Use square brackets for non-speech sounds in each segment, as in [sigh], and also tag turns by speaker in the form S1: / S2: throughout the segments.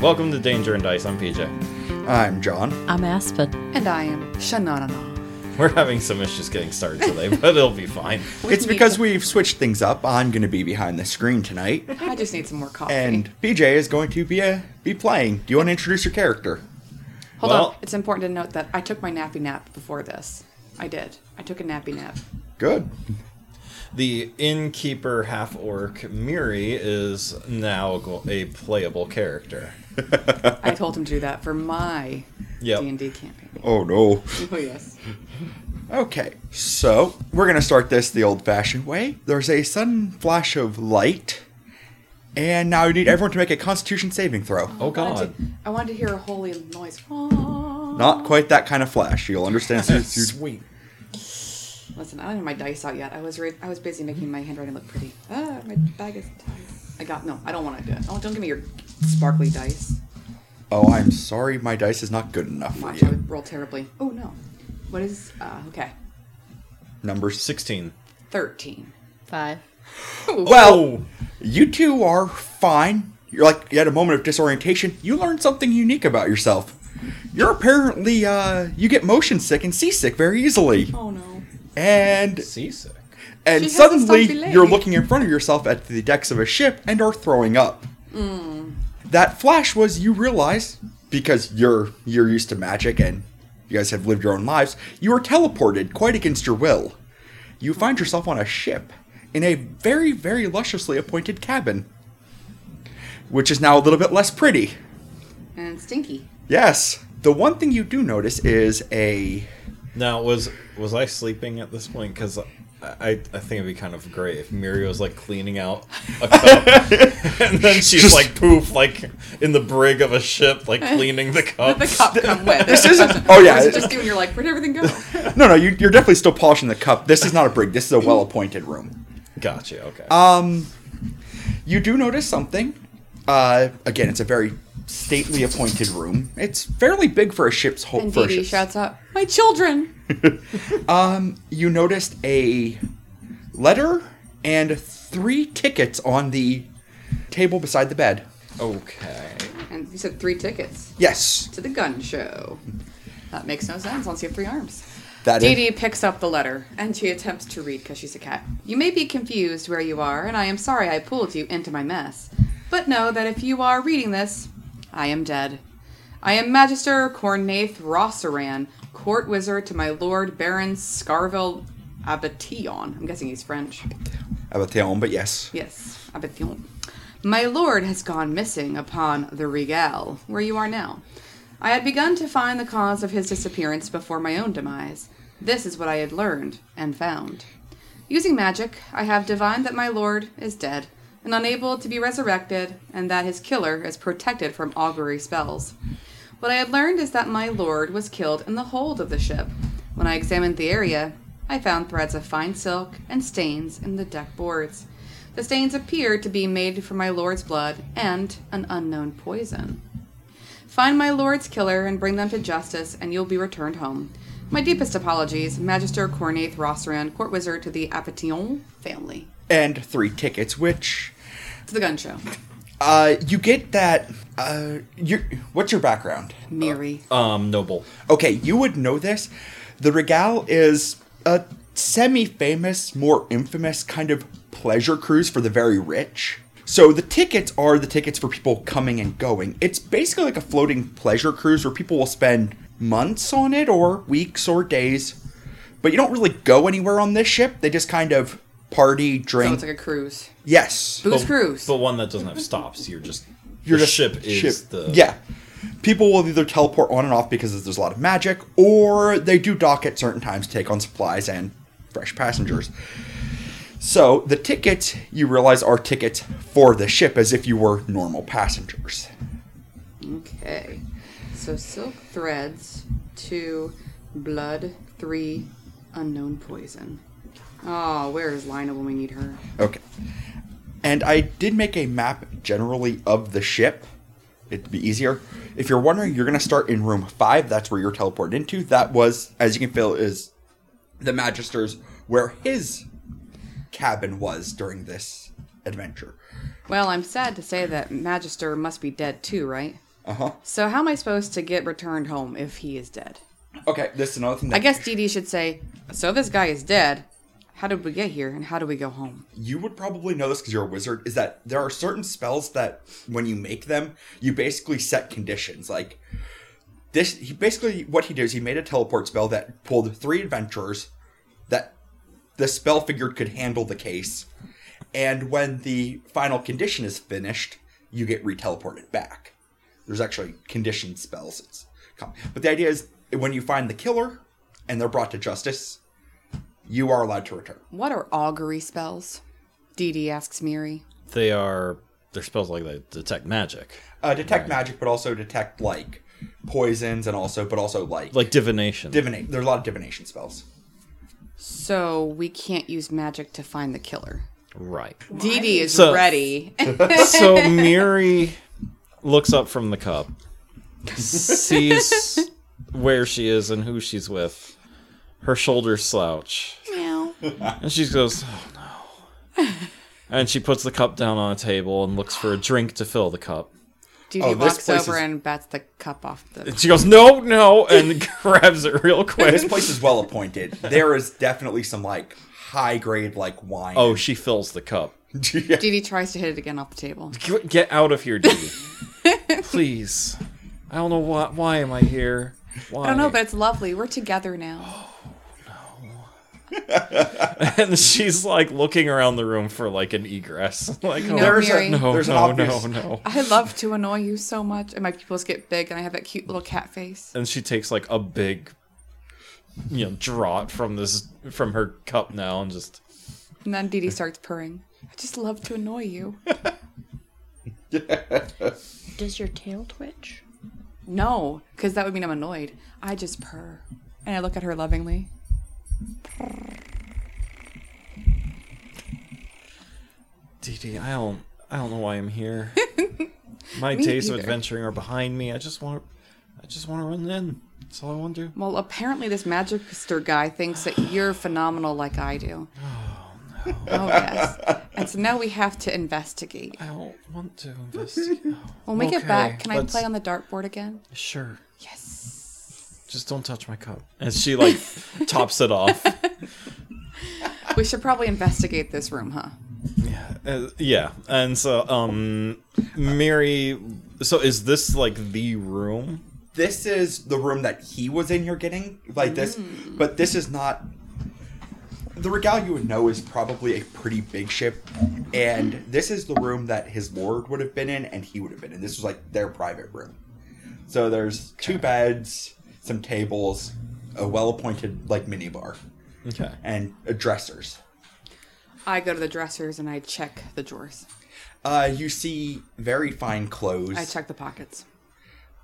S1: Welcome to Danger and Dice. I'm PJ.
S2: I'm John.
S3: I'm Aspen.
S4: And I am Shananana.
S1: We're having some issues getting started today, but it'll be fine.
S2: it's because we've switched things up. I'm going to be behind the screen tonight,
S4: I just need some more coffee.
S2: and PJ is going to be uh, be playing. Do you want to introduce your character?
S4: Hold
S1: well-
S4: on. It's important to note that I took my nappy nap before this. I did. I took a nappy nap.
S2: Good.
S1: The innkeeper half orc Miri is now go- a playable character.
S4: I told him to do that for my
S1: Yep.
S4: D&D campaign.
S2: Oh no.
S4: [laughs] Oh, yes.
S2: Okay, so we're going to start this the old fashioned way. There's a sudden flash of light, and now you need everyone to make a Constitution saving throw.
S1: Oh
S4: I
S1: god.
S4: wanted, to, I wanted to hear a holy noise. Ah.
S2: Not quite that kind of flash. You'll understand soon.
S1: Sweet.
S4: Listen, I don't have my dice out yet. I was ra- I was busy making my handwriting look pretty. Ah, my bag is dice. I got no. I don't want to do it. Oh, don't give me your sparkly dice.
S2: Oh, I'm sorry, my dice is not good enough for
S4: Watch, I
S2: you.
S4: would roll terribly. Oh no. What is? Uh, okay,
S2: Number six.
S1: 16.
S4: thirteen.
S3: Five.
S2: Well, you two are fine. You're like you had a moment of disorientation. You learned something unique about yourself. You're apparently uh you get motion sick and seasick very easily.
S4: Oh no.
S2: And
S1: Seasick.
S2: and
S4: She has a
S2: suddenly
S4: stumpy
S2: you're
S4: leg.
S2: looking in front of yourself at the decks of a ship and are throwing up.
S4: Mm.
S2: That flash was you realize because you're you're used to magic and you guys have lived your own lives, you are teleported quite against your will. You find yourself on a ship in a very very lusciously appointed cabin which is now a little bit less pretty.
S4: And stinky.
S2: Yes. The one thing you do notice is
S4: [laughs]
S2: a
S1: Now, was was I sleeping at this point? Because I, I, I think it'd be kind of great if Miri was like cleaning out a cup, [laughs] and then she's
S2: Just-
S1: like poof, like in the brig of a ship, like cleaning the cup.
S4: The cup come wet. [laughs] This
S2: Oh yeah,
S4: is just you and you're like, where'd everything [laughs] go?
S2: No, no, you, you're definitely still polishing the cup. This is not a brig. This
S4: [laughs]
S2: is a well-appointed room.
S1: Gotcha. Okay.
S2: You do notice something. Uh, again, it's a very stately appointed room. It's fairly big for a ship's whole.
S4: And
S2: For a
S4: Dee Dee
S2: ship's-
S4: shouts out, [laughs] "My children!"
S2: You noticed a letter and three tickets on the table beside the bed.
S1: okay.
S4: And you said three tickets
S2: Yes,
S4: to the gun show. That makes no sense. Once you have three arms.
S2: that
S4: Dee
S2: is.
S4: Dee picks up the letter and she attempts to read because she's a cat. You may be confused where you are, and I am sorry I pulled you into my mess. But know that if you are reading this, I am dead. I am Magister Cornath Rossaran, court wizard to my lord Baron Scarvel Abatillon. I'm guessing he's French.
S2: About the elm, but yes.
S4: Yes, Abatillon. My lord has gone missing upon the Regal, where you are now. I had begun to find the cause of his disappearance before my own demise. This is what I had learned and found. Using magic, I have divined that my lord is dead and unable to be resurrected, and that his killer is protected from augury spells. What I had learned is that my lord was killed in the hold of the ship. When I examined the area, I found threads of fine silk and stains in the deck boards. The stains appeared to be made from my lord's blood and an unknown poison. Find my lord's killer and bring them to justice, and you'll be returned home. My deepest apologies, Magister Cornath Rossaran, court wizard to the Apatillon family.
S2: And three tickets, which
S4: To the gun show.
S2: uh, you get that. Uh, you. What's your background?
S4: Miri.
S1: Um, noble.
S2: Okay, you would know this. The Regal is a semi famous, more infamous kind of pleasure cruise for the very rich. So the tickets are the tickets for people coming and going. It's basically like a floating pleasure cruise where people will spend months on it or weeks or days. But you don't really go anywhere on this ship. They just kind of party,
S4: So
S2: drink.
S4: it's like a cruise.
S2: yes.
S4: Booze
S1: But-
S4: cruise.
S1: But one that doesn't have stops. You're [laughs] just
S2: Your
S1: your ship is the
S2: yeah. People will either teleport on and off because there's a lot of magic, or they do dock at certain times to take on supplies and fresh passengers. So the tickets you realize are tickets for the ship, as if you were normal passengers.
S4: Okay. So silk threads, two, blood, three, unknown poison. Oh, where is Lina when we need her?
S2: Okay. And I did make a map generally of the ship. It'd be easier. If you're wondering, you're gonna start in room five. That's where you're teleported into. That was, as you can feel, is the Magister's where his cabin was during this adventure.
S4: Well, I'm sad to say that Magister must be dead too, right?
S2: Uh huh.
S4: So how am I supposed to get returned home if he is dead?
S2: Okay, this is another thing that
S4: I guess DD should say, "So this guy is dead. How did we get here, and how do we go home?"
S2: you would probably know this because you're a wizard. Is that there are certain spells that when you make them, you basically set conditions. Like this, he basically what he did is he made a teleport spell that pulled three adventurers that the spell figured could handle the case, and when the final condition is finished, you get reteleported back. There's actually condition spells. It's come, but the idea is when you find the killer and they're brought to justice, you are allowed to return.
S4: What are augury spells? DD asks Miri.
S1: They are they're spells like they detect magic,
S2: uh, detect magic, but also detect like poisons and also, but also like,
S1: like divination.
S2: divinate. There's a lot of divination spells.
S4: So we can't use magic to find the killer.
S1: right.
S4: DD is
S1: So-
S4: ready. [laughs]
S1: so Miri looks up from the cup, sees where she is and who she's with. Her shoulders slouch,
S4: Meow.
S1: and she goes, "Oh no!" And she puts the cup down on a table and looks for a drink to fill the cup.
S4: DD
S2: Oh, this
S4: walks
S2: place
S4: over
S2: is-
S4: and bats the cup off the.
S1: And she goes, "No, no!" and [laughs] grabs it real
S2: This
S1: quick.
S2: place is well appointed. There is definitely some like high grade like wine.
S1: Oh, she fills the cup.
S2: Yeah.
S4: DD tries to hit it again off the table.
S1: G- Get out of here,
S4: [laughs]
S1: Dee. Please. I don't know why. Why am I here? Why?
S4: I don't know, but it's lovely. We're
S2: [gasps]
S4: together
S1: [laughs]
S4: now. [gasps]
S1: and she's like looking around the room for like an egress. [laughs] Like, oh,
S4: know,
S2: there's a,
S4: Mary.
S1: no,
S2: there's an
S1: no,
S2: obvious.
S1: no, no.
S4: I love to annoy you so much, and my pupils get big, and I have that cute little cat face.
S1: And she takes like a big, you know, draught from this from her cup now, and just
S4: And
S1: [laughs]
S4: then Dee Dee starts purring. I just love to annoy you.
S3: Does your tail twitch?
S4: No, because that would mean I'm annoyed. I just purr. And I look at her lovingly.
S1: Dee Dee, I don't, I don't know why I'm
S4: [laughs]
S1: here. My days of
S4: either.
S1: adventuring are behind me. I just want, I just want to run in. That's all I want to do.
S4: Well, apparently this magister guy thinks that you're phenomenal like
S1: [sighs]
S4: I do. Oh, no. Oh, yes. And so now we have to investigate.
S1: I don't want to
S4: [laughs]
S1: investigate.
S4: When we
S1: Okay,
S4: get back, can I
S1: let's-
S4: play on the dartboard again?
S1: Sure.
S4: Yes.
S1: Just don't touch my cup. And she [laughs] like tops it off.
S4: We should probably investigate this room, huh?
S1: Uh, yeah. And so um Mary so is this like the room?
S2: This is the room that he was in here getting like this, but this is not. The regal you would know is probably a pretty big ship, and this is the room that his lord would have been in, and he would have been in. This was like their private room. So there's two beds, some tables, a well-appointed like minibar,
S1: Okay.
S2: and uh, dressers.
S4: I go to the dressers and I check the drawers.
S2: Uh, you see very fine clothes.
S4: I check the pockets.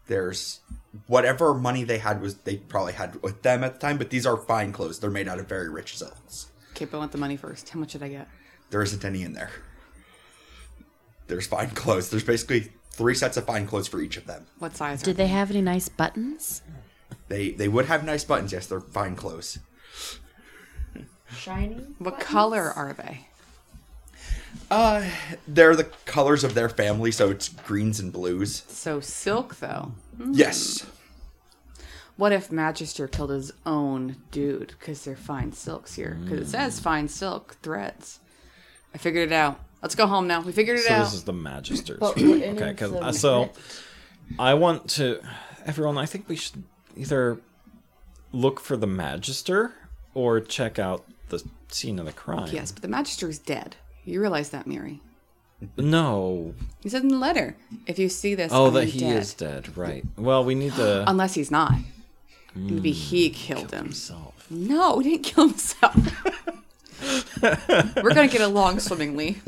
S2: There's whatever money they had was they probably had with them at the time, but these are fine clothes. They're made out of very rich silks.
S4: Okay, but I want the money first. How much did I get?
S2: There isn't any in there. There's fine clothes. There's basically three sets of fine clothes for each of them.
S4: What size? are
S3: Do they have any nice buttons?
S2: They they would have nice buttons. Yes, they're fine clothes.
S3: Shiny.
S4: What color are they?
S2: Uh, they're the colors of their family, so it's greens and blues.
S4: So silk, though.
S2: Yes.
S4: What if Magister killed his own dude? Because they're fine silks here. Because it says fine silk threads. I figured it out. Let's go home now. We figured it
S1: So
S4: out.
S1: this is the magister's
S3: But
S1: room.
S3: what in
S1: Okay,
S3: is
S1: cuz
S3: the
S1: uh, so
S3: magic?
S1: I want to everyone I think we should either look for the magister or check out the scene of the crime.
S4: Yes, but the Magister is dead. You realize that, Miri?
S1: No.
S4: He said in the letter, "If you see this,
S1: Oh,
S4: I'm
S1: that he
S4: dead."
S1: is dead. Right. Well, we need
S3: [gasps]
S1: to
S3: Um,
S4: Unless he's not. Maybe he
S1: Hmm,
S4: killed him.
S1: himself.
S4: No, he didn't kill himself. We're gonna get along swimmingly. [laughs]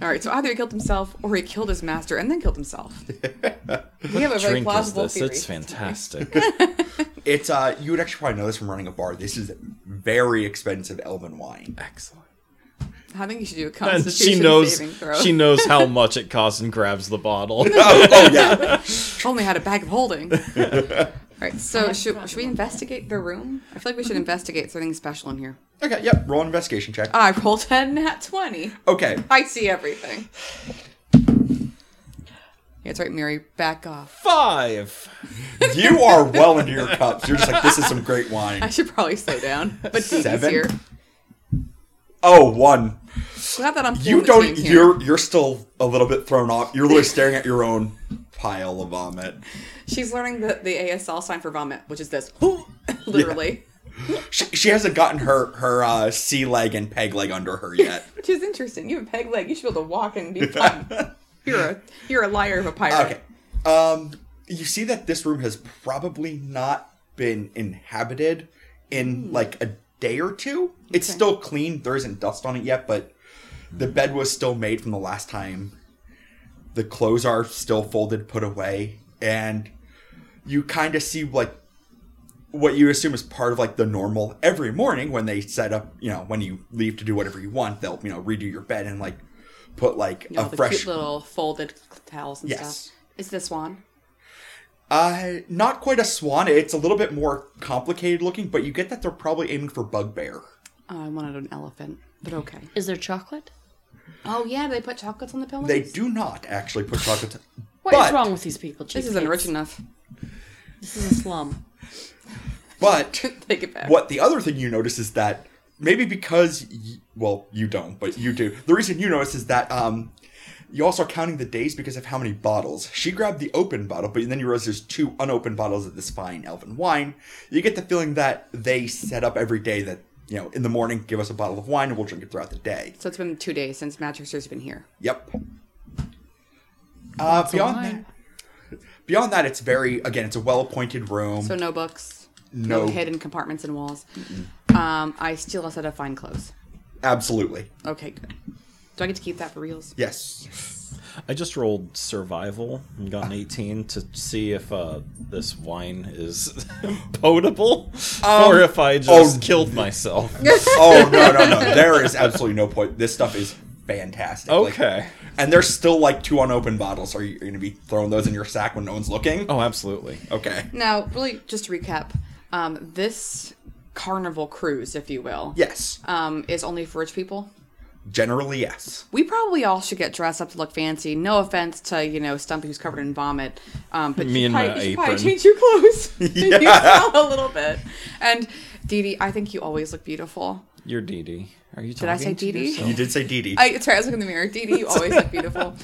S4: All right, so either he killed himself or he killed his master and then killed himself. we have a very
S1: Drink is
S4: plausible
S1: this?
S4: theory.
S1: It's fantastic.
S3: [laughs]
S2: It's uh you would actually probably know this from running a bar. This is very expensive elven wine.
S1: Excellent.
S4: I think you should do a
S1: And
S4: constitution
S1: she knows
S4: saving throw.
S1: she knows
S4: [laughs]
S1: how much it costs and grabs the [laughs] bottle.
S4: If only had a bag
S1: [laughs]
S4: of holding. All right, so should, should we investigate the room? I feel like we should investigate something special in here.
S2: Okay, yep, roll an investigation
S4: Uh,
S2: check.
S4: I rolled a nat 20.
S2: Okay.
S4: I see everything. Yeah, that's right, Mary. Back off.
S1: Five.
S2: You are well into your cups. You're just like, this is some great
S4: I
S2: wine.
S4: should probably slow down. But Dee's
S2: Seven?
S4: here.
S2: Oh, one.
S4: Glad that I'm pulling
S2: You
S4: the
S2: don't.
S4: team here.
S2: You're you're still a little bit thrown off. You're literally staring at your own pile of vomit.
S4: She's learning the, the ASL sign for vomit, which is this. [laughs] Literally.
S2: She, she hasn't gotten her her uh, sea leg and peg leg under her yet.
S4: Which is interesting. You have a peg leg. You should be able to walk and
S2: [laughs]
S4: be fine. you're a you're a liar of a pirate.
S2: Okay. Um, you see that this room has probably not been inhabited in like a day or two. It's
S4: Hmm. Okay.
S2: still clean. There isn't dust on it yet, but the bed was still made from the last time. The clothes are still folded, put away, and you kind of see like what you assume is part of like the normal every morning when they set up, you know, when you leave to do whatever you want, they'll, you know, redo your bed and like put like
S4: You know,
S2: a
S4: the
S2: fresh
S4: cute little folded towels and
S2: Yes.
S4: stuff. Is this one?
S2: Uh, not quite a swan. It's a little bit more complicated looking, but you get that they're probably aiming for bugbear.
S4: Oh, I wanted an elephant, but okay.
S3: Is there chocolate?
S4: Oh yeah, they put chocolates on the pillows.
S2: They do not actually put chocolate.
S3: What is
S2: but,
S3: wrong with these people?
S4: This
S3: cheapskates?
S4: isn't rich enough.
S3: This is a slum.
S2: But
S4: [laughs] Take it back.
S2: what the other thing you notice is that maybe because y- well you don't, but you do. The reason you notice is that um, you also are counting the days because of how many bottles. She grabbed the open bottle, but then you realize there's two unopened bottles of this fine elven wine. You get the feeling that they set up every day that you know in the morning give us a bottle of wine and we'll drink it throughout the day.
S4: So it's been two days since Magister's been here.
S2: Yep. Uh, beyond
S3: line.
S2: that, [laughs] beyond that, it's very again, it's a well-appointed room.
S4: So no books,
S2: No.
S4: hidden compartments in walls. Um, I steal a set of fine clothes.
S2: Absolutely,
S4: Okay, good. Do I get to keep that for reals?
S2: yes.
S1: I just rolled survival and got an 18 to see if uh, this wine is [laughs] potable or if I just
S2: oh.
S1: killed [laughs] myself.
S2: oh no,
S4: [laughs]
S2: no, no! There is absolutely no point. This stuff is fantastic. Like,
S1: Okay.
S2: and there's still like two unopened bottles. Are you going to be throwing those in your sack when no one's looking?
S1: Oh, absolutely.
S2: Okay.
S4: Now, really, just to recap, um, this carnival cruise, if you will,
S2: Yes.
S4: um, is only for rich people.
S2: Generally, yes.
S4: We probably all should get dressed up to look fancy. No offense to you know Stumpy, who's covered in vomit, um, but
S1: Me
S4: you
S1: and
S4: should
S1: my
S4: probably, you should probably
S1: apron.
S4: change
S2: [laughs]
S4: your clothes. [laughs] you
S2: Yeah.
S4: smell a little bit. And Dee Dee, I think you always look beautiful.
S1: You're Dee Dee. Are you talking
S4: Did I
S1: to
S4: say Dee Dee?
S1: yourself?
S2: You did say Dee Dee.
S4: I, sorry, I was looking in the mirror. Dee Dee, you always
S2: [laughs]
S4: look beautiful.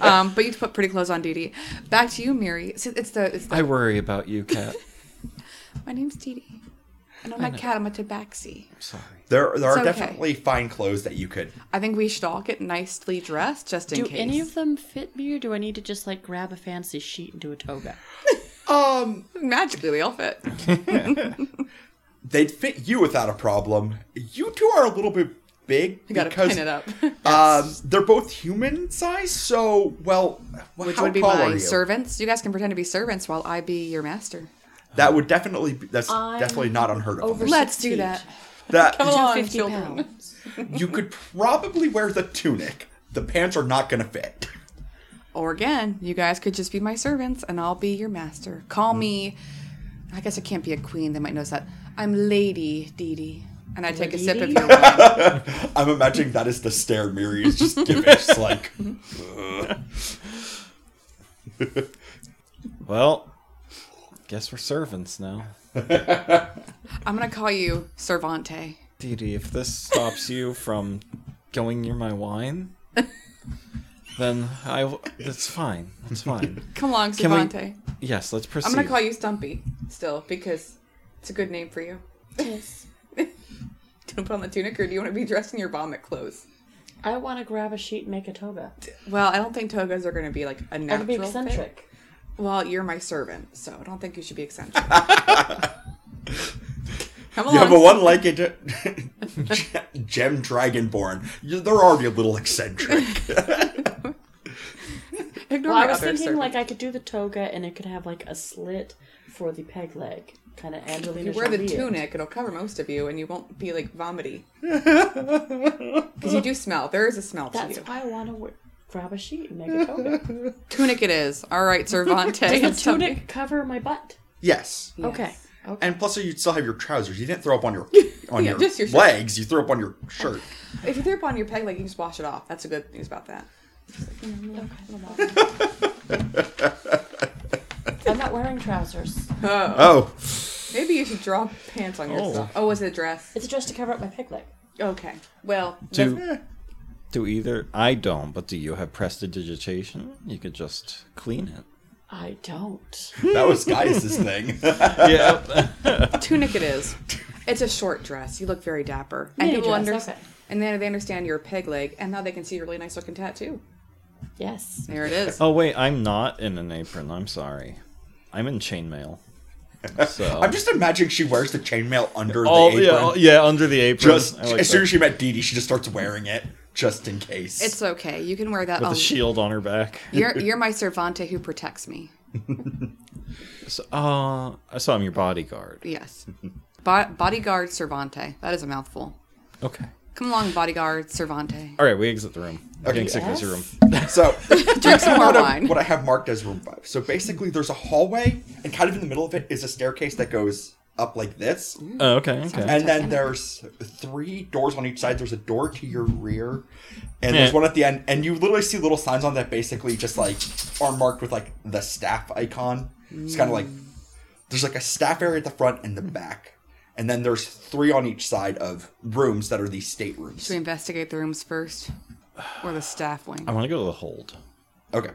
S4: Um, but you put pretty clothes on, Dee Dee. Back to you, Mary. So It's the, it's the
S1: I worry about you, Cat.
S4: my name's Dee Dee. And I'm not cat, I'm a tabaxi.
S1: [laughs] Sorry.
S2: there, there are
S4: It's okay.
S2: definitely fine clothes that you could.
S4: I think we should all get nicely dressed just in
S3: Do
S4: case.
S3: any of them fit me, or do I need to just like grab a fancy sheet and do a toga?
S2: Um,
S4: [laughs] Magically, they all fit.
S2: they'd fit you without a problem. You two are a little bit big
S4: You gotta
S2: because
S4: pin it up.
S2: [laughs] Um, they're both human size, so well, wh-
S4: Which
S2: how
S4: would be
S2: tall are
S4: my
S2: you?
S4: servants. You guys can pretend to be servants while I be your master.
S2: That would definitely be, that's
S3: I'm
S2: definitely not unheard of.
S3: over- For
S4: Let's
S3: six
S4: do
S3: feet.
S4: that.
S2: that
S4: Come along,
S3: 250
S4: children.
S3: pounds.
S2: you could probably wear the tunic. The pants are not going to fit.
S4: Or again, you guys could just be my servants and I'll be your master. Call me. I guess I can't be a queen. They might notice that. I'm Lady Dee Dee. And I take a sip of
S3: Lady
S4: your wine.
S2: I'm imagining that is the stare Miri is
S4: [laughs]
S2: just giving. It's like,
S1: Well, guess we're servants now.
S4: I'm going to call you Servante.
S1: Dee Dee, if this stops you from going near my wine, then I. W- that's fine. That's fine.
S4: Come along,
S1: Can we-
S4: Servante.
S1: Yes, let's proceed.
S4: I'm going to call you Stumpy still because it's a good name for you. [laughs]
S3: Yes.
S4: Do you want to put on the tunic or do you want to be dressed in your vomit clothes?
S3: I want to grab a sheet and make a toga.
S4: Well, I don't think togas are going to be like a natural.
S3: I'll be
S4: fit.
S3: eccentric.
S4: Well, you're my servant, so I don't think you should be eccentric. Come along.
S2: you have a one legged [laughs] gem dragonborn. You, they're already a little
S4: [laughs]
S2: eccentric.
S4: Ignore
S3: Well, I
S4: my
S3: was
S4: other
S3: thinking
S4: servant.
S3: like I could do the toga and it could have like a slit for the peg leg, kind of Angelina.
S4: you wear the
S3: Jolie.
S4: tunic; it'll cover most of you, and you won't be like vomity. Because you do smell. There is a smell
S3: That's
S4: to you.
S3: why I want to wear, grab a sheet and make
S4: [laughs]
S3: a toga.
S4: Tunic it is. All right, Cervante.
S3: Does
S4: It's
S3: the
S4: something-
S3: tunic cover my butt?
S2: yes.
S3: Okay. Okay.
S2: And plus, you'd still have your trousers. You didn't throw up on your on
S4: [laughs] Yeah,
S2: your,
S4: just your shirt.
S2: legs. You threw up on your shirt.
S4: If you throw up on your peg leg, you can just wash it off. That's the good news about that.
S3: I'm not wearing trousers.
S2: Oh,
S4: Maybe you should draw pants on yourself. Oh, was it a dress?
S3: It's a dress to cover up my pig leg.
S4: Okay. Well,
S1: Do do either? I don't, but do you have prestidigitation? You could just clean it.
S3: I don't.
S2: that was Gaius' thing. [laughs]
S1: Yeah.
S4: tunic it is. It's a short dress. You look very dapper.
S3: Mini
S4: and people
S3: dress,
S4: understand.
S3: okay.
S4: And then they understand you're a peg leg, and now they can see your really nice looking tattoo.
S3: Yes.
S4: There
S1: [laughs]
S4: it is.
S1: oh wait, I'm not in an apron. I'm sorry. I'm in chainmail. So
S2: I'm just imagining she wears the chainmail under
S1: all
S2: the apron.
S1: yeah, all- yeah under the apron.
S2: Just
S1: I like
S2: as soon
S1: that.
S2: as she met Dee Dee, she just starts wearing it just in case.
S4: It's okay. You can wear that.
S1: with
S4: all-
S1: the shield on her back.
S4: [laughs] You're you're my servante who protects me.
S1: So, uh, so I'm your bodyguard.
S4: Yes. Bo- bodyguard servante. That is a mouthful.
S1: Okay.
S4: Come along, bodyguard servante.
S1: [laughs] All right, we exit the room. We
S2: Okay.
S1: exit
S3: Yes.
S1: this room.
S2: [laughs] So
S4: Drink some more
S2: what, I-
S4: wine.
S2: what I have marked as room five. So basically, there's a hallway, and kind of in the middle of it is a staircase that goes up like this.
S1: Oh, okay, okay.
S2: And then there's three doors on each side. There's a door to your rear, and there's
S1: Yeah.
S2: one at the end. And you literally see little signs on that basically just like are marked with like the staff icon. It's kind of like there's like a staff area at the front and the back, and then there's three on each side of rooms that are these staterooms.
S4: Should we investigate the rooms first, or the staff wing?
S1: I want to go to the hold.
S2: Okay,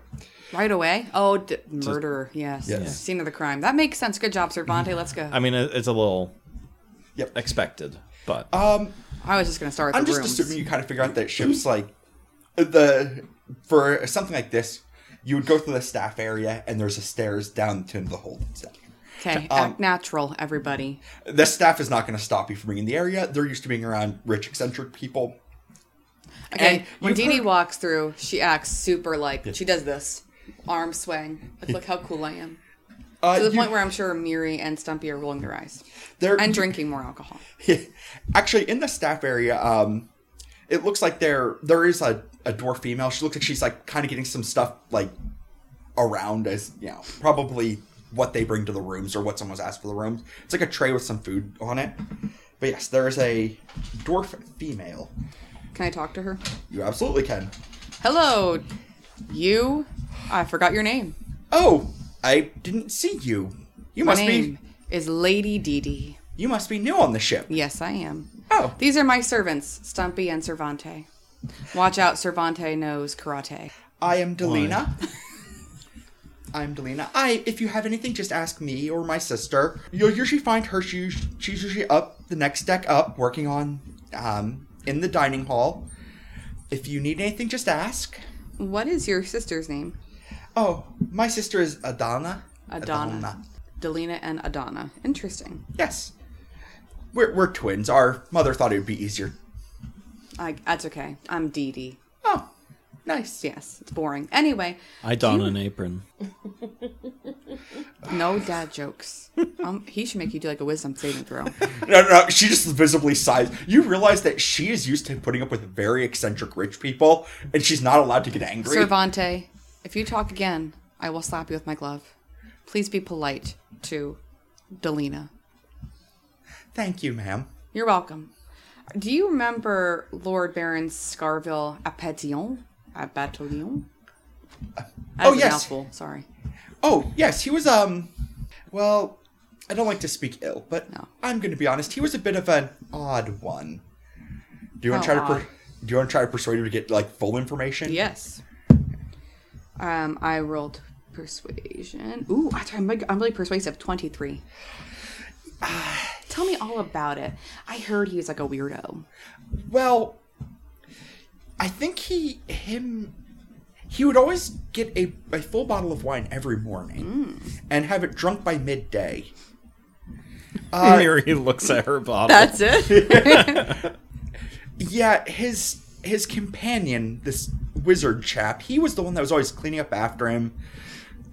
S4: Right away? Oh, d- murder. Yes.
S2: Yes.
S4: Scene of the crime. That makes sense. Good job, Cervante. Let's go.
S1: I mean, it- it's a little
S2: Yep.
S1: expected, but
S2: um,
S4: I was just going to start with
S2: I'm
S4: the
S2: just
S4: rooms.
S2: assuming you kind of figure out that ships like the for something like this, you would go through the staff area, and there's a stairs down to the hold section.
S4: okay.
S2: um,
S4: act natural, everybody.
S2: The staff is not going to stop you from being in the area. They're used to being around rich, eccentric people.
S4: Okay.
S2: and
S4: When
S2: you've
S4: Dee Dee
S2: heard-
S4: walks through, she acts super like she does this arm swing. Like, look how cool I am.
S2: Uh,
S4: To the
S2: you-
S4: point where I'm sure Miri and Stumpy are rolling their eyes
S2: they're [laughs]
S4: and drinking more alcohol.
S2: actually in the staff area. Um, it looks like there there is a, a dwarf female. She looks like she's like kind of getting some stuff like around as you know probably what they bring to the rooms or what someone's asked for the rooms. It's like a tray with some food on it. But yes, there is a dwarf female.
S4: Can I talk to her?
S2: You absolutely can.
S4: Hello, you. I forgot your name.
S2: Oh, I didn't see you. You
S4: My
S2: must
S4: name
S2: be
S4: is Lady Dee Dee.
S2: you must be new on the ship.
S4: Yes, I am.
S2: Oh.
S4: These are my servants, Stumpy and Cervante. Watch out, Cervante knows karate.
S2: I am Delina. [laughs] I'm Delina. I, if you have anything, just ask me or my sister. You'll usually find her. She, she's usually up the next deck up, working on, um, in the dining hall. If you need anything, just ask.
S4: What is your sister's name?
S2: Oh, my sister is Adana.
S4: Adana. Delina and Adana. Interesting.
S2: Yes. We're, we're twins. Our mother thought it would be easier.
S4: I, that's okay. I'm Dee Dee.
S2: Oh, nice.
S4: Yes, it's boring. Anyway,
S1: I don an apron.
S4: no dad jokes. Um, he should make you do like a wisdom saving throw.
S2: No, no, no, she just visibly sighs. You realize that she is used to putting up with very eccentric rich people, and she's not allowed to get angry.
S4: Cervante, if you talk again, I will slap you with my glove. Please be polite to Delina.
S2: Thank you, ma'am.
S4: You're welcome. Do you remember Lord Baron Scarville Apatillon? Apatillon? That's
S2: oh,
S4: a
S2: yes.
S4: mouthful. Sorry.
S2: Oh, yes, he was, um, well, I don't like to speak ill, but
S4: No.
S2: I'm going to be honest. He was a bit of an odd one. Do you want to
S4: How
S2: try to per-
S4: odd?
S2: do you want to try to persuade her to get like full information?
S4: Yes. Um, I rolled persuasion. Ooh, I- I'm like- I'm really persuasive. Twenty three. Tell me all about it. I heard he was like a weirdo.
S2: Well, I think he him he would always get a, a full bottle of wine every morning
S4: Mm.
S2: and have it drunk by midday.
S1: Uh, [laughs] Mary looks at her bottle.
S4: it.
S2: Yeah, his his companion, this wizard chap, he was the one that was always cleaning up after him,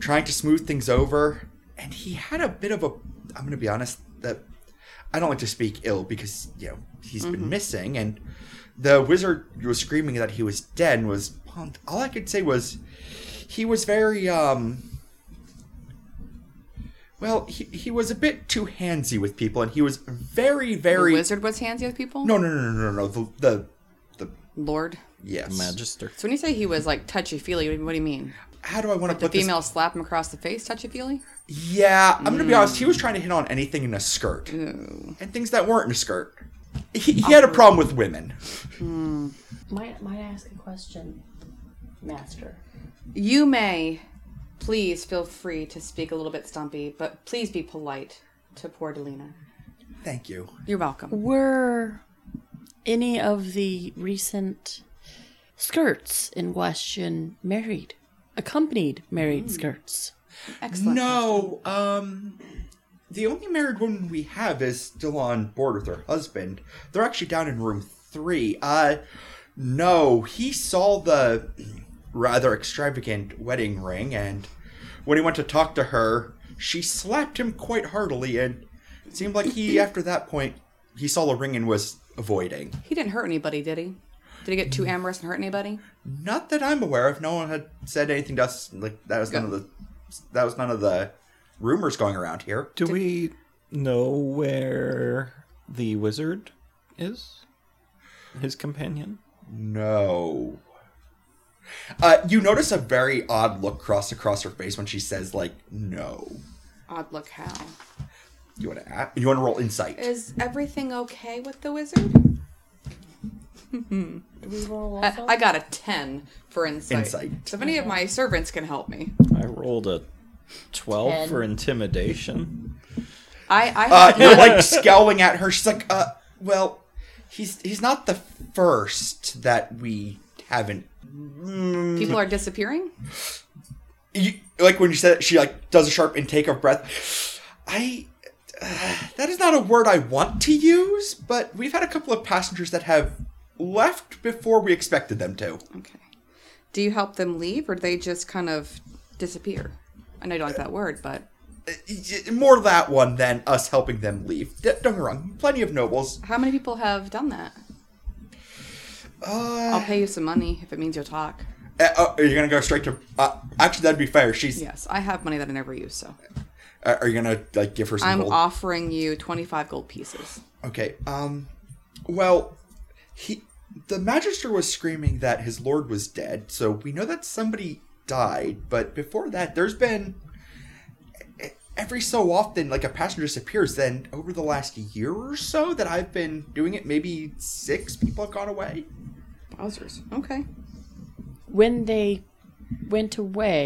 S2: trying to smooth things over, and he had a bit of a I'm going to be honest that I don't like to speak ill because, you know, he's been missing and the wizard was screaming that he was dead and was all I could say was he was very um well, he, he was a bit too handsy with people, and he was very,
S4: the
S2: very
S4: wizard was handsy with people.
S2: no, no, no, no, no, no. The the, the
S4: Lord.
S2: yes.
S1: Magister.
S4: So when you say he was like touchy feely, what do you mean?
S2: how do I want to
S4: The
S2: put this?
S4: female Mm. slap him across the face, touchy feely.
S2: Yeah, I'm gonna be honest. He was trying to hit on anything in a skirt and things that weren't in a skirt. He, he had a problem with women.
S3: Might might I ask a question, Master?
S4: You may, please feel free to speak a little bit stumpy, but please be polite to poor Delina.
S2: Thank you.
S4: You're welcome.
S3: Were any of the recent skirts in question married? Accompanied married skirts.
S4: Excellent.
S2: No, um, the only married woman we have is still on board with her husband. They're actually down in room three. Uh, no, he saw the rather extravagant wedding ring, and when he went to talk to her, she slapped him quite heartily, and it seemed like he, after that point, he saw the ring and was avoiding.
S4: He didn't hurt anybody, did he? Did he get too amorous and hurt anybody?
S2: Not that I'm aware of. No one had said anything to us. Like that was none of the that was none of the rumors going around here.
S1: Do we know where the wizard is? His companion?
S2: No. Uh, you notice a very odd look cross across her face when she says like no.
S4: Odd look how.
S2: You want to you want to roll insight.
S4: Is everything okay with the wizard?
S3: We roll
S4: I,
S3: also?
S4: I got a 10 for insight.
S2: Insight.
S4: So if any of my servants can help me.
S1: I rolled a 12
S3: Ten.
S1: for intimidation.
S4: I, I
S2: Uh,
S4: have
S2: you're like scowling at her. She's like, uh, well, he's he's not the first that we haven't.
S4: [laughs] people are disappearing.
S2: You, like when you said it, she like does a sharp intake of breath. I. Uh, that is not a word I want to use, but we've had a couple of passengers that have left before we expected them to.
S4: Okay. Do you help them leave or do they just kind of disappear? I know you don't like that word, but
S2: more that one than us helping them leave. D- don't get me wrong, plenty of nobles.
S4: how many people have done that? I'll
S2: Uh,
S4: pay you some money if it means you'll talk.
S2: uh, oh, are you gonna go straight to? Uh, actually, that'd be fair. She's.
S4: Yes, I have money that I never use, so
S2: Uh, are you gonna like give her some?
S4: I'm
S2: gold?
S4: offering you 25 gold pieces.
S2: Okay. Um. Well, he the magister was screaming that his lord was dead, so we know that somebody died. But before that, there's been e- every so often like a passenger disappears. Then over the last year or so that I've been doing it, maybe six people have gone away.
S4: Bowser's. Okay.
S3: when they went away,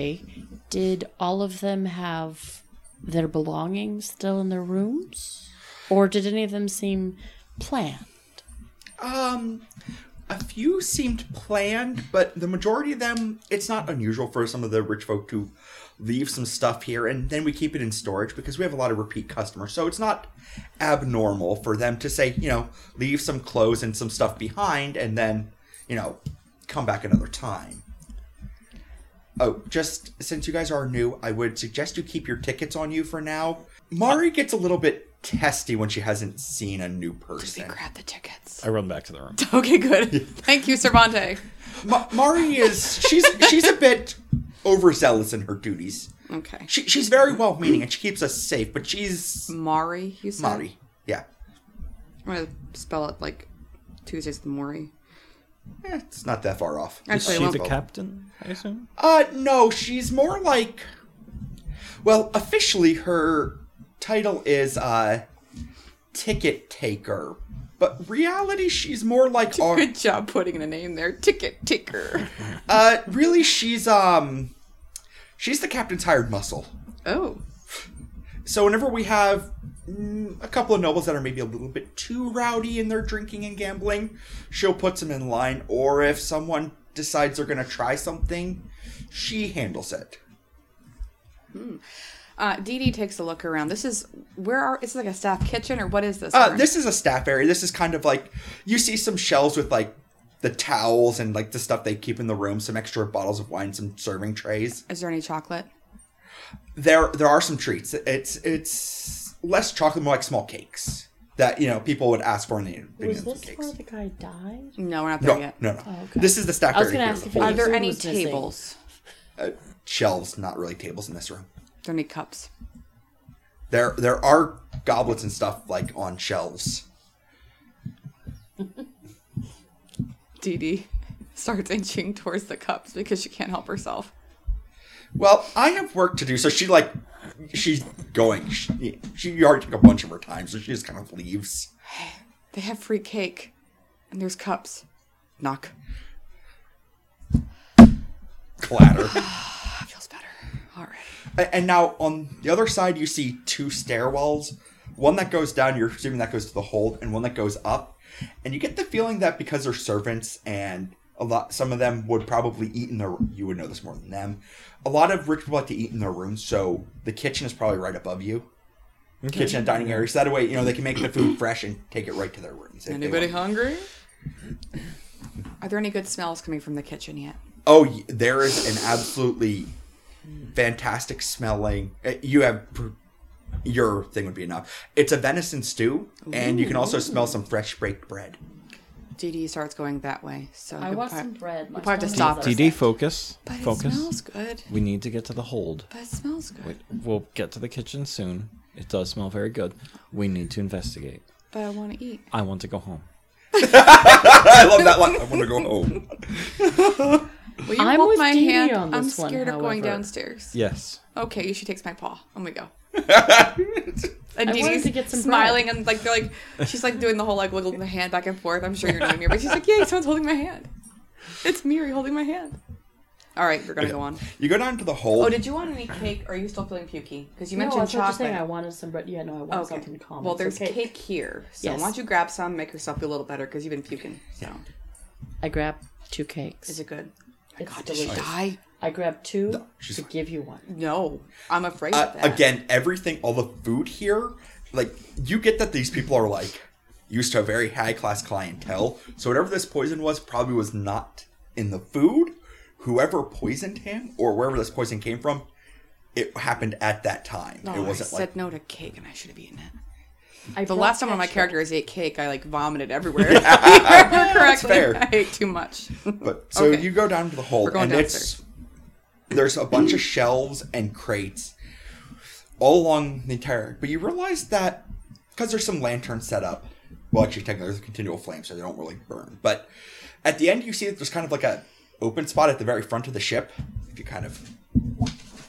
S3: did all of them have their belongings still in their rooms? Or did any of them seem planned?
S2: Um, a few seemed planned, but the majority of them, it's not unusual for some of the rich folk to leave some stuff here and then we keep it in storage because we have a lot of repeat customers. So it's not abnormal for them to say, you know, leave some clothes and some stuff behind and then, you know, come back another time. Oh, just since you guys are new, I would suggest you keep your tickets on you for now. Mari gets a little bit testy when she hasn't seen a new person.
S4: Grab the tickets.
S1: I run back to the room.
S4: [laughs]
S2: [laughs]
S4: Okay, good. Thank you, Cervante.
S2: Ma- Mari is she's she's a bit overzealous in her duties.
S4: Okay.
S2: She, she's very well meaning and she keeps us safe, but she's
S4: Mari, you said?
S2: Mari. Yeah,
S4: I'm going to spell it like Tuesdays with Mori.
S2: Eh, it's not that far off.
S1: Is
S4: Actually, I
S1: she
S4: won't.
S1: the captain, I assume?
S2: Uh, no, she's more like, well, officially her title is uh, ticket taker, but reality she's more like our.
S4: Good job putting in a name there.
S2: [laughs]
S4: Ticket ticker.
S2: Uh, really, she's um, she's the captain's hired muscle.
S4: Oh.
S2: So whenever we have mm, a couple of nobles that are maybe a little bit too rowdy in their drinking and gambling, she'll put them in line. Or if someone decides they're going to try something, she handles it.
S4: Uh, Dee Dee takes a look around. This is where are is this like a staff kitchen or what is this?
S2: Uh,
S4: room?
S2: this is a staff area. This is kind of like you see some shelves with like the towels and like the stuff they keep in the room, some extra bottles of wine, some serving trays.
S4: is there any chocolate?
S2: There, there are some treats. It's it's less chocolate, more like small cakes that you know people would ask for in the big
S3: Was
S2: meals
S3: this
S2: and
S3: where
S2: cakes.
S3: the guy died?
S4: No, we're not there
S2: No, no,
S4: yet.
S2: no.
S3: Oh, okay.
S2: This is the staff
S3: I was
S2: area
S3: gonna
S2: here,
S3: ask
S2: the
S3: if it
S2: whole
S4: Are there
S3: Food
S4: any
S3: was missing.
S4: tables?
S2: shelves, not really tables in this room.
S4: Are there any cups?
S2: There there are goblets and stuff like on shelves.
S4: [laughs] Dee Dee starts inching towards the cups because she can't help herself.
S2: Well, I have work to do. So she like, she's going. She, she already took a bunch of her time, so she just kind of leaves.
S4: They have free cake, and there's cups. Knock.
S2: Clatter.
S4: That feels better. All right.
S2: A- and now on the other side, you see two stairwells. One that goes down. You're assuming that goes to the hold, and one that goes up. And you get the feeling that because they're servants and a lot, some of them would probably eat in their. You would know this more than them. A lot of rich people like to eat in their rooms, so the kitchen is probably right above you. Kitchen and dining area, so that way you know they can make the food fresh and take it right to their rooms. if they want.
S4: hungry? Are there any good smells coming from the kitchen yet?
S2: Oh, y- there is an absolutely fantastic smelling. uh, You have your thing would be enough. It's a venison stew, and you can also smell some fresh baked bread. [laughs]
S4: Dee Dee starts going that way, so
S3: I
S4: you'll
S3: want
S4: prob-
S3: some bread.
S4: You'll
S3: My
S4: probably have to
S3: stomach
S4: stop.
S3: is
S4: us.
S3: upset.
S1: DD, focus.
S4: But it
S1: focus.
S4: smells good.
S1: We need to get to the hold.
S4: But it smells good.
S1: Wait, we'll get to the kitchen soon. It does smell very good. We need to investigate.
S4: But I want to eat.
S1: I want to go home.
S2: I love that line. I want to go home.
S4: Will you
S3: I'm
S4: hold
S3: with
S4: my
S3: Dee Dee
S4: hand?
S3: on
S4: I'm
S3: this one,
S4: scared of going
S3: however.
S4: downstairs.
S1: Yes.
S4: Okay, she takes my paw, and we [laughs] go. And
S3: I
S4: Dee
S3: wanted
S4: Dee's
S3: to get some
S4: smiling, and like they're like, she's like doing the whole like wiggling the hand back and forth. I'm sure you're doing here, but she's like, "Yay, someone's holding my hand. It's Miri holding my hand." All right, we're gonna go on.
S2: You go down to the hole.
S4: Oh, did you want any cake? Or are you still feeling pukey? Because you
S3: No,
S4: mentioned
S3: that's what I'm
S4: chocolate.
S3: just saying. I wanted some bread. Yeah, no, I wanted something common.
S4: Well, there's
S3: so
S4: cake. here, so
S3: Yes.
S4: why don't you grab some, make yourself feel a little better because you've been puking. So
S3: I grabbed two cakes.
S4: is it good?
S3: It's
S4: God, did she
S3: delicious.
S4: die?
S3: I grabbed two
S2: she's
S3: to
S2: fine.
S3: give you one.
S4: No, I'm afraid
S2: Uh,
S4: of that.
S2: again, everything, all the food here, like you get that these people are like used to a very high class clientele. So whatever this poison was, probably was not in the food. Whoever poisoned him or wherever this poison came from, it happened at that time.
S4: No,
S2: it wasn't
S4: I
S2: like
S4: said no to cake, and I should have eaten it.
S3: I
S4: The
S3: brought
S4: last time one of my
S3: ketchup.
S4: characters ate cake, I like
S2: [laughs]
S4: vomited everywhere. [laughs] If I remember correctly,
S2: fair.
S4: I ate too much. [laughs]
S2: But so
S4: Okay.
S2: you go down to the hole,
S4: going
S2: and it's there's a bunch of shelves and crates all along the entire. But you realize that because there's some lanterns set up. Well, actually, technically, there's a continual flame, so they don't really burn. But at the end, you see that there's kind of like a open spot at the very front of the ship. If you kind of,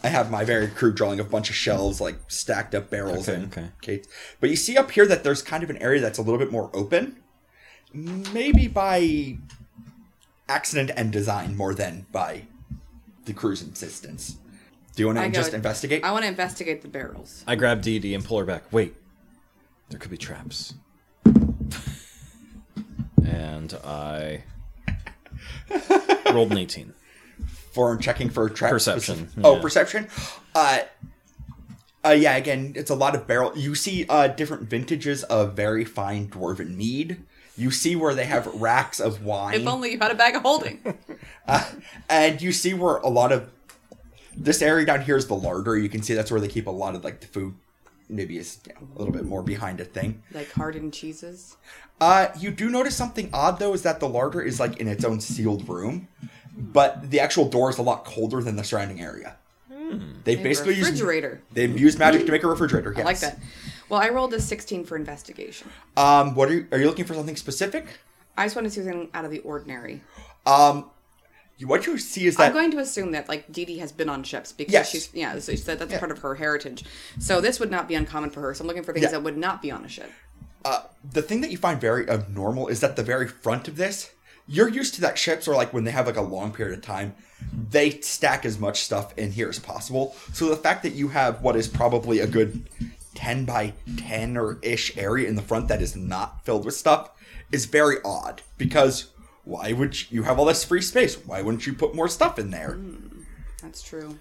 S2: I have my very crude drawing of a bunch of shelves like stacked up barrels
S1: Okay,
S2: and
S1: okay.
S2: crates. But you see up here that there's kind of an area that's a little bit more open. Maybe by accident and design more than by the crew's insistence. Do you want
S4: I
S2: to
S4: go-
S2: just investigate?
S4: I want to investigate the barrels.
S1: I grab DD and pull her back. Wait. There could be traps. And [laughs] I rolled an 18.
S2: for checking for traps.
S1: Perception, Hmm.
S2: Oh,
S1: yeah.
S2: perception. Uh, uh, yeah. Again, it's a lot of barrel. You see uh, different vintages of very fine dwarven mead. You see where they have racks of wine.
S4: If only you had a bag of holding.
S2: and you see where a lot of this area down here is the larder. You can see that's where they keep a lot of like the food. Maybe is you know, a little bit more behind a thing.
S4: [laughs] like hardened cheeses.
S2: Uh, you do notice something odd though is that the larder is like in its own sealed room, but the actual door is a lot colder than the surrounding area. They
S4: A
S2: basically use
S4: refrigerator.
S2: They use magic to make a refrigerator. Yes.
S4: I like that. Well, I rolled a 16 for investigation.
S2: Um, what are you, are you looking for? Something specific?
S4: I just want to see something out of the ordinary.
S2: Um, you- what you see is that
S4: I'm going to assume that like Dee Dee has been on ships because
S2: Yes.
S4: she's yeah, so she- that, that's part of her heritage. So this would not be uncommon for her. So I'm looking for things
S2: Yeah.
S4: that would not be on a ship.
S2: uh, the thing that you find very abnormal is that the very front of this, you're used to that ships are like when they have like a long period of time, they stack as much stuff in here as possible. So the fact that you have what is probably a good 10 by 10 or ish area in the front that is not filled with stuff is very odd because why would you, you have all this free space? Why wouldn't you put more stuff in there?
S4: That's true.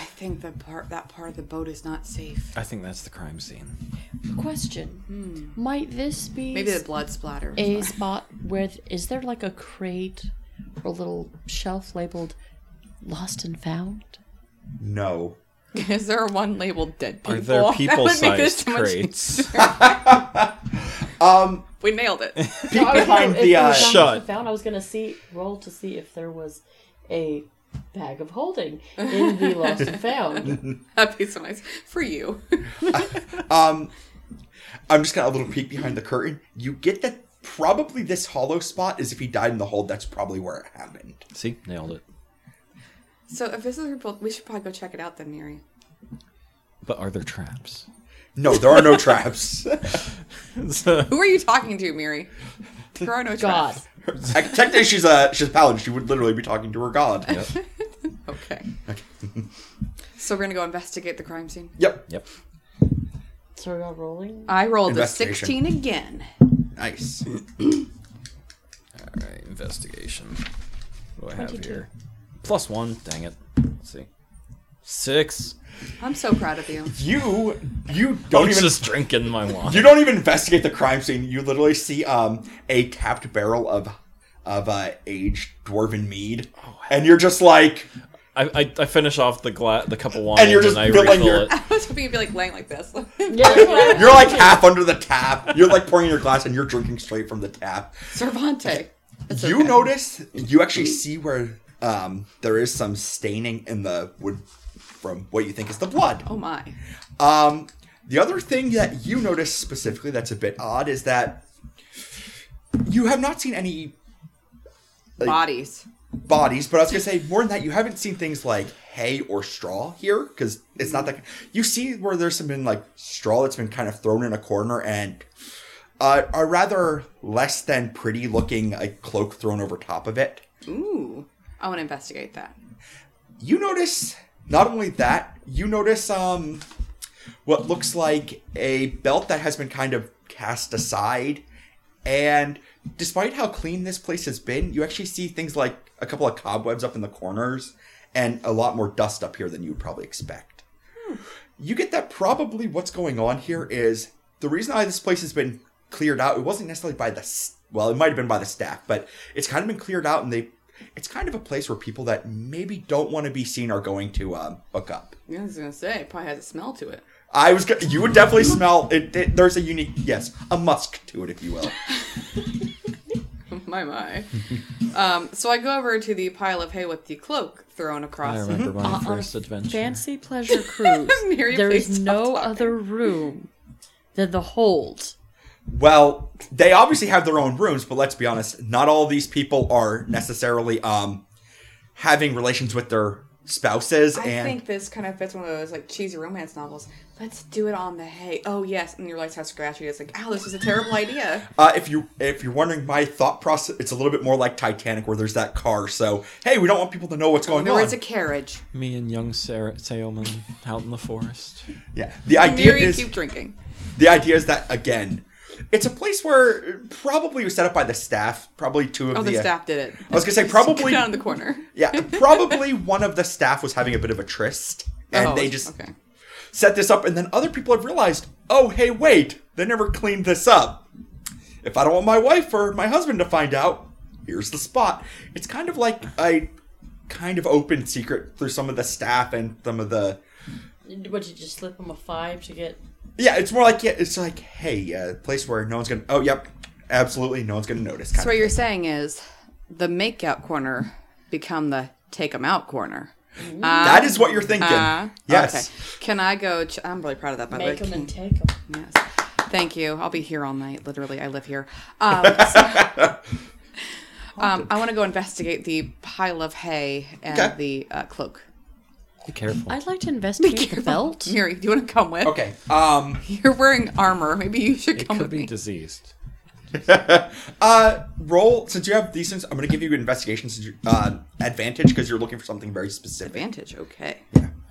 S4: I think the part that part of the boat is not safe.
S1: I think that's the crime scene.
S3: Question: Might this be
S4: Maybe the blood splatter.
S3: a spot where th- is there like a crate or little shelf labeled "Lost and Found"?
S2: No.
S4: [laughs] Is there one labeled dead people?
S1: Are there
S4: [laughs] That would make this
S1: people-sized
S4: [laughs] so much-
S1: crates?
S4: We nailed it. [laughs]
S2: Peek behind
S3: If
S2: the
S3: there
S2: uh,
S3: was not
S1: Shut.
S3: Lost and Found. I was gonna see roll to see if there was a bag of holding in
S1: [laughs]
S3: the Lost and Found.
S4: That'd be so nice for you. [laughs]
S2: I'm just gonna a little peek behind the curtain. You get that probably this hollow spot is if he died in the hold. That's probably where it happened.
S1: See? Nailed it.
S4: So if this is rebuilt, we should probably go check it out then, Mary.
S1: But are there
S4: [laughs]
S1: traps?
S2: No,
S1: [laughs]
S2: there are no traps.
S4: Who are you talking to, Mary? [laughs] There are no
S3: God.
S4: traps.
S2: I- Technically, she's a she's a paladin. She would literally be talking to her god. Yep.
S4: Okay.
S2: [laughs]
S4: so we're gonna go investigate the crime scene.
S1: Yep.
S3: So we're all rolling.
S4: I rolled a
S2: Investigation.
S4: sixteen again.
S2: Nice.
S1: All right, investigation. What do I have
S3: 22.
S1: here? Plus one. Dang it. Let's see. Six.
S4: I'm so proud of you.
S2: You you
S1: Don't
S2: don't even
S1: just drinking [laughs] my wine.
S2: you don't even investigate the crime scene. You literally see um a capped barrel of of uh, aged dwarven mead,
S1: Oh,
S2: and you're just like,
S1: I, I, I finish off the gla- the cup of wine
S2: And
S1: and,
S2: you're just
S1: I
S2: filling
S1: refill
S2: your-
S4: [laughs]
S1: it.
S4: [laughs] I was hoping you'd be like laying like this.
S3: Yeah.
S2: you're like half under the tap. You're like pouring your glass, and you're drinking straight from the tap.
S4: [laughs] Cervante. It's
S2: you
S4: okay.
S2: notice you actually see where um there is some staining in the wood from what you think is the blood.
S4: Oh my.
S2: Um, the other thing that you notice specifically that's a bit odd is that you have not seen any Like-
S4: Bodies.
S2: bodies, but I was gonna say more than that, you haven't seen things like hay or straw here because it's not that. You see where there's some been like straw that's been kind of thrown in a corner and uh, a rather less than pretty looking like cloak thrown over top of it.
S4: Ooh. I want to investigate that.
S2: You notice not only that, you notice um what looks like a belt that has been kind of cast aside. And despite how clean this place has been, you actually see things like a couple of cobwebs up in the corners and a lot more dust up here than you would probably expect. You get that probably what's going on here is the reason why this place has been cleared out. It wasn't necessarily by the s- well, it might have been by the staff, but it's kind of been cleared out and they it's kind of a place where people that maybe don't want to be seen are going to um, hook up.
S4: I was gonna say it probably has a smell to it. [laughs]
S2: I was. Go- you would definitely smell it, it. There's a unique, yes, a musk to it, if you will.
S4: My my. um, so I go over to the pile of hay with the cloak thrown
S1: I
S4: across. it.
S1: remember my
S3: Uh, on a
S1: first adventure. [laughs]
S3: Fancy pleasure cruise.
S4: Mary,
S3: there
S4: please
S3: is
S4: stop
S3: no
S4: talking.
S3: other room than the hold.
S2: Well, they obviously have their own rooms, but let's be honest, not all these people are necessarily um having relations with their spouses.
S4: I
S2: and
S4: think this kind of fits one of those like cheesy romance novels. Let's do it on the hay. Oh yes, and you realize how scratchy it is. Like, ow, this is a terrible idea.
S2: uh, if you if you're wondering my thought process, it's a little bit more like Titanic, where there's that car. So hey, we don't want people to know what's going
S4: Or
S2: on.
S4: it's a carriage.
S1: Me and young Sarah Sailman out in the forest.
S2: yeah, the idea
S4: Mary,
S2: is
S4: keep drinking.
S2: the idea is that again, it's a place where probably was set up by the staff. Probably two of
S4: Oh, the
S2: uh,
S4: staff did it.
S2: I was gonna say probably
S4: down in the corner.
S2: Yeah, probably [laughs] one of the staff was having a bit of a tryst, and
S4: Oh,
S2: they just
S4: okay.
S2: set this up, and then other people have realized, oh, hey, wait, they never cleaned this up. If I don't want my wife or my husband to find out, here's the spot. It's kind of like a kind of open secret through some of the staff and some of the.
S3: What did you just slip him a five to get?
S2: Yeah, it's more like yeah, it's like hey, a place where no one's gonna. Oh, yep, absolutely, no one's gonna notice. Kind
S4: So
S2: of
S4: what
S2: thing.
S4: you're saying is the make out corner become the take 'em out corner.
S2: That is what you're thinking.
S4: Ah,
S2: yes.
S4: okay. Can I go? Ch- I'm really proud of that. By
S3: Make
S4: the way.
S3: him and take him.
S4: Yes. Thank you. I'll be here all night. Literally, I live
S2: [laughs]
S4: here. Um, so- um, I want to go investigate the pile of hay and
S2: Okay.
S4: the uh, cloak.
S1: Be careful.
S3: I'd like to investigate the
S4: [laughs]
S3: belt.
S4: Miri, do you want to come with?
S2: Okay. Um.
S4: You're wearing armor. Maybe you should
S1: it
S4: come
S1: could
S4: with
S1: be
S4: me.
S1: diseased.
S2: Uh, roll since you have these things. I'm gonna give you investigation since you uh, advantage because you're looking for something very specific.
S4: Advantage. Okay.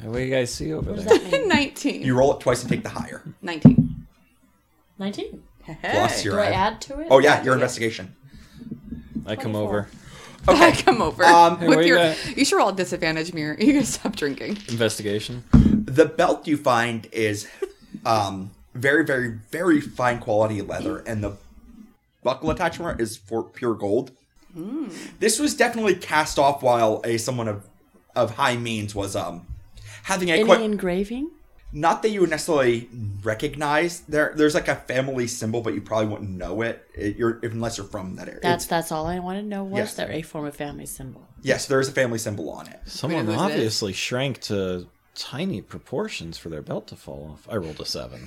S1: What do you guys see over
S3: What does
S1: there?
S3: that
S4: [laughs]
S3: mean?
S4: 19.
S2: You roll it twice and take the higher
S4: 19.
S3: 19.
S2: plus your.
S3: Do I
S2: ad-
S3: add to it?
S2: Oh yeah, your investigation.
S1: I come over.
S4: I [laughs] come over
S2: Um,
S1: Hey,
S4: with
S1: where
S4: your.
S1: you
S4: You,
S1: at?
S4: should roll a disadvantage, Miri. [laughs] You gotta stop drinking.
S1: Investigation.
S2: The belt you find is, um, very very very fine quality leather, and the buckle attachment is for pure gold.
S3: Hmm.
S2: This was definitely cast off while a someone of of high means was um having a
S3: Any
S2: quite
S3: engraving?
S2: not that you would necessarily recognize there there's like a family symbol but you probably wouldn't know it, It- you're unless you're from that area It's-
S3: That's that's all I want to know. Was
S2: Yes.
S3: there a form of family symbol?
S2: yes there's a family symbol on it
S1: Someone
S4: who's this?
S1: obviously shrank to tiny proportions for their belt to fall off. I rolled a seven.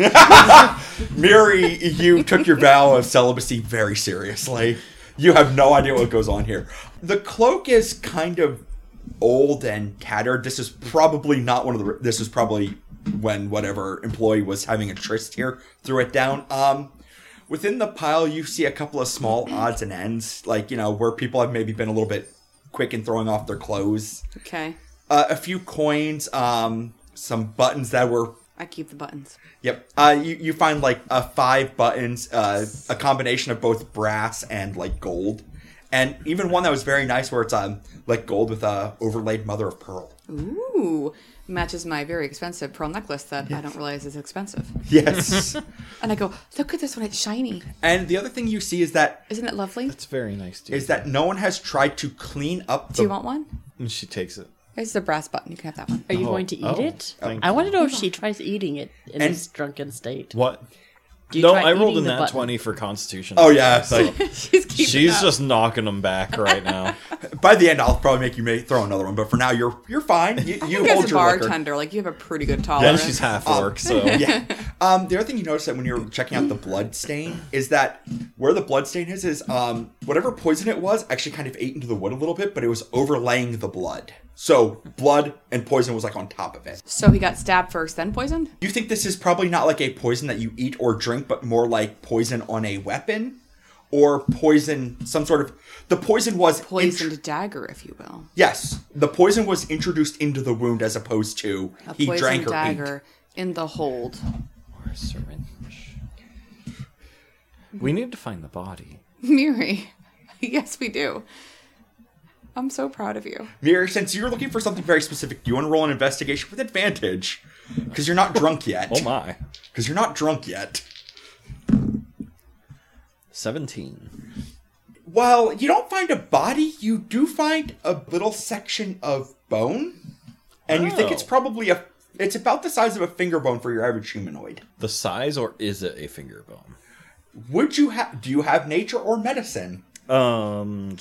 S2: mary you took your vow of celibacy very seriously you have no idea what goes on here the cloak is kind of old and tattered. This is probably not one of the. This is probably when whatever employee was having a tryst here threw it down. Um, within the pile, you see a couple of small odds and ends, like you know where people have maybe been a little bit quick in throwing off their clothes.
S4: Okay.
S2: Uh, a few coins, um, some buttons that were
S4: I keep the buttons.
S2: Yep. Uh, you, you find like uh, five buttons, uh, a combination of both brass and like gold, and even one that was very nice where it's um like gold with uh, overlaid mother of pearl.
S4: Ooh. Matches my very expensive pearl necklace that I don't realize is expensive. [laughs]
S2: Yes.
S4: And I go, look at this one, it's shiny.
S2: and the other thing you see is that
S4: Isn't it lovely?
S1: It's very nice, dude.
S2: is that no one has tried to clean up. The,
S4: Do you want one?
S1: And she takes it.
S4: It's a brass button. You can have that one. [laughs]
S3: Are you
S1: Oh,
S3: going to eat
S1: oh,
S3: it?
S1: thank
S3: I want to know if she tries eating it in
S2: And-
S3: this drunken state.
S1: What?
S3: Do you
S1: No,
S3: try
S1: I rolled
S3: eating
S1: in
S3: the
S1: that
S3: button?
S1: twenty for Constitution.
S2: Oh yeah. So [laughs]
S1: Like,
S4: She's keeping
S1: she's
S4: up.
S1: just knocking them back right now.
S2: by the end, I'll probably make you may throw another one, but for now, you're you're fine. You,
S4: You
S2: you
S4: guys
S2: hold
S4: a
S2: your liquor.
S4: bartender. Like you have a pretty good
S1: And
S4: tolerance.
S1: she's half orc, so
S4: [laughs]
S2: yeah. [laughs] Um, the other thing you notice that when you're checking out the blood stain is that where the blood stain is is um, whatever poison it was actually kind of ate into the wood a little bit, but it was overlaying the blood. So blood and poison was like on top of it.
S4: So he got stabbed first, then poisoned.
S2: You think this is probably not like a poison that you eat or drink, but more like poison on a weapon or poison some sort of the poison was
S4: Poisoned
S2: intr-
S4: dagger, if you will.
S2: yes, the poison was introduced into the wound as opposed to
S4: A
S2: he
S4: poisoned
S2: drank or ate.
S4: dagger in the hold. [laughs]
S1: Or a syringe. We need to find the body.
S4: Miri, [laughs] yes, we do. I'm so proud of you.
S2: Mir, since you're looking for something very specific, do you want to roll an investigation with advantage? Because you're not drunk yet.
S1: Oh my.
S2: Because you're not drunk yet.
S1: Seventeen.
S2: While you don't find a body, you do find a little section of bone, and you think
S1: Oh.
S2: it's probably a. It's about the size of a finger bone for your average humanoid.
S1: The size or is it a finger bone?
S2: Would you have? Do you have nature or medicine?
S1: Um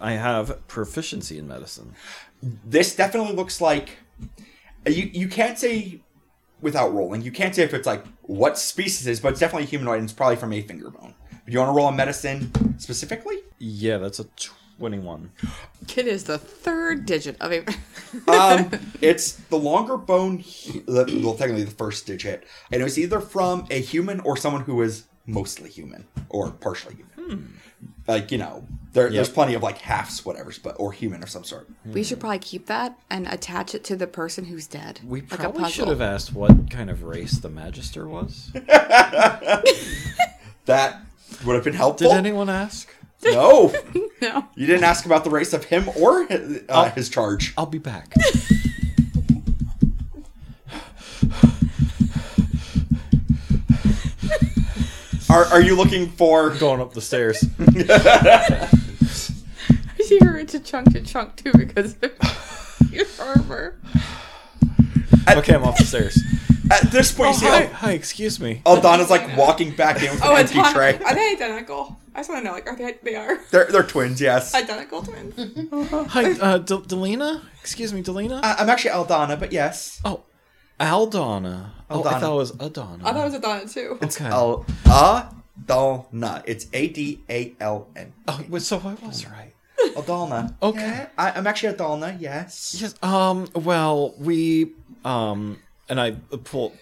S1: I have proficiency in medicine.
S2: This definitely looks like. uh, You you can't say without rolling. You can't say if it's like what species it is, but it's definitely humanoid, and it's probably from a finger bone. Do you want to roll a medicine specifically?
S1: Yeah, that's a twenty-one.
S4: It is the third digit of a. [laughs]
S2: um, it's the longer bone, hu- the- well, technically the first digit, and it was either from a human or someone who was mostly human or partially human. Like you know, there, there's
S1: Yep.
S2: plenty of like halves, whatever's, but or human of some sort.
S4: we should probably keep that and attach it to the person who's dead.
S1: We
S4: Like a
S1: probably should
S4: puzzle. [laughs]
S1: have asked what kind of race the Magister was.
S2: That would have been helpful.
S1: Did anyone ask?
S2: No,
S4: No.
S2: you didn't ask about the race of him or his, uh, his charge.
S1: I'll be back.
S2: Are, are you looking for?
S1: [laughs] Going up the stairs.
S4: You were into chunk to chunk too because
S1: [laughs]
S4: of your armor.
S1: Okay, I'm off the stairs.
S2: At this point, you see
S1: Hi,
S2: Al-
S1: oh, hi, excuse me.
S2: Aldana's like walking back in with
S4: Oh,
S2: an empty tray.
S4: Are they identical? I just want to know, like, are they? They are [laughs]
S2: They're, they're twins, yes. I,
S4: identical twins.
S1: Hi, uh, D- Delina? Excuse me, Delina?
S2: Uh, I'm actually Aldana, but yes.
S1: oh, Aldana. Oh, I
S2: Aldana.
S1: thought it was Adana.
S4: I thought it was Adana too. [laughs]
S1: okay.
S2: Al- Adalna. It's A D A L N.
S1: Oh, wait, so I was right.
S2: Adalna.
S1: Okay.
S2: Yeah, I, I'm actually Adalna, yes.
S1: Yes, um, well, we, um, and I pull.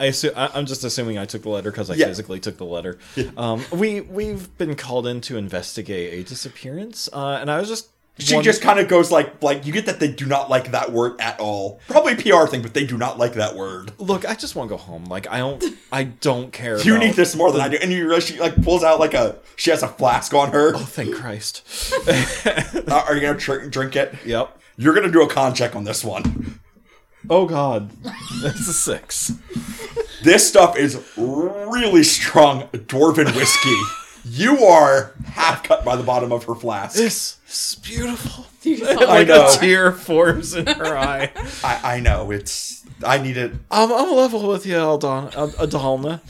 S1: I assume, I, I'm just assuming I took the letter because I
S2: Yeah.
S1: physically took the letter. Um, we we've been called in to investigate a disappearance, uh, and I was just
S2: She
S1: won-
S2: just kind of goes like, like you get that they do not like that word at all. Probably PR thing, but they do not like that word.
S1: look. I just want to go home. Like I don't I don't care.
S2: You
S1: about-
S2: need this more than I do. And you realize she like pulls out like a, she has a flask
S1: [laughs]
S2: on her.
S1: Oh, thank Christ. [laughs]
S2: Uh, are you gonna tr- drink it?
S1: yep.
S2: You're gonna do a con check on this one.
S1: Oh [laughs] God, that's a six.
S2: This stuff is really strong
S1: [laughs]
S2: dwarven whiskey. you are half cut by the bottom of her flask.
S1: This is beautiful.
S4: Beautiful.
S1: like
S2: know.
S1: a tear forms in her eye.
S2: I, I know it's. I need it.
S1: I'm I'm level with you, Aldon, Ad- Adalna.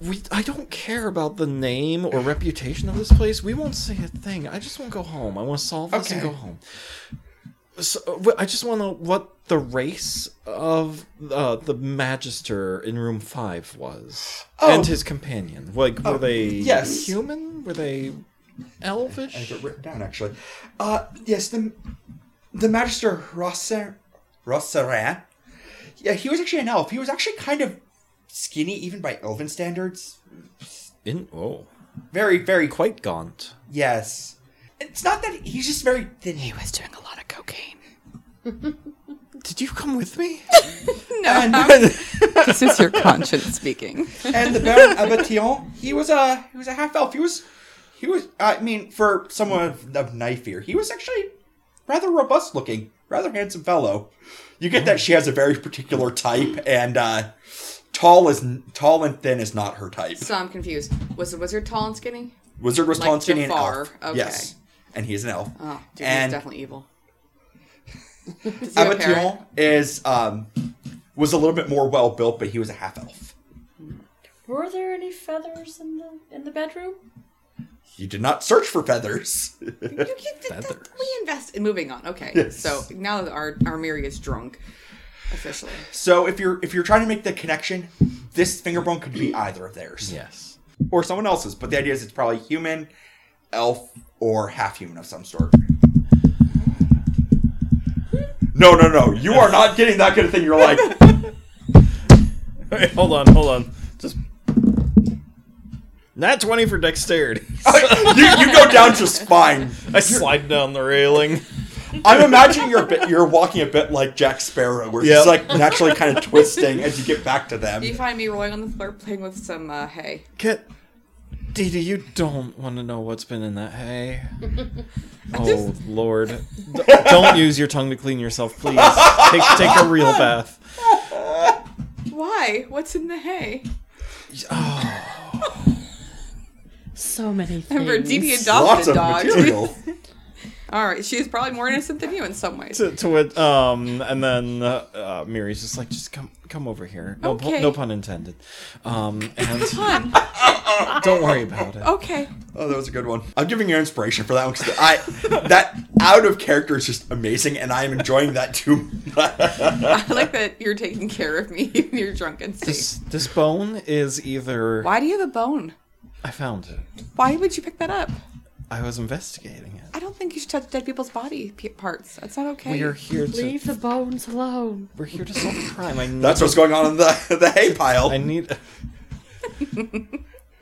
S1: We I don't care about the name or reputation of this place. We won't say a thing. I just want to go home. I want to solve this and
S2: Okay.
S1: go home. So, wh- I just want to know what the race of uh, the Magister in room five was,
S2: Oh.
S1: Oh, and his companion. Like, were they
S2: yes.
S1: human? Were they
S2: I have
S1: Elvish?
S2: it written down actually. Uh, yes, the the Magister Rosser Rosserin. Yeah, he was actually an elf. He was actually kind of skinny, even by elven standards.
S1: In oh,
S2: Very, very qu-
S1: quite gaunt.
S2: yes. It's not that he's just very thin. [laughs]
S4: He was doing a lot of cocaine.
S1: Did you come with me?
S4: No,
S2: And,
S4: this is your conscience speaking.
S2: and the Baron Abatillon, he was a he was a half elf. He was he was I mean for someone of, of knife ear, he was actually rather robust looking, rather handsome fellow. You get that she has a very particular type, and uh, tall is tall and thin is not her type.
S4: [laughs] So I'm confused. Was the wizard tall and skinny?
S2: Wizard was tall
S4: Like
S2: and skinny and
S4: Jafar,
S2: elf.
S4: okay.
S2: Yes, and he is an elf.
S4: Oh, dude, he's
S2: and
S4: definitely
S1: [laughs]
S4: evil. Does he have a parrot?
S2: Abatillon is um was a little bit more well built, but he was a half elf.
S3: Were there any feathers in the in the bedroom?
S2: You did not search for feathers. [laughs]
S4: You get the-
S1: Feathers.
S4: the- we invest. Moving on. Okay.
S2: Yes.
S4: So now that our our Miri is drunk, officially.
S2: So if you're if you're trying to make the connection, this finger bone could be either of theirs
S1: Yes.
S2: or someone else's. But the idea is it's probably human, elf, or half human of some sort. No, no, no! You are not getting that kind of thing. You're like, [laughs]
S1: Wait, [laughs] hold on, hold on. Just Nat 20 for dexterity. [laughs]
S2: you, you go down to spine.
S1: I slide down the railing.
S2: I'm imagining you're a bit, you're walking a bit like Jack Sparrow, where
S1: Yep.
S2: he's like naturally kind of twisting as you get back to them.
S4: You find me rolling on the floor playing with some uh, hay.
S1: Get Dee Dee, you don't want to know what's been in that hay. [laughs] Oh lord. D- don't use your tongue to clean yourself, please. Take take a real bath.
S4: Why? What's in the hay?
S3: So [laughs] many things.
S4: Remember, Dee
S2: Lots of
S4: adopted a dog. [laughs]
S2: material.
S4: All right, she's probably more innocent than you in some
S1: [laughs]
S4: ways.
S1: To, to it, um, and then uh, uh, Miri's just like, just come, come over here. No, pu-
S4: Okay.
S1: no pun intended. Um,
S4: [laughs]
S1: and
S4: Fun.
S1: don't worry about it.
S4: Okay.
S2: Oh, that was a good one. I'm giving you inspiration for that one because I that out of character is just amazing, and I am enjoying that too.
S4: I like that you're taking care of me [laughs] in your drunken state.
S1: This this bone is either
S4: Why do you have a bone?
S1: I found it.
S4: Why would you pick that up?
S1: I was investigating it.
S4: I don't think you should touch dead people's body p- parts. That's not okay.
S1: We are here to
S3: Leave the bones alone.
S1: we're here to solve crime. I need
S2: That's what's going on in the the hay pile.
S1: I need.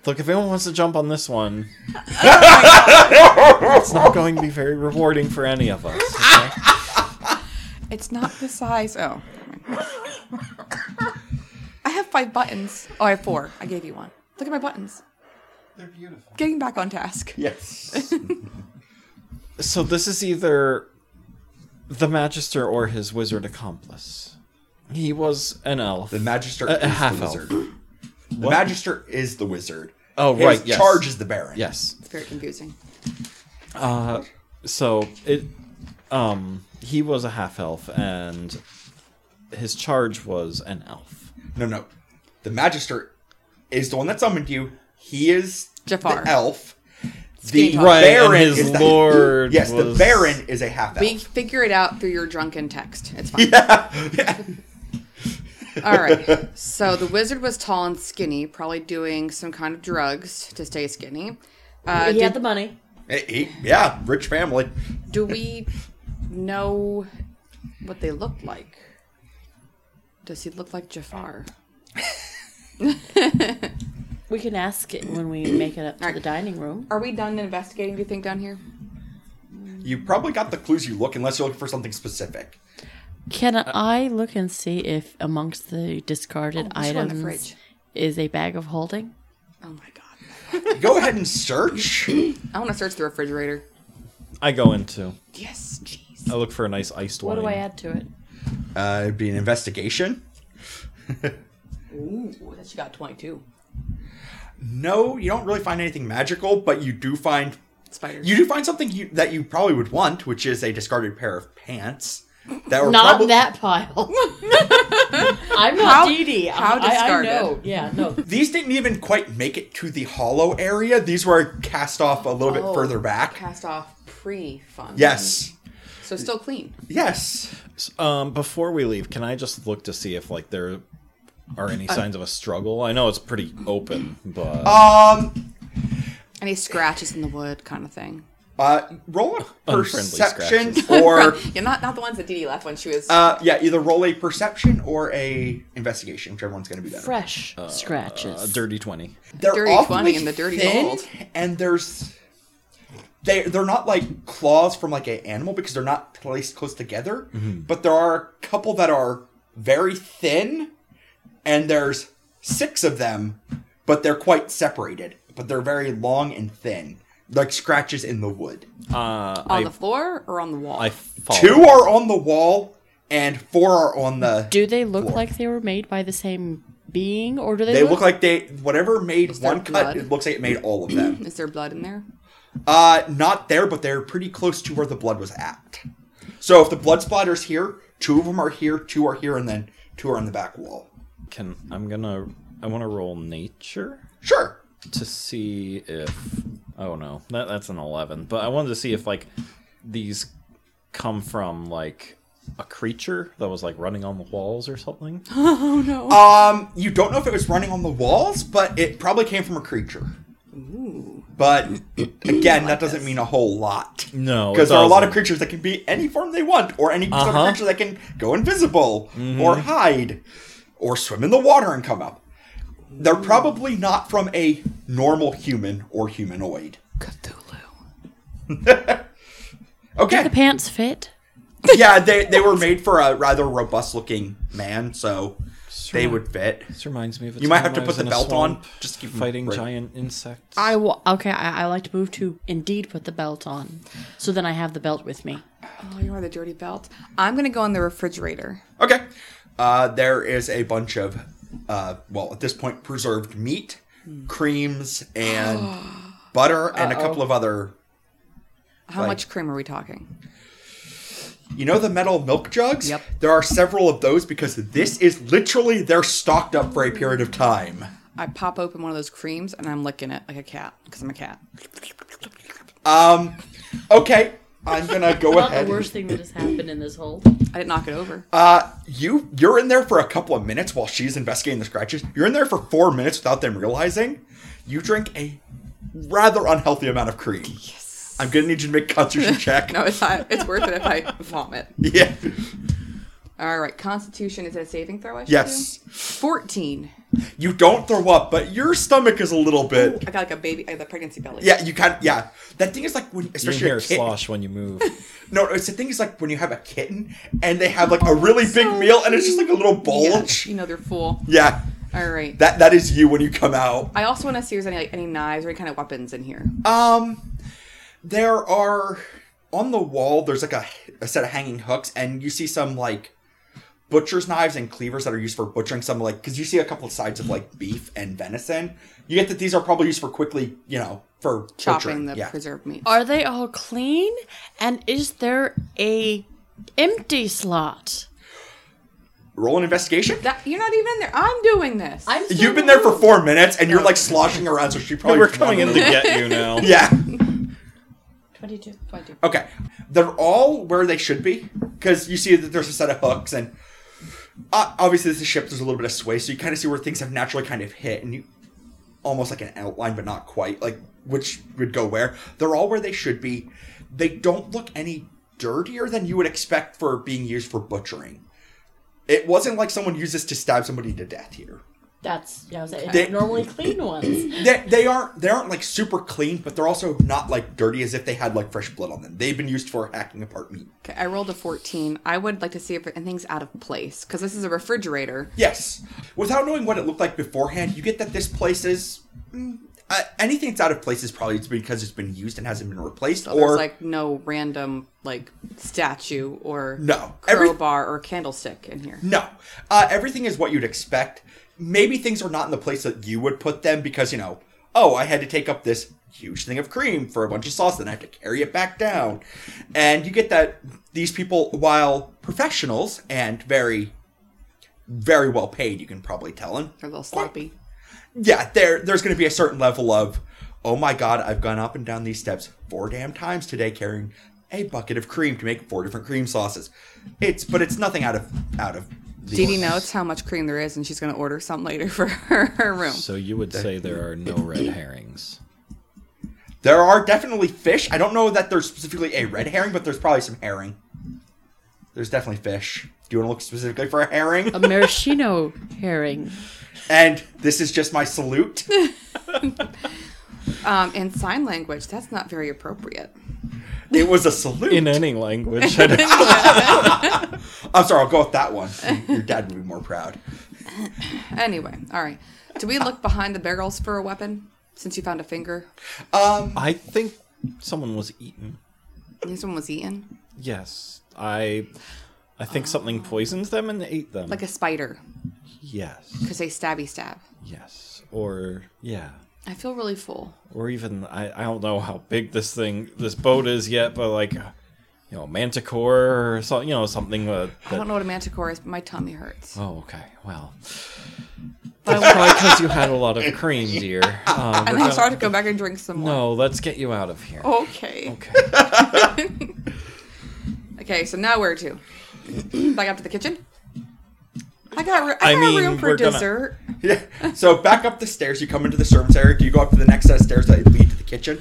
S1: Look, if anyone wants to jump on this one, it's not going to be very rewarding for any of us. okay?
S4: It's not the size. Oh. I have five buttons. Oh, I have four. I gave you one. Look at my buttons.
S1: They're beautiful.
S4: Getting back on task.
S2: Yes.
S1: So this is either the Magister or his wizard accomplice. He was an elf. [laughs]
S2: The magister
S1: A- a
S2: is the
S1: half-elf.
S2: wizard. The magister is the wizard.
S1: Oh,
S2: His
S1: right, yes.
S2: Charge is the baron.
S1: yes.
S4: It's very confusing.
S1: So it, um, he was a half elf, and his charge was an elf.
S2: No, no. The magister is the one that summoned you. He is
S4: Jafar.
S2: the elf.
S4: Skinny
S2: The
S4: tall. Right,
S2: baron
S1: and his
S2: is the,
S1: lord.
S2: Yes, the
S1: was-
S2: baron is a half elf.
S4: We figure it out through your drunken text. It's fine.
S2: yeah.
S4: All right. So the wizard was tall and skinny, probably doing some kind of drugs to stay skinny. Uh,
S3: he
S4: did-
S3: had the money.
S2: Eh, he- yeah, rich family.
S4: do we know what they look like? Does he look like Jafar?
S3: We can ask it when we make it up to the dining room.
S4: Are we done investigating, do you think, down here?
S2: You probably got the clues you look, unless you're looking for something specific.
S3: Can I look and see if amongst the discarded
S4: Oh, this one in the
S3: items
S4: fridge.
S3: is a bag of holding?
S4: Oh my god.
S2: Go ahead and search.
S4: I want to search the refrigerator.
S1: I go into.
S4: Yes, jeez.
S1: I look for a nice iced
S3: What
S1: wine.
S3: do I add to it?
S2: Uh, it'd be an investigation.
S4: Ooh, that she got 22.
S2: No, you don't really find anything magical, but you do find
S4: Spiders.
S2: you do find something you, that you probably would want, which is a discarded pair of pants. That were
S3: Not
S2: probably,
S3: that [laughs] pile. I'm not
S4: How-
S3: Dee Dee.
S4: how
S3: I, I
S4: discarded?
S3: know. Yeah, no.
S2: These didn't even quite make it to the hollow area. These were cast off a little
S3: Oh,
S2: bit further back.
S4: Cast off pre fun.
S2: Yes,
S4: So still clean.
S2: yes.
S1: Um, before we leave, can I just look to see if like there
S3: Uh,
S2: Uh,
S1: are any signs of a struggle? I know it's pretty open, but
S2: Um,
S4: I Any scratches in the wood, kind of thing.
S2: Uh, roll a
S1: Unfriendly
S2: perception
S3: [laughs]
S2: or
S4: yeah, not not the ones that Didi left when she was.
S2: uh, yeah, either roll a perception or a investigation, whichever one's going to be better.
S3: Fresh
S2: uh,
S3: scratches.
S1: A uh, dirty 20.
S2: They're
S4: Dirty
S2: awfully
S4: 20 and the dirty
S2: thin,
S4: gold.
S2: and there's they they're not like claws from like an animal because they're not placed close together. But there are a couple that are very thin, and there's six of them, but they're quite separated. But they're very long and thin, like scratches in the wood.
S1: Uh,
S4: on
S1: I,
S4: the floor or on the wall?
S1: I fall.
S2: Two are on the wall, and four are on the.
S3: do they look
S2: Floor.
S3: like they were made by the same being, or do they,
S2: they look like they whatever made
S4: there
S2: one cut.
S4: blood?
S2: It looks like it made all of
S4: [clears throat]
S2: them.
S4: Is there blood in there?
S2: Uh, not there, but they're pretty close to where the blood was at. So if the blood splatter's here, two of them are here, two are here, and then two are on the back wall.
S1: Can I'm gonna I want to roll nature
S2: Sure.
S1: to see if oh no that, that's an eleven. But I wanted to see if like these come from like a creature that was like running on the walls or something.
S4: Oh no.
S2: Um, you don't know if it was running on the walls, but it probably came from a creature. But again, that doesn't mean a whole lot.
S1: No, it
S2: because there are a lot of
S1: doesn't.
S2: creatures that can be any form they want, or any sort of
S1: Uh-huh. Mm-hmm.
S2: creature that can go invisible, or hide, or swim in the water and come up. They're probably not from a normal human or humanoid. [laughs]
S4: Cthulhu.
S2: Okay,
S3: the pants fit?
S2: yeah, they, they were made for a rather robust looking man, so they would fit.
S1: This reminds me of a
S2: You might
S1: time
S2: have to
S1: I
S2: put
S1: was
S2: the
S1: in a
S2: belt on,
S1: swamp
S2: just keep 'em
S1: fighting
S2: right-
S1: giant insects.
S3: I will. Okay, I, I like to move to indeed put the belt on, so then I have the belt with me.
S4: Oh, you are the dirty belt. I'm gonna go in the refrigerator.
S2: Okay, uh, there is a bunch of, uh, well, at this point, preserved meat,
S1: Hmm.
S2: creams,
S1: [gasps]
S2: and butter, and a couple of other.
S4: How
S2: Like-
S4: much cream are we talking?
S2: You know the metal milk jugs?
S4: Yep.
S2: There are several of those because this is literally they're stocked up for a period of time.
S4: I pop open one of those creams and I'm licking it like a cat because I'm a cat.
S2: Um, okay, I'm gonna go
S3: Not the
S2: ahead.
S3: worst thing that has happened in this whole.
S4: I didn't knock it over.
S2: Uh, you you're in there for a couple of minutes while she's investigating the scratches. You're in there for four minutes without them realizing. You drink a rather unhealthy amount of cream. Yes. I'm gonna need you to make a
S4: [laughs]
S2: constitution check.
S4: no, it's not. It's worth it if I vomit.
S2: Yeah.
S4: All right. Constitution is it a saving throw? I should
S2: Yes.
S4: do? Fourteen.
S2: You don't throw up, but your stomach is a little bit.
S4: I got like a baby, I have a pregnancy belly.
S2: Yeah, you can. Yeah, that thing is like when,
S1: you
S2: especially
S1: hear
S2: a
S1: a
S2: kid.
S1: slosh when you
S2: [laughs]
S1: move.
S2: No, no, it's the thing is like when you have a kitten and they have like a really big meal and it's just like a little
S4: Yeah,
S2: bulge.
S4: you know they're full.
S2: Yeah,
S4: All right.
S2: that that is you when you come out.
S4: I also want to see if there's any like, any knives or any kind of weapons in here.
S2: Um, there are on the wall. There's like a, a set of hanging hooks, and you see some like butcher's knives and cleavers that are used for butchering some like because you see a couple of sides of like beef and venison. You get that these are probably used for quickly, you know, for
S4: Chopping
S2: butchering.
S4: the
S2: yeah.
S4: preserved meat.
S3: Are they all clean? And is there a empty slot?
S2: Roll an investigation.
S4: That you're not even there. I'm doing this.
S2: You've been there for four minutes, and you're like sloshing around. So she probably
S1: We're coming in to get you now.
S2: [laughs] Yeah.
S3: twenty-two.
S2: Okay. They're all where they should be because you see that there's a set of hooks and uh, obviously this is ship there's a little bit of sway so you kind of see where things have naturally kind of hit and you almost like an outline but not quite like which would go where. They're all where they should be. They don't look any dirtier than you would expect for being used for butchering. It wasn't like someone used this to stab somebody to death here.
S3: That's yeah. I was saying,
S2: They-
S3: normally clean ones.
S2: They, they aren't they aren't like super clean, but they're also not like dirty as if they had like fresh blood on them. They've been used for hacking apart meat.
S4: Okay, I rolled a 14. I would like to see if anything's out of place because this is a refrigerator.
S2: Yes. Without knowing what it looked like beforehand, you get that this place is. mm, Uh, anything that's out of place is probably because it's been used and hasn't been replaced, or
S4: So Oh, there's like no random like statue or
S2: No. Every-
S4: crowbar or candlestick in here.
S2: no, uh, everything is what you'd expect. Maybe things are not in the place that you would put them because you know, oh, I had to take up this huge thing of cream for a bunch of sauce, then I have to carry it back down, and you get that these people, while professionals and very, very well paid, you can probably tell, and
S4: They're a little sloppy.
S2: yeah, there there's going to be a certain level of, oh my god, I've gone up and down these steps four damn times today carrying a bucket of cream to make four different cream sauces. It's but it's nothing out of out of. The
S4: Dee Dee
S2: ordinary.
S4: notes how much cream there is, and she's going to order some later for her, her room.
S1: So you would say there are no red herrings.
S2: There are definitely fish. I don't know that there's specifically a red herring, but there's probably some herring. There's definitely fish. Do you want to look specifically for a herring?
S3: A maraschino herring.
S2: and this is just my salute.
S4: Um, in sign language, that's not very appropriate.
S2: It was a salute.
S1: in any language. I don't-
S2: I'm sorry, I'll go with that one. Your dad would be more proud.
S4: Anyway, all right. Do we look behind the barrels for a weapon? Since you found a finger,
S2: Um,
S1: [laughs] I think someone was eaten.
S4: this one was eaten,
S1: Yes, I. I think something poisoned them and ate them.
S4: like a spider,
S1: yes,
S4: because they stabby stab.
S1: yes, or yeah,
S4: I feel really full.
S1: or even I. I don't know how big this thing, this boat is yet, but like, you know, manticore or so, you know something. Uh,
S4: I
S1: that-
S4: don't know what a manticore is, but my tummy hurts.
S1: Oh, okay. Well, that's probably because you had a lot [laughs] of cream, dear. Um,
S4: And I'm sorry to go back and drink some more.
S1: no, let's get you out of here.
S4: Okay.
S1: Okay.
S4: Okay, so now where to? [clears throat] back up to the kitchen? I got, ro-
S1: I
S4: I got
S1: mean,
S4: room for
S1: we're gonna-
S4: dessert. [laughs]
S2: yeah. [laughs] So back up the stairs. You come into the servants' area. Do you go up to the next set of stairs that lead to the kitchen?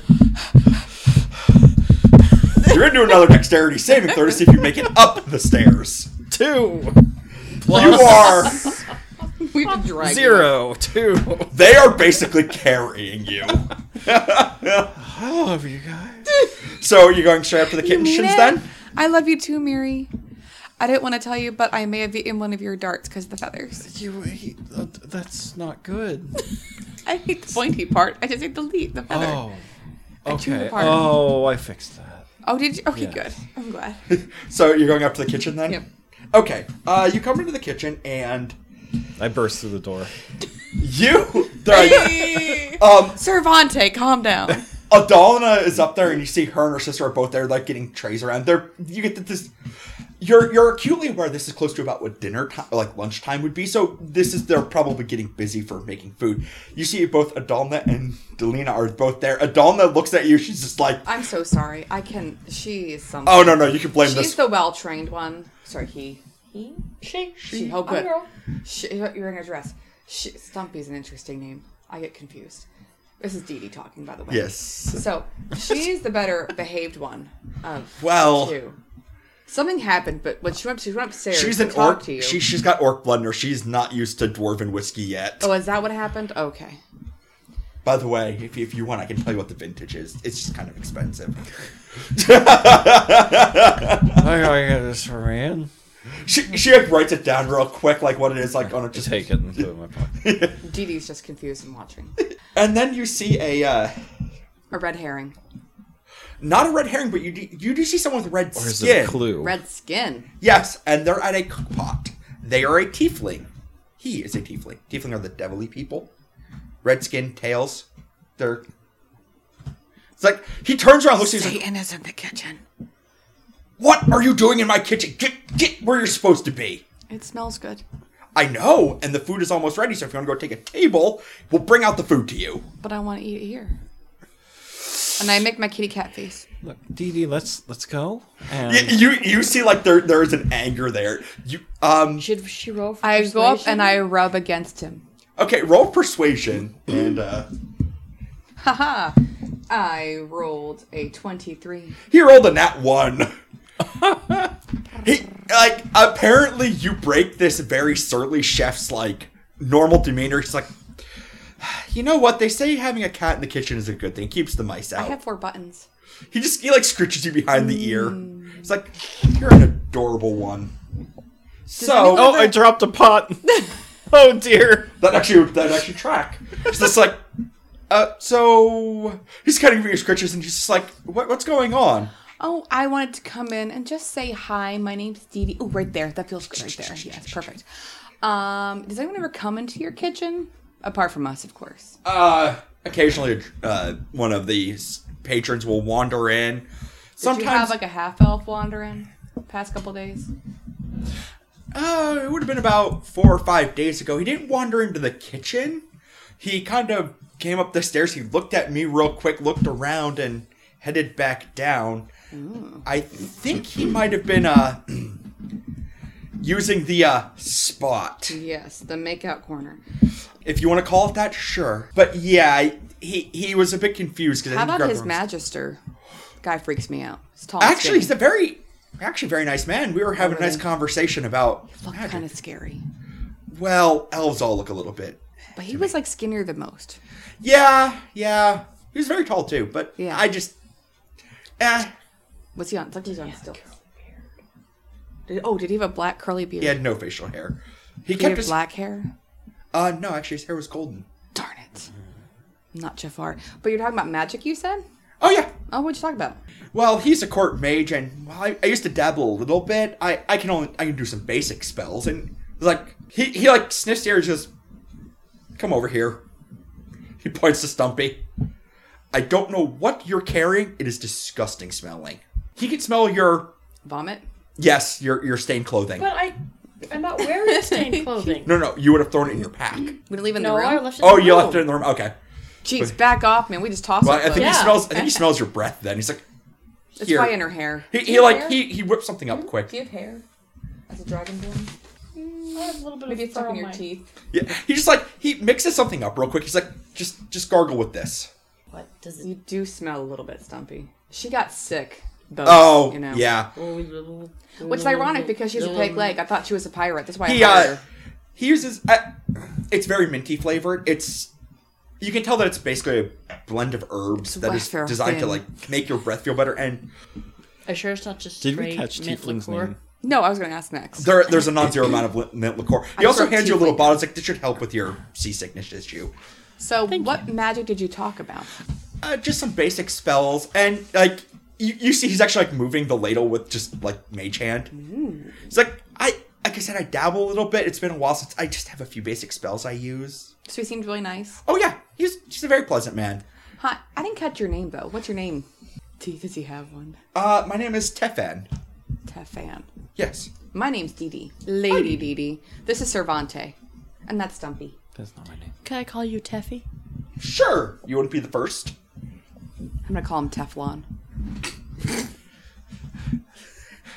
S2: You're gonna do another dexterity saving throw to see if you make it up the stairs.
S1: [laughs] Two,
S2: You are.
S4: We've been dragging.
S1: zero, two.
S2: They are basically carrying you. [laughs]
S1: I love Oh, you guys.
S2: So you're going straight up to the
S4: You
S2: kitchen
S4: mean
S2: shins
S4: it?
S2: then?
S4: I love you too, Mary. I didn't want to tell you, but I may have eaten one of your darts because of the feathers.
S1: You, he, uh, that's not good.
S4: I hate the pointy part. I just hate the lead,
S1: [laughs]
S4: the feather.
S1: Oh,
S4: tuned
S1: okay.
S4: the part.
S1: Oh, I fixed that.
S4: Oh, did you? Okay,
S1: Yeah.
S4: good. I'm [laughs] glad.
S2: So you're going up to the kitchen then?
S4: Yep.
S2: Okay. Uh, you come into the kitchen and
S1: I burst through the door.
S2: you. um,
S4: [laughs] Cervante, calm down. [laughs]
S2: Adalna is up there, and you see her and her sister are both there, like getting trays around. They're you get that this. You're you're acutely aware this is close to about what dinner time, like lunchtime, would be. So this is they're probably getting busy for making food. You see both Adalna and Delina are both there. Adalna looks at you. She's just like,
S4: I'm so sorry. I can. She is something.
S2: "Oh no, no, you can blame
S4: She's
S2: this."
S4: the well trained one. Sorry, he.
S3: He, she,
S4: She, oh, good. She, you're in a dress. She, Stumpy's an interesting name. I get confused. This is Dee Dee talking, by the
S2: [laughs]
S4: way.
S2: yes.
S4: So she's the better behaved one of
S2: Well-
S4: the two. Something happened, but when she went, she went upstairs.
S2: She's
S4: to
S2: an
S4: talk
S2: orc.
S4: to you.
S2: She she's got orc blood in her. She's not used to dwarven whiskey yet.
S4: oh, is that what happened? Okay.
S2: By the way, if, if you want, I can tell you what the vintage is. It's just kind of expensive.
S1: I gotta get this for Anne.
S2: She she like writes it down real quick, like what it is, like on a just
S1: Take it and put it in my [laughs] pocket.
S4: Dee Dee's just confused and watching.
S2: And then you see a uh,
S4: A red herring.
S2: not a red herring, but you do, you do see someone with red
S1: Or is
S2: skin.
S1: it a clue?
S4: Red skin.
S2: Yes, and they're at a cookpot. They are a tiefling. He is a tiefling. Tiefling are the devilly people. Red skin, tails. They're. It's like he turns around, looks at you, he's like,
S4: Satan is in the kitchen.
S2: "What are you doing in my kitchen? Get get where you're supposed to be."
S4: It smells good.
S2: I know, and the food is almost ready. So if you want to go take a table, we'll bring out the food to you.
S4: but I want to eat it here. And I make my kitty cat face.
S1: Look, Dee Dee, let's let's [laughs] go. And
S2: Y- You you see like there there is an anger there. You um
S3: Should she roll for
S4: I go up
S3: persuasion?
S4: and I rub against him.
S2: okay roll persuasion and uh
S4: Haha! I rolled a 23.
S2: he rolled a nat one. [laughs] he like apparently you break this very surly chef's like normal demeanor. He's like, [sighs] you know what they say having a cat in the kitchen is a good thing keeps the mice
S4: I
S2: out.
S4: have four buttons.
S2: He just he like scritches you behind the ear.
S4: Hmm.
S2: It's like you're an adorable one. So
S1: oh, I dropped a [laughs] pot. oh dear.
S2: That actually that actually track. It's just like uh so he's cutting through his crutches and he's just like, what, what's going on?
S4: Oh, I wanted to come in and just say hi. My name's Dee Dee. Oh, right there. That feels good right there. Yes, perfect. Um, does anyone ever come into your kitchen? Apart from us, of course.
S2: Uh occasionally uh one of these patrons will wander in.
S4: Did you have
S2: Sometimes
S4: like a half elf wandering past couple days?
S2: uh it would have been about four or five days ago. He didn't wander into the kitchen. He kind of came up the stairs, he looked at me real quick, looked around and headed back down. I think he might have been uh [clears throat] using the uh spot.
S4: Yes, the makeout corner.
S2: If you want to call it that, sure. But yeah, I- he he was a bit confused because
S4: How
S2: I think he
S4: about
S2: grabbed
S4: his
S2: the wrong-
S4: magister? Guy freaks me out. He's tall. and
S2: Actually, he's
S4: skinny.
S2: a very actually very nice man. We were having a nice
S4: Oh, really?
S2: conversation about
S4: looked
S2: magic.
S4: kind of scary,
S2: Well, elves all look a little bit.
S4: but he was like skinnier than most.
S2: Yeah, yeah. He was very tall too, but
S4: Yeah.
S2: I just eh,
S4: Was he on? Looked he's on still. Did, oh, did he have a black curly beard?
S2: he had no facial hair. He
S4: Did he
S2: kept
S4: have
S2: his
S4: black hair.
S2: uh no, actually his hair was golden.
S4: Darn it. Not Jafar. But you're talking about magic, you said?
S2: Oh yeah.
S4: Oh, what'd you talk about?
S2: Well, he's a court mage, and well, I, I used to dabble a little bit. I, I can only I can do some basic spells, and like he he like sniffs the air, and just come over here. He [laughs] points to Stumpy. I don't know what you're carrying. It is disgusting smelling. He can smell your
S4: Vomit?
S2: yes your your stained clothing.
S3: But I, I'm not wearing [laughs] stained clothing.
S2: no, no, you would have thrown it in your pack.
S4: We didn't leave it in
S3: No,
S4: the room.
S3: I left it.
S2: Oh,
S3: in the
S2: you left it
S3: room.
S2: in the room. Okay.
S4: Jeez, back off, man. We just tossed
S2: Well,
S4: it.
S2: I think
S3: Yeah.
S2: he smells. I think he smells your breath. Then he's like,
S4: it's
S2: here.
S4: probably in her hair.
S2: he, he like he he whips something up quick.
S4: Do you have hair? As a dragonborn?
S3: Mm, I have a little bit
S4: Maybe
S3: of
S4: it's
S3: fur
S4: stuck
S3: on
S4: in your
S3: my-
S4: teeth.
S2: Yeah, he just like he mixes something up real quick. He's like, just just gargle with this.
S3: What does
S4: You
S3: it?
S4: do smell a little bit stumpy. She got sick. Both,
S2: Oh,
S4: you know.
S2: yeah.
S4: Which is ironic because she's a
S3: Mm.
S4: peg leg. I thought she was a pirate. That's why
S2: He
S4: I hired
S2: uh,
S4: her.
S2: he uses. Uh, it's very minty flavored. It's you can tell that it's basically a blend of herbs
S4: It's
S2: that is
S4: Western
S2: designed to
S4: thin.
S2: like make your breath feel better. And
S3: Are you sure it's not just
S1: Did we
S3: straight
S1: catch
S3: mint
S1: Tiefling's
S3: liqueur?
S1: name?
S4: No, I was going to ask next.
S2: there there's a non-zero amount of li- mint liqueur. He also
S4: wrote
S2: hands you a little
S4: tiefling.
S2: bottle. It's like this should help with your seasickness issue.
S4: So, what magic did you talk about?
S2: Uh, just some basic spells and like. You, you see, he's actually like moving the ladle with just like mage hand. He's like, I like I said, I dabble a little bit. It's been a while since I just have a few basic spells I use.
S4: So, he seemed really nice.
S2: Oh yeah, he's he's a very pleasant man.
S4: Hi, I didn't catch your name, though. What's your name? T- Does he have one?
S2: Uh, my name is Tefan.
S4: Tefan.
S2: Yes.
S4: My name's Dee Dee. Lady Dee Dee. This is Cervante. And that's Stumpy.
S1: That's not my name.
S3: Can I call you Teffy?
S2: Sure. You wouldn't be the first.
S4: I'm going to call him Teflon.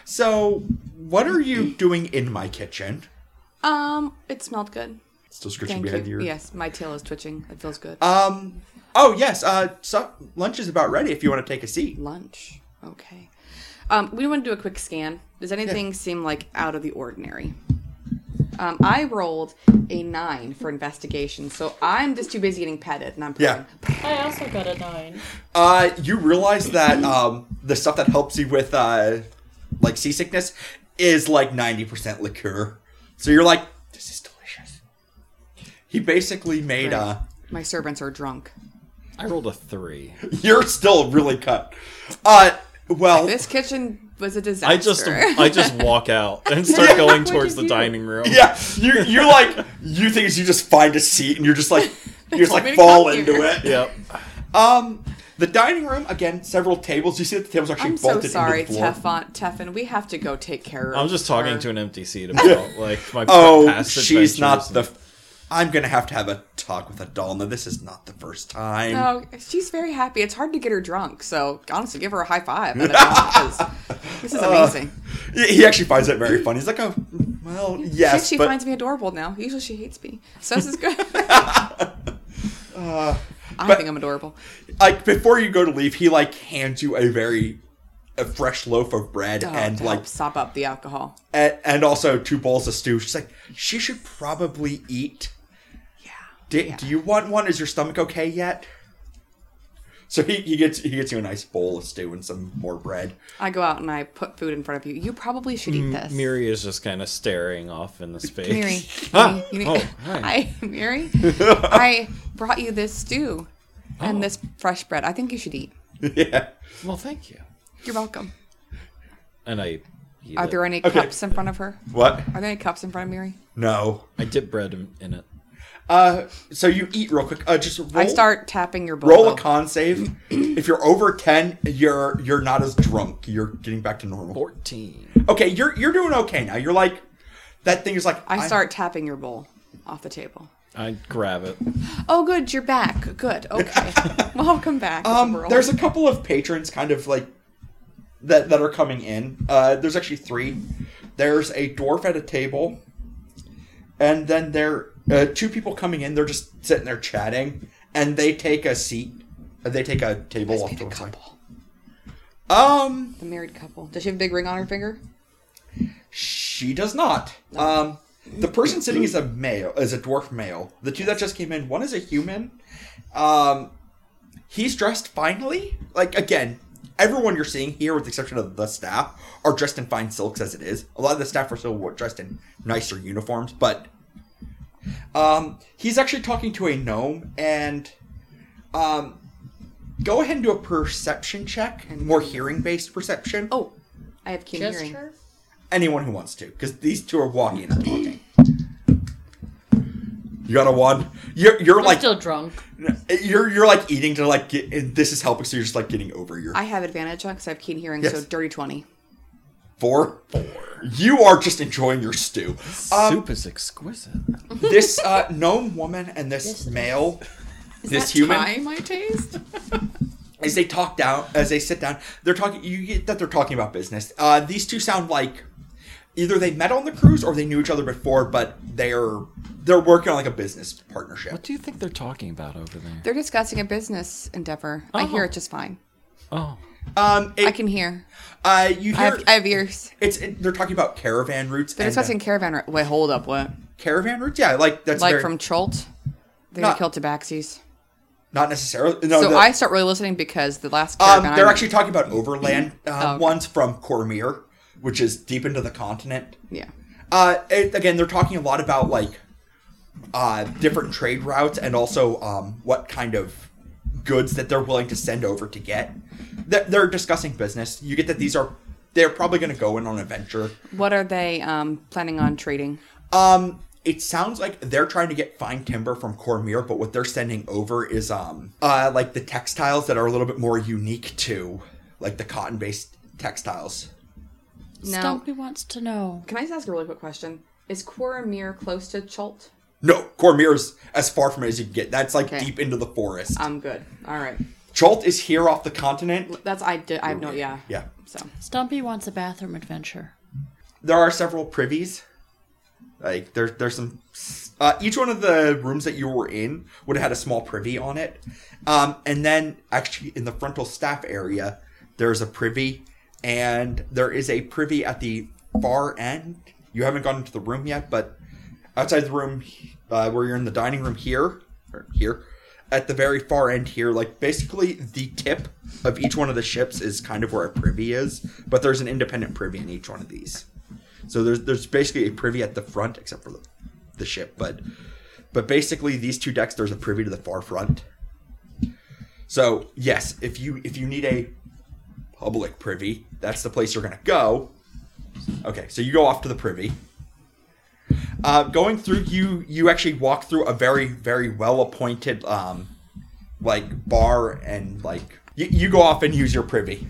S2: So, what are
S4: [laughs]
S2: you doing in my kitchen?
S4: Um, it smelled good.
S2: Still scratching
S4: Thank
S2: behind
S4: you.
S2: your.
S4: Yes, my tail is twitching. It feels good.
S2: Um. Oh yes. Uh. So lunch is about ready. If you want to take a seat.
S4: Lunch. Okay. Um, we want to do a quick scan. Does anything seem like out of the ordinary? Um, I rolled a nine for investigation, so I'm just too busy getting petted, and I'm
S2: Yeah.
S3: I also got a nine.
S2: Uh. You realize
S4: [clears throat]
S2: that um the stuff that helps you with uh like seasickness is like ninety percent liqueur. So you're like, this is delicious. He basically made
S4: Right.
S2: uh [laughs]
S4: My servants are drunk.
S1: I rolled a three.
S2: You're still really cut. Uh, well,
S4: This kitchen was a disaster.
S1: I just I just walk out
S4: [laughs]
S1: and start going towards the
S3: you do?
S1: dining room.
S2: [laughs] yeah, you you like you think you just find a seat and you're just
S4: [laughs]
S2: like you just
S4: want me
S2: like
S4: to
S2: fall
S4: come
S2: into
S4: here. [laughs]
S2: it.
S1: Yep.
S2: Um, the dining room again, several tables. You see that the tables are actually
S4: [laughs] I'm so
S2: bolted
S4: sorry,
S2: into the floor.
S4: Tefon. Tefan, we have to go take care of.
S1: I'm just talking
S4: her.
S1: to an empty
S2: [laughs]
S1: seat about like my
S2: Oh,
S1: past
S2: she's not
S1: adventures
S2: the. I'm gonna have to have a talk with Adalna. This is not the first time.
S4: No, she's very happy. It's hard to get her drunk, so honestly, give her a high five. I don't know, 'cause this is amazing.
S2: He he actually finds that very funny. He's like, oh, well, yes,
S4: she she
S2: but
S4: finds me adorable now. Usually, she hates me, so this is good. [laughs] I
S2: but-
S4: think I'm adorable.
S2: like before you go to leave, he like hands you a very a fresh loaf of bread
S4: Oh,
S2: and
S4: to
S2: like
S4: help sop up the alcohol.
S2: and, and also two bowls of stew. She's like, she should probably eat.
S4: Yeah.
S2: Do, do you want one? Is your stomach okay yet? So he, he gets he gets you a nice bowl of stew and some more bread. [laughs]
S4: I go out and I put food in front of you. You probably should eat this.
S1: Miri is just kind of staring off in the space. [laughs]
S2: [laughs]
S4: Miri,
S1: Ah,
S4: you- you- [laughs]
S1: oh, hi.
S4: hi, Miri. I brought you this stew
S2: Oh.
S4: and this fresh bread. I think you should eat.
S2: yeah.
S1: Well, thank you.
S4: You're welcome.
S1: And I eat
S4: Are
S1: it.
S4: there any
S2: Okay.
S4: cups in front of her?
S2: What?
S4: Are there any cups in front of Miri?
S2: No.
S1: I dip bread in, in it.
S2: Uh. So you eat real quick. Uh. Just roll,
S4: I start Oh. tapping your bowl.
S2: roll a con save. [clears throat] if you're over ten, you're you're not as drunk. You're getting back to normal.
S1: 14.
S2: Okay. You're you're doing okay now. You're like that thing is like
S4: I start tapping your bowl off the table.
S1: I grab it.
S4: Oh, good, you're
S2: [laughs]
S4: back. Good, okay. Welcome back. to the
S2: Um,
S4: world.
S2: there's a couple of patrons kind of like that that are coming in. Uh, there's actually three. There's a dwarf at a table, and then there uh, two people coming in. They're just sitting there chatting, and they take a seat. uh, They take a table off
S4: Must be
S2: to
S4: the
S2: one side.
S4: couple.
S2: Um,
S4: The married couple. Does she have a big ring on her finger?
S2: she does not. Um, the person sitting is a male, is a dwarf male. The two that just came in, one is a human. Um, he's dressed finely. Like again, everyone you're seeing here, with the exception of the staff, are dressed in fine silks as it is. A lot of the staff are still wa- dressed in nicer uniforms, but um, he's actually talking to a gnome and um, go ahead and do a perception check, more hearing based perception.
S4: Oh, I have keen hearing.
S3: Gesture?
S2: anyone who wants to, because these two are walking and not talking. You got a one. You're you're
S3: I'm
S2: like
S3: still drunk.
S2: you're you're like eating to like get. And this is helping, so you're just like getting over your
S4: I have advantage on because I have keen hearing, so
S2: Yes.
S4: dirty 20.
S2: four. Four. You are just enjoying your stew. Um,
S1: Soup is exquisite.
S2: this uh, gnome woman and this
S3: Yes, it
S2: male,
S4: Is
S2: this
S4: that
S2: human,
S4: Time I taste?
S2: as they talk down, as they sit down, they're talking. You get that they're talking about business. Uh, these two sound like either they met on the cruise or they knew each other before, but they're they're working on like a business partnership.
S1: What do you think they're talking about over there?
S4: They're discussing a business endeavor. I hear
S1: Oh.
S4: it just fine.
S1: Oh,
S2: Um, it,
S4: I can hear.
S2: Uh, you
S4: I
S2: hear
S4: have, I have ears.
S2: it's it, they're talking about caravan routes.
S4: They're
S2: and, uh,
S4: discussing caravan. ri- Wait, hold up. What?
S2: caravan routes. Yeah, like that's
S4: Like
S2: very-
S4: from Cholt? They're
S2: Not-
S4: to kill Tabaxis.
S2: not necessarily. No,
S4: so
S2: the-
S4: I start really listening because the last
S2: um,
S4: caravan. I
S2: they're
S4: went-
S2: actually talking about
S4: [clears throat]
S2: overland uh,
S4: Oh, okay.
S2: ones from Cormyr, which is deep into the continent.
S4: Yeah.
S2: Uh, it, again, they're talking a lot about like uh, different trade routes and also um, what kind of goods that they're willing to send over to get. They're, they're discussing business. You get that these are they're probably going to go in on a venture.
S4: What are they um, planning on trading?
S2: Um, it sounds like they're trying to get fine timber from Cormier, but what they're sending over is um, uh, like the textiles that are a little bit more unique to, like the cotton-based textiles.
S4: Now-
S3: Stumpy wants to know.
S4: Can I just ask a really quick question? Is Quoromir close to Cholt?
S2: No, Cormier is as far from it as you can get. That's like
S4: Okay.
S2: deep into the forest.
S4: I'm good. All right.
S2: Cholt is here off the continent.
S4: That's I did. I have no. Yeah.
S2: Yeah,
S4: So [laughs]
S3: Stumpy wants a bathroom adventure.
S2: there are several privies. Like there, there's some. Uh, each one of the rooms that you were in would have had a small privy on it, um, and then actually in the frontal staff area, there's a privy, and there is a privy at the far end. You haven't gone into the room yet, but outside the room uh, where you're in the dining room here, or here, at the very far end here, like basically the tip of each one of the ships is kind of where a privy is, but there's an independent privy in each one of these. So there's there's basically a privy at the front, except for the, the ship, but but basically these two decks there's a privy to the far front. So yes, if you if you need a public privy, that's the place you're gonna go. Okay, so you go off to the privy. Uh, going through, you you actually walk through a very very well appointed um, like bar and like you, you go off and use your privy.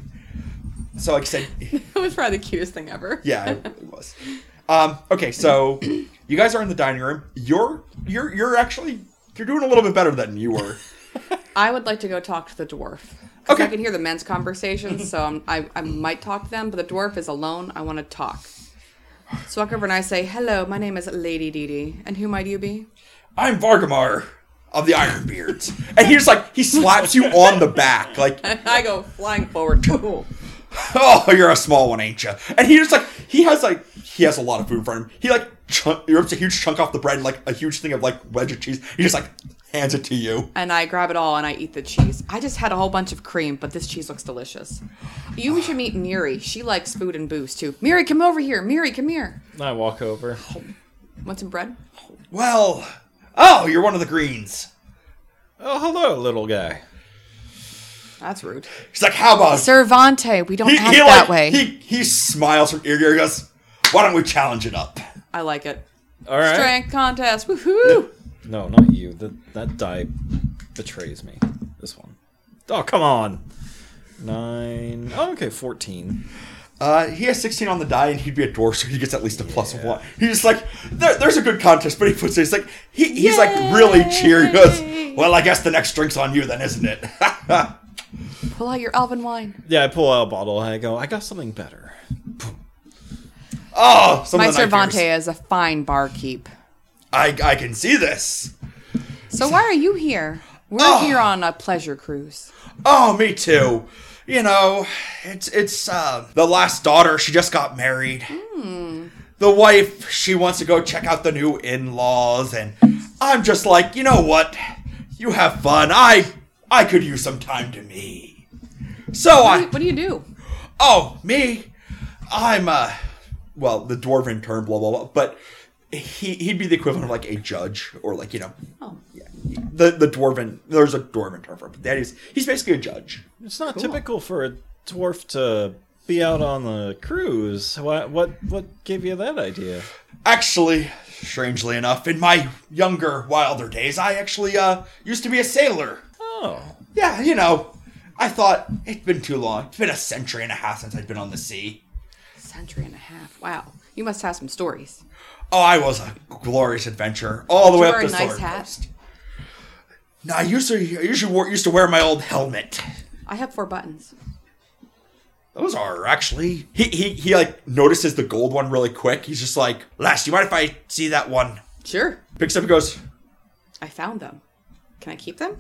S2: So like I said,
S4: it was probably the cutest thing ever.
S2: yeah, it was. Um, okay, so you guys are in the dining room. You're you're you're actually you're doing a little bit better than you were.
S4: I would like to go talk to the dwarf. 'Cause
S2: Okay.
S4: I can hear the men's conversations, so I'm, I I might talk to them. But the dwarf is alone. I want to talk. So I walk over and I say, "Hello, my name is Lady Dee Dee, and who might you be?" [laughs]
S2: I'm Vargamar of the Ironbeards, and he's like he slaps you on the back, like
S4: I go flying forward. [laughs] Cool.
S2: oh you're a small one, ain't you? And he just like he has like he has a lot of food in front of him. He like chunk, he rips a huge chunk off the bread, and, like a huge thing of like wedge cheese. He just like hands it to you.
S4: and I grab it all and I eat the cheese. I just had a whole bunch of cream, but this cheese looks delicious. You should meet Miri. She likes food and booze too. Miri, come over here. Miri, come here.
S1: I walk over.
S4: Want some bread?
S2: Well, oh you're one of the greens.
S1: Oh, hello, little guy.
S4: That's rude.
S2: He's like how about
S4: Cervante, we don't
S2: he,
S4: act
S2: he,
S4: that
S2: like,
S4: way.
S2: He, he smiles from ear to ear. He goes, "Why don't we challenge it up?"
S4: I like it.
S1: All right.
S4: Strength contest. Woohoo!
S1: No, not you. That that die betrays me. This one. Oh, come on. Nine. Oh, okay, fourteen.
S2: Uh, he has 16 on the die, and he'd be a dwarf, so he gets at least a plus one. He's just like, there, "There's a good contest," but he puts it. He's like, he, he's like really cheery. He goes, "Well, I guess the next drink's on you, then, isn't it?" [laughs]
S4: Pull out your elven wine.
S1: Yeah, I pull out a bottle and I go. I got something better.
S2: oh, some
S4: My
S2: of the night
S4: Cervante
S2: beers.
S4: is a fine barkeep.
S2: I I can see this.
S4: So why are you here? We're here on a pleasure cruise.
S2: Oh, me too. You know, it's it's uh, the last daughter. She just got married. The wife, she wants to go check out the new in-laws, and I'm just like, you know what? You have fun. I I could use some time to me. So
S4: What
S2: I
S4: do you, what do, you do?
S2: Oh, me? I'm a well, the dwarven term, blah blah blah. But he he'd be the equivalent of like a judge or like you know
S4: Oh,
S2: the the dwarven. There's a dwarven term for it. But that is he's basically a judge.
S1: It's not typical for a dwarf to be out on the cruise. What what what gave you that idea?
S2: Actually, strangely enough, in my younger, wilder days, I actually uh used to be a sailor.
S1: Oh,
S2: Yeah, you know, I thought it's been too long. It's been a century and a half since I've been on the sea.
S4: century and a half. Wow. You must have some stories.
S2: Oh, I was a glorious adventure all the
S4: Did
S2: way
S4: you
S2: up to
S4: wear a nice
S2: Southern
S4: hat?
S2: Coast. No, I usually I usually wore, used to wear my old helmet.
S4: I have four buttons.
S2: Those are actually. He he he like notices the gold one really quick. He's just like, "Last, you mind if I see that one?"
S4: Sure.
S2: Picks up and goes,
S4: I found them. Can I keep them?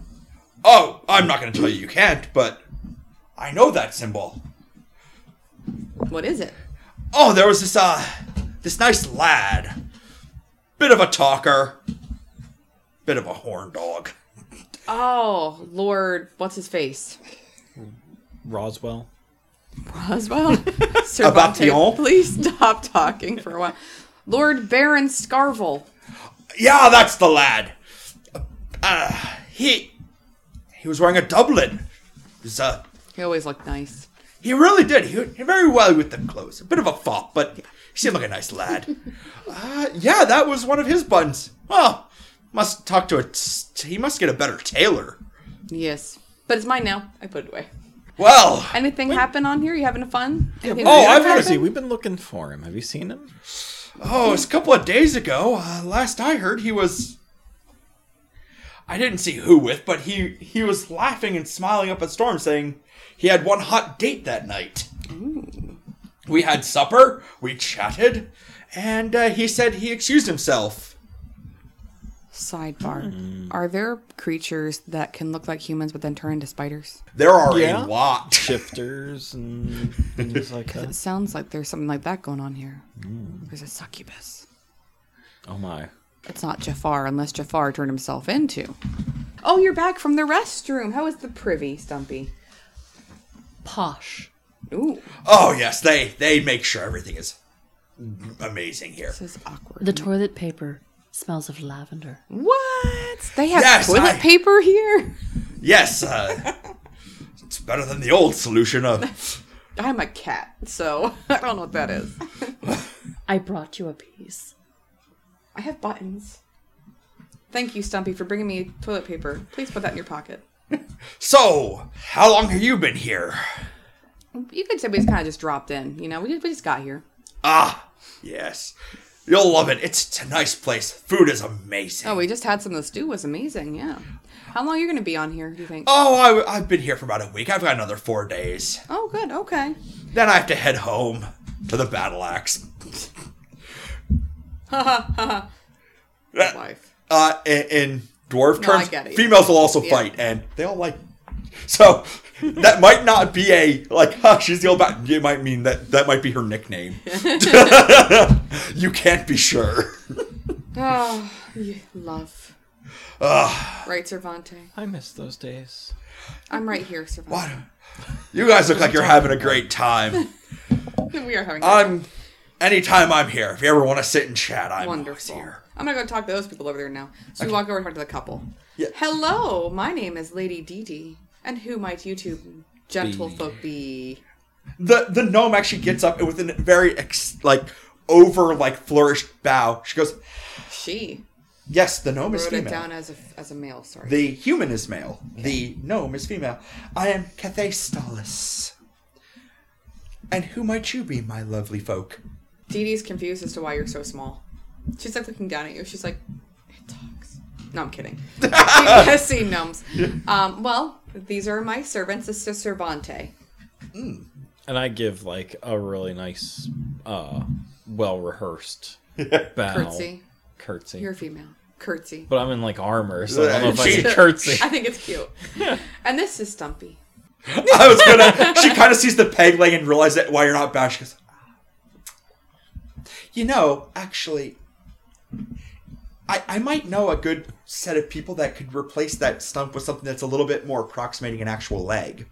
S2: "Oh, I'm not going to tell you you can't, but I know that symbol.
S4: What is it?
S2: Oh, there was this uh this nice lad. Bit of a talker. Bit of a horn dog.
S4: Oh, Lord, what's his face?
S1: Roswell.
S4: [laughs] Roswell? Sir
S2: About
S4: Vontae,
S2: Dion?
S4: Please stop talking for a while. Lord Baron Scarvel.
S2: Yeah, that's the lad. Uh, he he was wearing a doublet. He was, uh,
S4: He always looked nice.
S2: he really did. He did very well with them clothes. A bit of a fop, but he seemed like a nice lad. uh, yeah, that was one of his buns. Well, must talk to a. T- he must get a better tailor.
S4: Yes. But it's mine now. I put it away.
S2: Well,
S4: Anything happen on here? You having fun? Anything
S2: Oh,
S4: weird
S2: I've
S1: Where
S2: had
S1: is he?
S4: happen?
S1: We've been looking for him. Have you seen him?
S2: Oh, it's a couple of days ago. Uh, last I heard, he was. I didn't see who with, but he he was laughing and smiling up at Storm, saying he had one hot date that night. We had supper, we chatted, and uh, he said he excused himself.
S4: [laughs] Sidebar.
S2: Mm.
S4: Are there creatures that can look like humans but then turn into spiders?
S2: There are
S1: Yeah?
S2: a lot.
S1: Shifters and things like [laughs]
S4: It
S1: that.
S4: sounds like there's something like that going on here.
S2: Mm.
S4: There's a succubus.
S1: Oh my.
S4: It's not Jafar unless Jafar turned himself into. Oh, you're back from the restroom. How is the privy, Stumpy?
S3: Posh.
S4: Ooh,
S2: [laughs] Oh yes, they they make sure everything is amazing here.
S4: this is awkward.
S3: The toilet paper smells of lavender.
S4: what? They have
S2: Yes,
S4: toilet
S2: I-
S4: paper here?
S2: Yes, uh, it's better than the old solution of.
S4: I'm a cat, so [laughs] I don't know what that is.
S3: I brought you a piece.
S4: I have buttons. Thank you, Stumpy, for bringing me toilet paper. Please put that in your pocket.
S2: So, how long have you been here?
S4: You could say we just kind of just dropped in. You know, we just, we just got here.
S2: Ah, yes. You'll love it. It's, it's a nice place. Food is amazing.
S4: Oh,
S2: Oh,
S4: we just had some. The stew was amazing. Yeah. How long are you going to be on here? Do you
S2: Oh.
S4: think?
S2: I, have been here for about a week. I've got another four days.
S4: oh, good. Okay.
S2: Then I have to head home to the Battle
S4: [laughs]
S2: Axe. uh,
S4: Life.
S2: uh, in, in dwarf
S4: No, I
S2: terms,
S4: get it.
S2: females will also fight, and they all like. So [laughs] that might not be a like. [laughs] Huh, she's the old bat. It might mean that that might be her
S4: [laughs]
S2: nickname. [laughs] you can't be sure.
S4: Oh, you love.
S2: Ah.
S4: Right, Cervante.
S1: I miss those days.
S4: I'm right here, Cervante.
S2: What? You guys look like you're having a great time.
S4: [laughs] We are having.
S2: I'm. Anytime I'm here, if you ever want to sit and chat, I'm
S4: wonderful.
S2: always here.
S4: I'm gonna go talk to those people over there now. So we walk over and talk to the couple.
S2: Yeah.
S4: Hello, my name is Lady Dee Dee, and who might you two gentlefolk be?
S2: The the gnome actually gets up and with a very ex, like over like flourished bow, she goes,
S4: She
S2: "Yes, the gnome is
S4: wrote it down
S2: female.
S4: as a as a male. Sorry.
S2: The human is male. The gnome is female. I am Cathestalis. And who might you be, my lovely folk?
S4: Dee Dee's confused as to why you're so small. She's like looking down at you. She's like, it talks. No, I'm
S2: [laughs]
S4: kidding. She has seen gnomes. Um, well, these are my servants. This is Cervante.
S1: And I give like a really nice, uh, well rehearsed bow.
S4: Curtsy.
S1: Curtsy.
S2: Oh.
S4: You're female. curtsy.
S2: [laughs]
S1: But I'm in like armor, so I don't know if I
S4: [laughs]
S2: She-
S1: can curtsy.
S4: I think it's
S2: [laughs]
S4: cute. and this is Stumpy.
S2: I was gonna. she kind of sees the peg leg and realizes that why you're not bash. She goes, you know, actually, I I might know a good set of people that could replace that stump with something that's a little bit more approximating an actual leg.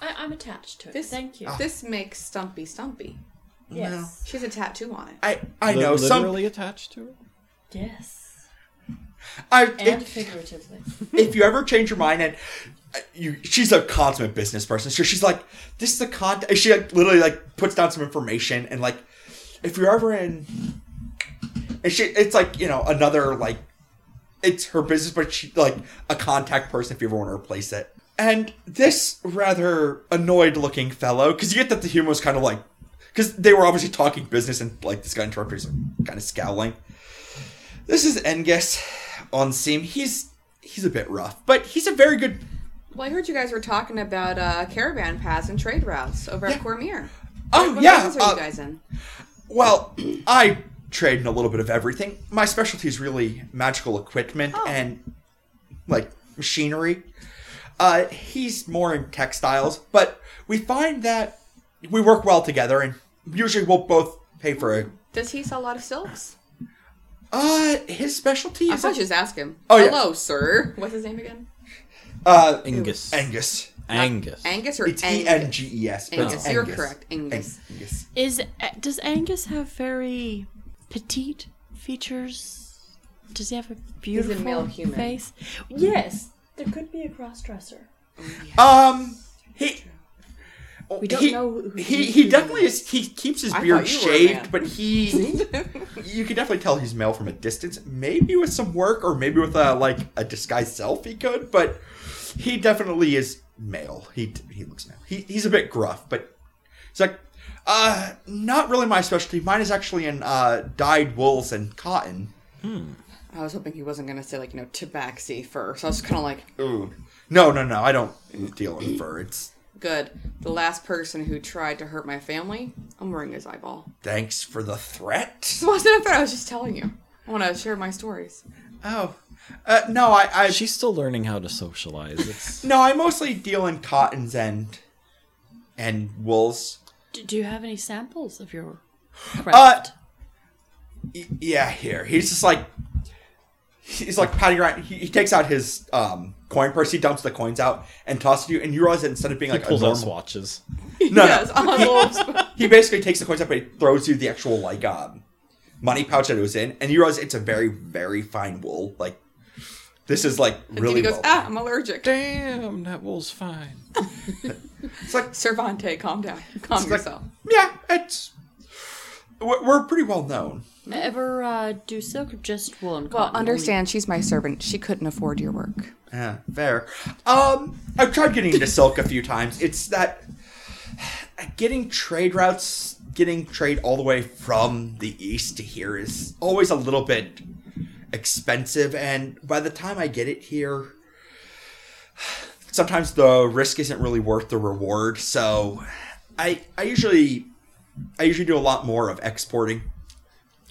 S3: I, I'm attached to it.
S4: This-
S3: Thank you.
S4: This makes Stumpy Stumpy.
S3: yes.
S4: She has a tattoo on it.
S2: I I
S1: Li-
S2: know some.
S1: literally attached to it.
S3: Yes.
S2: I,
S3: And
S2: if,
S3: figuratively.
S2: if you ever change your mind and. uh, You, she's a consummate business person, so she's like, "This is the contact." She like, literally like puts down some information and like, if you're ever in and she it's like you know another like it's her business but she like a contact person if you ever want to replace it and this rather annoyed looking fellow because you get that the humor was kind of like because they were obviously talking business and like this guy interrupted he's like, kind of scowling this is Engis on Seam. he's he's a bit rough but he's a very good
S4: Well, I heard you guys were talking about uh, caravan paths and trade routes over
S2: Yeah.
S4: at Cormier.
S2: Oh,
S4: what
S2: yeah,
S4: mountains are
S2: uh,
S4: you guys in?
S2: Well, [clears throat] I trade in a little bit of everything. My specialty is really magical equipment
S4: Oh.
S2: and like machinery. Uh, he's more in textiles, but we find that we work well together, and usually we'll both pay for it.
S4: Does he sell a lot of silks?
S2: Uh, his specialty
S4: I
S2: is
S4: thought you just ask him.
S2: Oh, yeah.
S4: Hello, sir. What's his name again?
S2: uh
S1: Angus.
S2: Angus.
S1: Angus.
S4: Angus or
S2: It's E
S4: Angus?
S2: N G E S. but
S4: Angus.
S2: it's
S4: You're correct. Angus.
S2: Angus.
S3: Is uh, does Angus have very petite features? Does he have a beautiful
S4: male human.
S3: face? Yes, there could be a crossdresser.
S2: Um, he.
S3: We don't
S2: he,
S3: know who-
S2: he
S3: who-
S2: he definitely is. He keeps his
S4: I
S2: beard
S4: thought you were a man.
S2: shaved, but
S4: [laughs]
S2: he you can definitely tell he's male from a distance. Maybe with some work, or maybe with a like a disguised self, he could. But he definitely is male. He he looks male. He, he's a bit gruff, but it's like uh, not really my specialty. Mine is actually in uh dyed wools and cotton.
S4: I was hoping he wasn't going to say, like, you know, tabaxi fur. So I was kind of like,
S2: Ooh, no, no, no. I don't deal in fur. It's
S4: good. The last person who tried to hurt my family, I'm wearing his eyeball. [laughs]
S2: thanks for the threat.
S4: This wasn't a threat. I was just telling you. I want to share my stories.
S2: Oh, uh, no, I, I
S1: She's still learning how to socialize.
S2: [laughs]
S1: It's
S2: no, I mostly deal in cottons and and wools.
S3: Do, do you have any samples of your
S2: Uh,
S3: craft?
S2: y- yeah, here he's just like he's like patting around. He, he takes out his um coin purse. He dumps the coins out and tosses you. And you realize that instead of being like
S1: pulls
S2: a
S1: out
S2: normal,
S1: swatches.
S2: [laughs] no,
S4: [laughs] yes,
S2: [laughs] no.
S4: on wolves.
S2: he basically takes the coins out, but he throws you the actual like um money pouch that it was in, and you realize it's a very very fine wool. Like this is like really
S4: Really goes,
S2: well.
S4: ah, I'm allergic.
S1: Damn, that wool's fine.
S2: It's like
S4: Cervante, calm down. [laughs] Calm
S2: It's like-
S4: yourself.
S2: yeah, it's we're, we're pretty well known.
S3: Ever uh, do silk or just wool and
S4: Well,
S3: cotton?
S4: understand she's my servant. She couldn't afford your work.
S2: Yeah, Eh, fair. Um, I've tried getting into silk a few times. It's that getting trade routes, getting trade all the way from the east to here is always a little bit expensive, and by the time I get it here, sometimes the risk isn't really worth the reward. So, I I usually I usually do a lot more of exporting.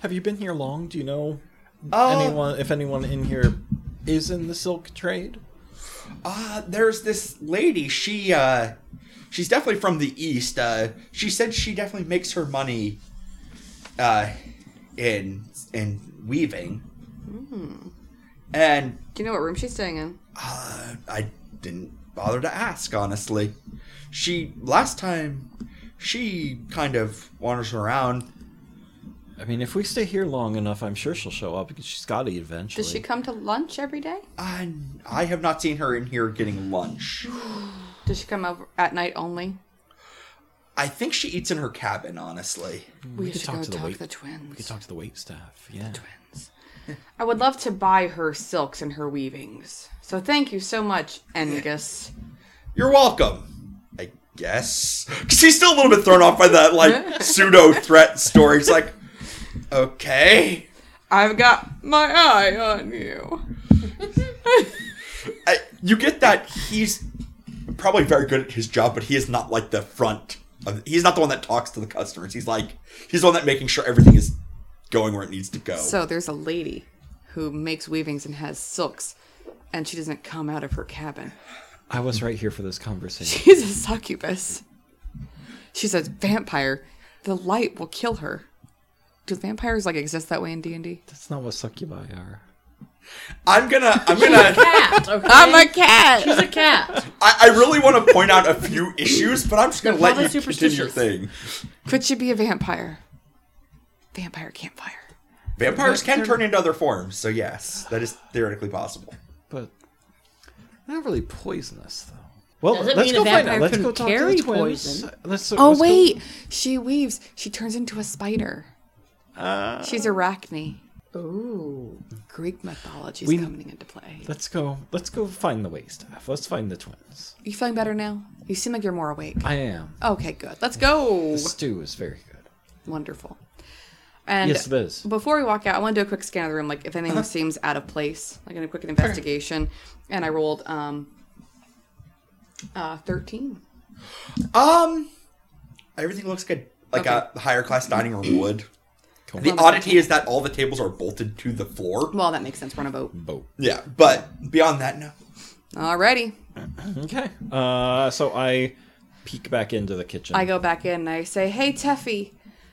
S1: Have you been here long? Do you know
S2: Uh,
S1: anyone? If anyone in here is in the silk trade?
S2: uh, there's this lady she uh she's definitely from the east uh she said she definitely makes her money uh in in weaving and
S4: Do you know what room she's staying in?
S2: uh, i didn't bother to ask honestly she last time she kind of wanders around
S1: I mean, if we stay here long enough, I'm sure she'll show up because she's got to eventually.
S4: Does she come to lunch every day?
S2: I, I have not seen her in here getting lunch
S4: Does she come over at night only?
S2: i think she eats in her cabin honestly
S4: We,
S1: could
S4: should
S1: talk
S4: go
S1: to the
S4: talk
S1: wait-
S4: the
S1: We could
S4: twins.
S1: talk to the wait staff. Yeah.
S4: I would love to buy her silks and her weavings. So thank you so much, Angus.
S2: You're welcome. I guess. Because he's still a little bit thrown off by that,
S3: [laughs]
S2: like, pseudo threat story. He's like, okay.
S4: I've got my eye on you.
S2: I, you get that he's probably very good at his job, but he is not like the front. Of, he's not the one that talks to the customers. He's like, he's the one that making sure everything is going where it needs to go.
S4: So there's a lady who makes weavings and has silks, and she doesn't come out of her cabin. [laughs]
S1: I was right here for this conversation.
S4: She's a succubus. She's a vampire. The light will kill her. Do vampires like exist that way in D and D?
S1: That's not what succubi are.
S2: I'm gonna, I'm gonna,
S3: Cat. Okay.
S4: I'm a cat.
S3: She's a cat.
S2: I, I really want to point out a few issues, but I'm just gonna let
S3: probably
S2: you continue your
S3: superstitious.
S2: thing.
S4: Could she be a vampire? Vampire campfire.
S2: Vampires can turn into other forms, so yes, that is theoretically possible.
S1: But they're not really poisonous, though. Well,
S3: Doesn't
S1: let's
S3: mean
S1: go
S3: a
S1: find out.
S3: vampire
S1: Let's
S3: couldn't
S1: go talk
S3: carry
S1: to the twins.
S3: poison.
S1: Let's,
S4: Oh
S1: let's go-
S4: wait, she weaves. She turns into a spider.
S1: Ah.
S4: She's Arachne.
S3: Ooh.
S4: Greek mythology is
S1: We-
S4: coming into play.
S1: Let's go. Let's go find the waystaff. Let's find the twins.
S4: You feeling better now? You seem like you're more awake.
S1: I am.
S4: Okay, good. Let's go.
S1: The stew is very good.
S4: Wonderful. And
S1: Yes, it is. Uh-huh.
S4: Before we walk out, I want to do a quick scan of the room, like if anything seems out of place, like in a quick investigation. And I rolled um, uh, thirteen.
S2: Um, everything looks good. Like a higher class dining room would.
S1: Cool.
S2: The oddity is that all the tables are bolted to the floor.
S4: Well, that makes sense. We're on a boat.
S1: Boat.
S2: Yeah, but beyond that, no.
S4: Alrighty.
S1: Okay. Uh, so I peek back into the kitchen.
S4: I go back in and I say, "Hey, Teffy,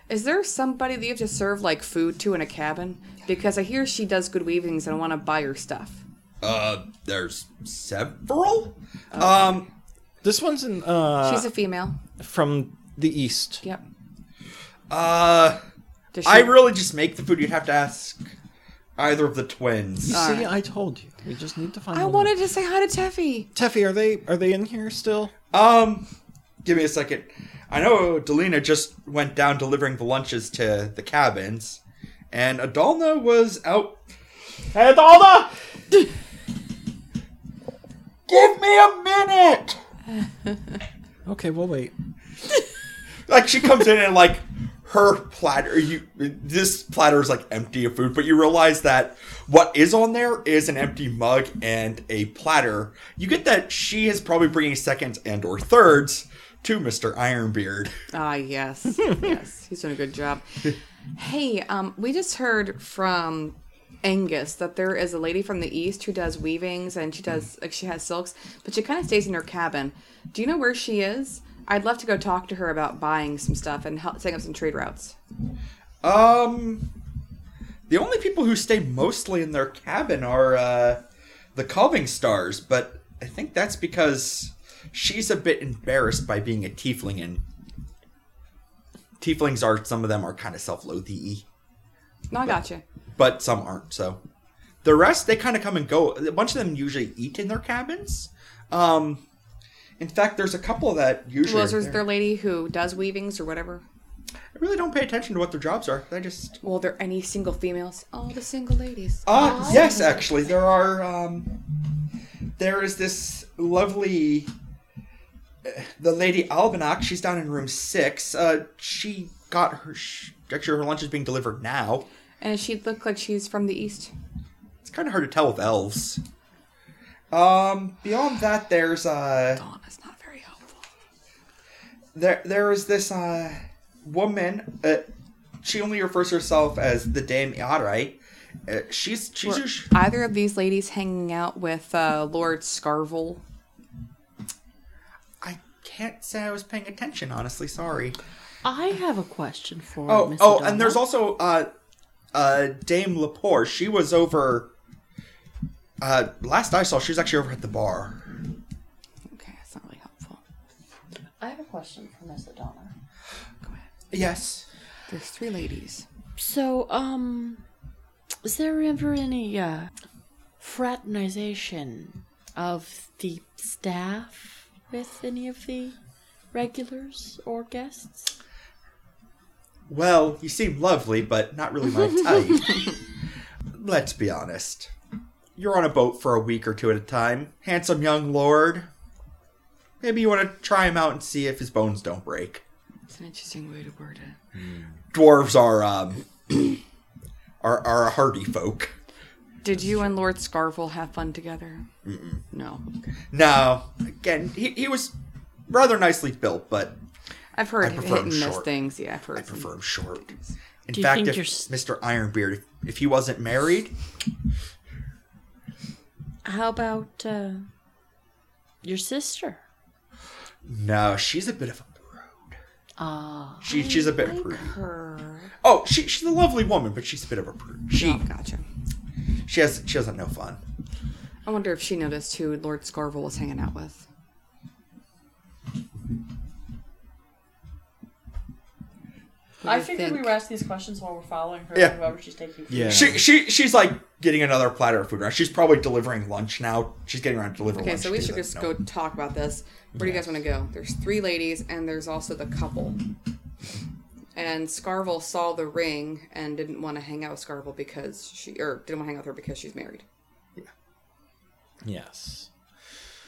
S4: is there somebody that you have to serve like food to in a cabin? Because I hear she does good weavings and I want to buy her stuff."
S2: Uh, there's several. Um,
S1: this one's in, uh,
S4: She's a female.
S1: from the east.
S4: Yep.
S2: uh,
S4: Does
S2: I
S4: she-
S2: really just make the food. You'd have to ask either of the twins.
S1: See,
S4: right.
S1: I told you. We just need to find.
S4: I
S1: them.
S4: wanted to say hi to Teffy.
S1: Teffy, are they are they in here still?
S2: Um, give me a second. I know Delina just went down delivering the lunches to the cabins, and Adalna was out. Hey, Adalna! give me a minute!
S1: Okay, we'll wait.
S2: Like she comes in and like her platter, you this platter is like empty of food, but you realize that what is on there is an empty mug and a platter. You get that she is probably bringing seconds and or thirds to Mister Ironbeard.
S4: Ah, [laughs] yes, yes, he's doing a good job. hey, um, we just heard from Angus that there is a lady from the east who does weavings and she does like she has silks, but she kind of stays in her cabin. Do you know where she is? I'd love to go talk to her about buying some stuff and help setting up some trade routes.
S2: Um, the only people who stay mostly in their cabin are uh, the Calving Stars, but I think that's because she's a bit embarrassed by being a tiefling, and tieflings are some of them are kind of self-loathy,
S4: No, I gotcha.
S2: but some aren't. So the rest they kind of come and go. A bunch of them usually eat in their cabins. Um, in fact, there's a couple that usually.
S4: Well,
S2: are
S4: there's
S2: there.
S4: their lady who does weavings or whatever.
S2: I really don't pay attention to what their jobs are. I just
S4: Well, there any single females? All the single ladies.
S2: Uh, yes, actually, there are. Um, there is this lovely, uh, the lady Albanac. She's down in room six. Uh, she got her. Sh- actually, her lunch is being delivered now.
S4: And she look like she's from the east.
S2: It's kind of hard to tell with elves. Um, beyond that, there's uh,
S4: Oh, that's not very helpful.
S2: there there is this uh woman. Uh, she only refers herself as the Dame Iare. Uh, she's she's.
S4: Were
S2: usu-
S4: either of these ladies hanging out with uh, Lord Scarvel?
S2: I can't say I was paying attention. Honestly, sorry.
S3: I have a question for
S2: Oh,
S3: Miss
S2: oh,
S3: O'Donnell.
S2: and there's also uh, uh, Dame Lepore. She was over. Uh, last I saw, she was actually over at the bar.
S4: Okay, that's not really helpful.
S3: I have a question for Miss O'Donnell.
S4: Go ahead.
S2: Yes.
S4: There's three ladies.
S3: So, um, is there ever any uh, fraternization of the staff with any of the regulars or guests?
S2: Well, you seem lovely, but not really
S4: [laughs]
S2: my type. Let's be honest. You're on a boat for a week or two at a time. Handsome young lord. Maybe you want to try him out and see if his bones don't break. Hmm.
S4: It's an interesting way to word it.
S2: Dwarves are um [clears throat] are are a hardy folk.
S4: Did you and Lord Scarvel have fun together? No.
S2: No, again, he, he was rather nicely built, but
S4: I've heard
S2: I
S4: hit
S2: prefer 'em
S4: and miss
S2: short.
S4: things. Yeah, I've heard.
S2: I
S4: some-
S2: prefer him short. In
S3: Do you
S2: fact,
S3: think
S2: if
S3: you're s-
S2: Mr. Ironbeard, if, if he wasn't married,
S3: How about uh, your sister?
S2: no, she's a bit of a prude.
S3: Ah,
S2: She, she's a bit of a prude.
S4: Her.
S2: Oh, she, she's a lovely woman, but she's a bit of a prude. She
S4: Oh, gotcha.
S2: she has she doesn't know fun.
S4: I wonder if she noticed who Lord Scarville was hanging out with.
S3: I
S4: you
S3: think,
S4: think?
S3: we were asking these questions while we're following her.
S2: Yeah.
S3: and Whoever she's taking.
S1: Yeah.
S2: She she she's like getting another platter of food. Right? She's probably delivering lunch now. She's getting around to deliver
S4: Okay,
S2: lunch.
S4: so we
S2: to
S4: should
S2: the-
S4: just
S2: no.
S4: go talk about this. Where do you guys want to go? There's three ladies, and there's also the couple. And Scarville saw the ring and didn't want to hang out with Scarville because she, or didn't want to hang out with her because she's married.
S1: Yes.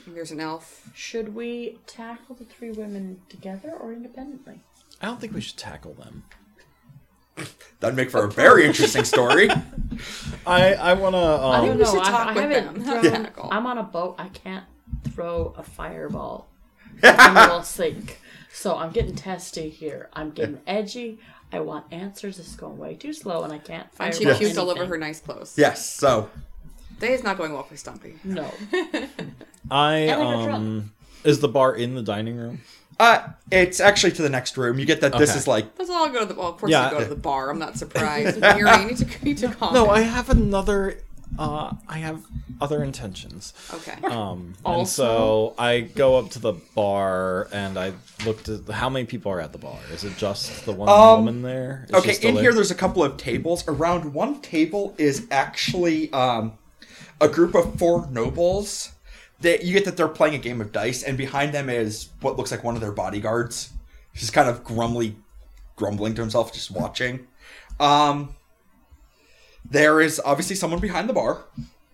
S4: There's an elf.
S3: Should we tackle the three women together or independently?
S1: I don't think we should tackle them.
S2: That'd make for
S4: [laughs]
S2: a very interesting story.
S1: I I wanna.
S3: I
S1: Um,
S3: don't
S4: we
S3: know.
S4: should
S3: I,
S4: talk
S3: I
S4: with
S3: haven't
S4: them.
S3: thrown.
S4: [laughs] Yeah.
S3: I'm on a boat. I can't throw a fireball.
S2: [laughs]
S3: and we'll sink. So I'm getting testy here. I'm getting edgy. I want answers. It's going way too slow, and I can't fire.
S4: And she
S3: roll
S4: puked all over
S3: anything.
S4: her nice clothes.
S2: yes, so
S4: Day is not going well for Stumpy.
S3: No.
S1: I
S3: I got drunk.
S1: um. Is the bar in the dining room?
S2: uh it's actually to the next room. You get that this
S1: Okay.
S2: is like
S4: Let's all go to the. Well, of course,
S1: Yeah.
S4: you go to the bar.
S1: [laughs]
S4: I'm not surprised. Mary, you need to, [laughs] you need to calm.
S1: No,
S4: down.
S1: I have another. Uh, I have other intentions.
S4: Okay.
S1: Um, and so I go up to the bar and I looked at how many people are at the bar. Is it just the one woman there? Is she
S2: Um, Okay,
S1: still
S2: in
S1: there?
S2: here there's a couple of tables. Around one table is actually um, a group of four nobles. That you get that they're playing a game of dice, and behind them is what looks like one of their bodyguards. He's kind of grumly, grumbling to himself, just watching. Um, there is obviously someone behind the bar.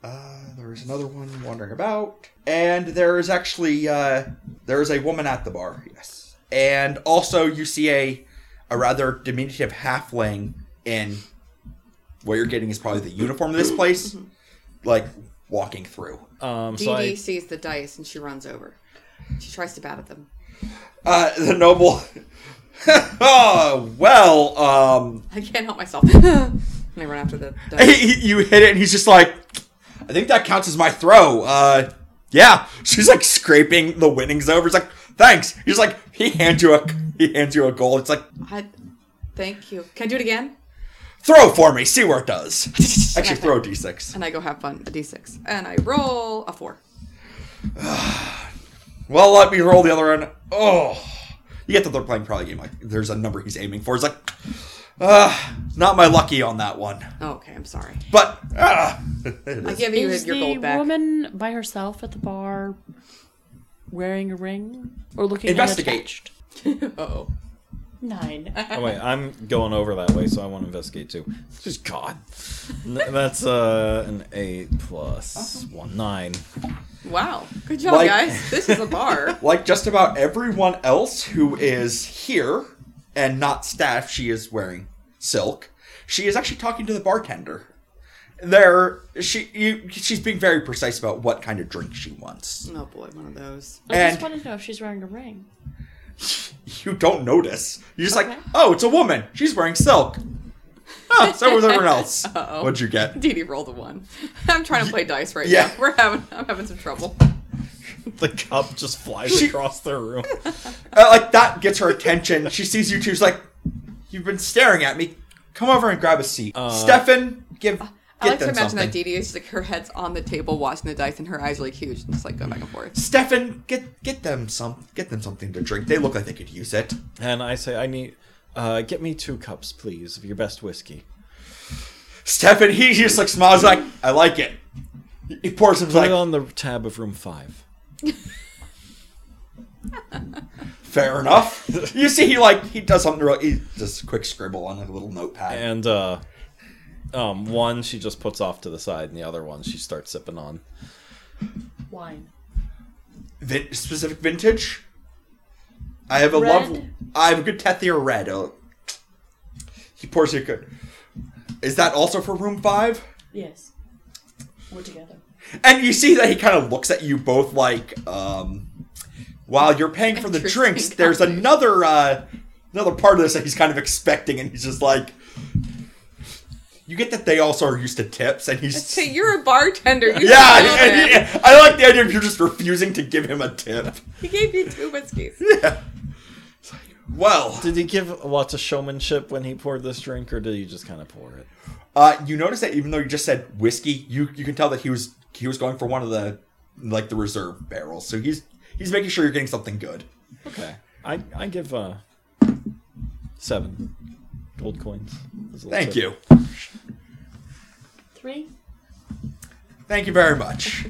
S2: Uh, there is another one wandering about, and there is actually uh, there is a woman at the bar. Yes, and also you see a a rather diminutive halfling in what you're getting is probably the uniform of this place, like walking through.
S1: Um,
S4: Dee
S1: so
S4: Dee
S1: I,
S4: sees the dice and she runs over. She tries to bat at them. [laughs]
S2: Uh, the noble. [laughs] oh well, um,
S4: I can't help myself. [laughs] and I run after the
S2: [laughs]
S4: dice.
S2: you hit it, and he's just like, I think that counts as my throw. Uh, yeah, she's like scraping the winnings over. It's like, thanks. He's like, he hands you a he hands you a goal. It's like,
S4: I, thank you. Can I do it again?
S2: throw for me, see where it does. Actually, throw a d6.
S4: And I go have fun. A d6. And I roll a four.
S2: Well, let me roll the other end. Oh, you get that they're playing probably a game like there's a number he's aiming for. It's like, uh, not my lucky on that one.
S4: Oh, okay, I'm sorry.
S2: But ah, [laughs]
S4: I give [laughs] you
S3: Is
S4: your
S3: the
S4: gold back. [laughs]
S3: woman by herself at the bar wearing a ring or looking
S2: Investigate.
S3: unattached?
S4: oh.
S3: Nine.
S1: oh wait, I'm going over that way, so I want to investigate too. Just God, N- that's uh, an eight plus
S3: Uh-huh.
S1: one nine.
S4: Wow. Good job,
S2: Like-
S4: guys. This is a
S1: [laughs]
S4: bar.
S2: like just about everyone else who is here and not staff, she is wearing silk. She is actually talking to the bartender. There, she you, she's being very precise about what kind of drink she wants.
S4: oh boy, one of those. [laughs]
S3: I
S2: And-
S3: just wanted to know if she's wearing a ring.
S2: You don't notice. You're just like,
S3: Okay.
S2: oh, it's a woman. She's wearing silk. Oh, so was everyone else.
S4: [laughs] Uh-oh.
S2: What'd you get?
S4: Dee Dee rolled a one. [laughs] I'm trying to play dice right
S2: Yeah.
S4: now. We're having I'm having some trouble.
S1: The cup just flies across the room.
S2: Uh, like that gets her attention. She sees you two. She's like, "You've been staring at me. Come over and grab a seat." Stefan, give. Get
S4: I Uh, like to
S2: them
S4: imagine
S2: something.
S4: that Dee Dee is like her head's on the table watching the dice and her eyes are like huge and just like going back and
S2: [laughs]
S4: forth.
S2: Stefan, get get them some get them something to drink. They look like they could use it.
S1: And I say, I need, uh, get me two cups, please, of your best whiskey.
S2: Stefan, he just like smiles like, "I like it." He pours him
S1: Put
S2: like,
S1: it on the tab of room five.
S2: "Fair enough." [laughs] you see, he like he does something real. He does a quick scribble on a little notepad.
S1: and uh um one she just puts off to the side and the other one she starts sipping on
S3: Wine.
S2: Vin- specific vintage. I have a
S3: Red.
S2: love. I have a good Tethia red. Oh. He pours it good. Is that also for room five?
S3: Yes. We're together.
S2: And you see that he kind of looks at you both like, um, while you're paying for the
S4: Interesting [laughs]
S2: drinks, there's
S4: concept.
S2: another uh, another part of this that he's kind of expecting, and he's just like, you get that they also are used to tips, and he's
S4: So you're a bartender.
S2: [laughs]
S4: You
S2: yeah,
S4: should know
S2: and-
S4: that.
S2: and- I like the idea of you're just refusing to give him a tip.
S4: He gave you two
S2: [laughs]
S4: whiskeys.
S2: Well,
S1: Did he give lots of showmanship when he poured this drink, or did he just kind of pour it?
S2: Uh, you notice that even though you just said whiskey, you you can tell that he was he was going for one of the like the reserve barrels. So he's he's making sure you're getting something good.
S1: Okay, I I give uh seven gold coins. as a little
S2: Thank
S1: tip.
S2: you,
S3: Three.
S2: thank you very much.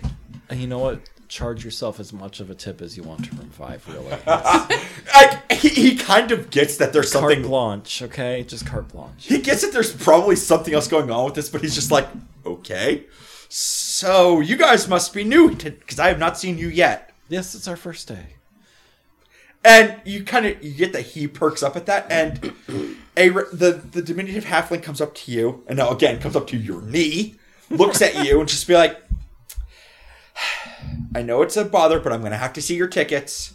S1: And you know what? Charge yourself as much of a tip as you want to from five, [laughs] really.
S2: I, he he kind of gets that there's
S1: carte
S2: something.
S1: blanche, okay? Just carte blanche.
S2: He gets that there's probably something else going on with this, but he's just like, okay. So you guys must be new because I have not seen you yet.
S1: Yes, it's our first day.
S2: And you kind of you get that he perks up at that, and a re- the the diminutive halfling comes up to you, and now again comes up to your knee, looks at you, and just be like, [sighs] "I know it's a bother, but I'm gonna have to see your tickets."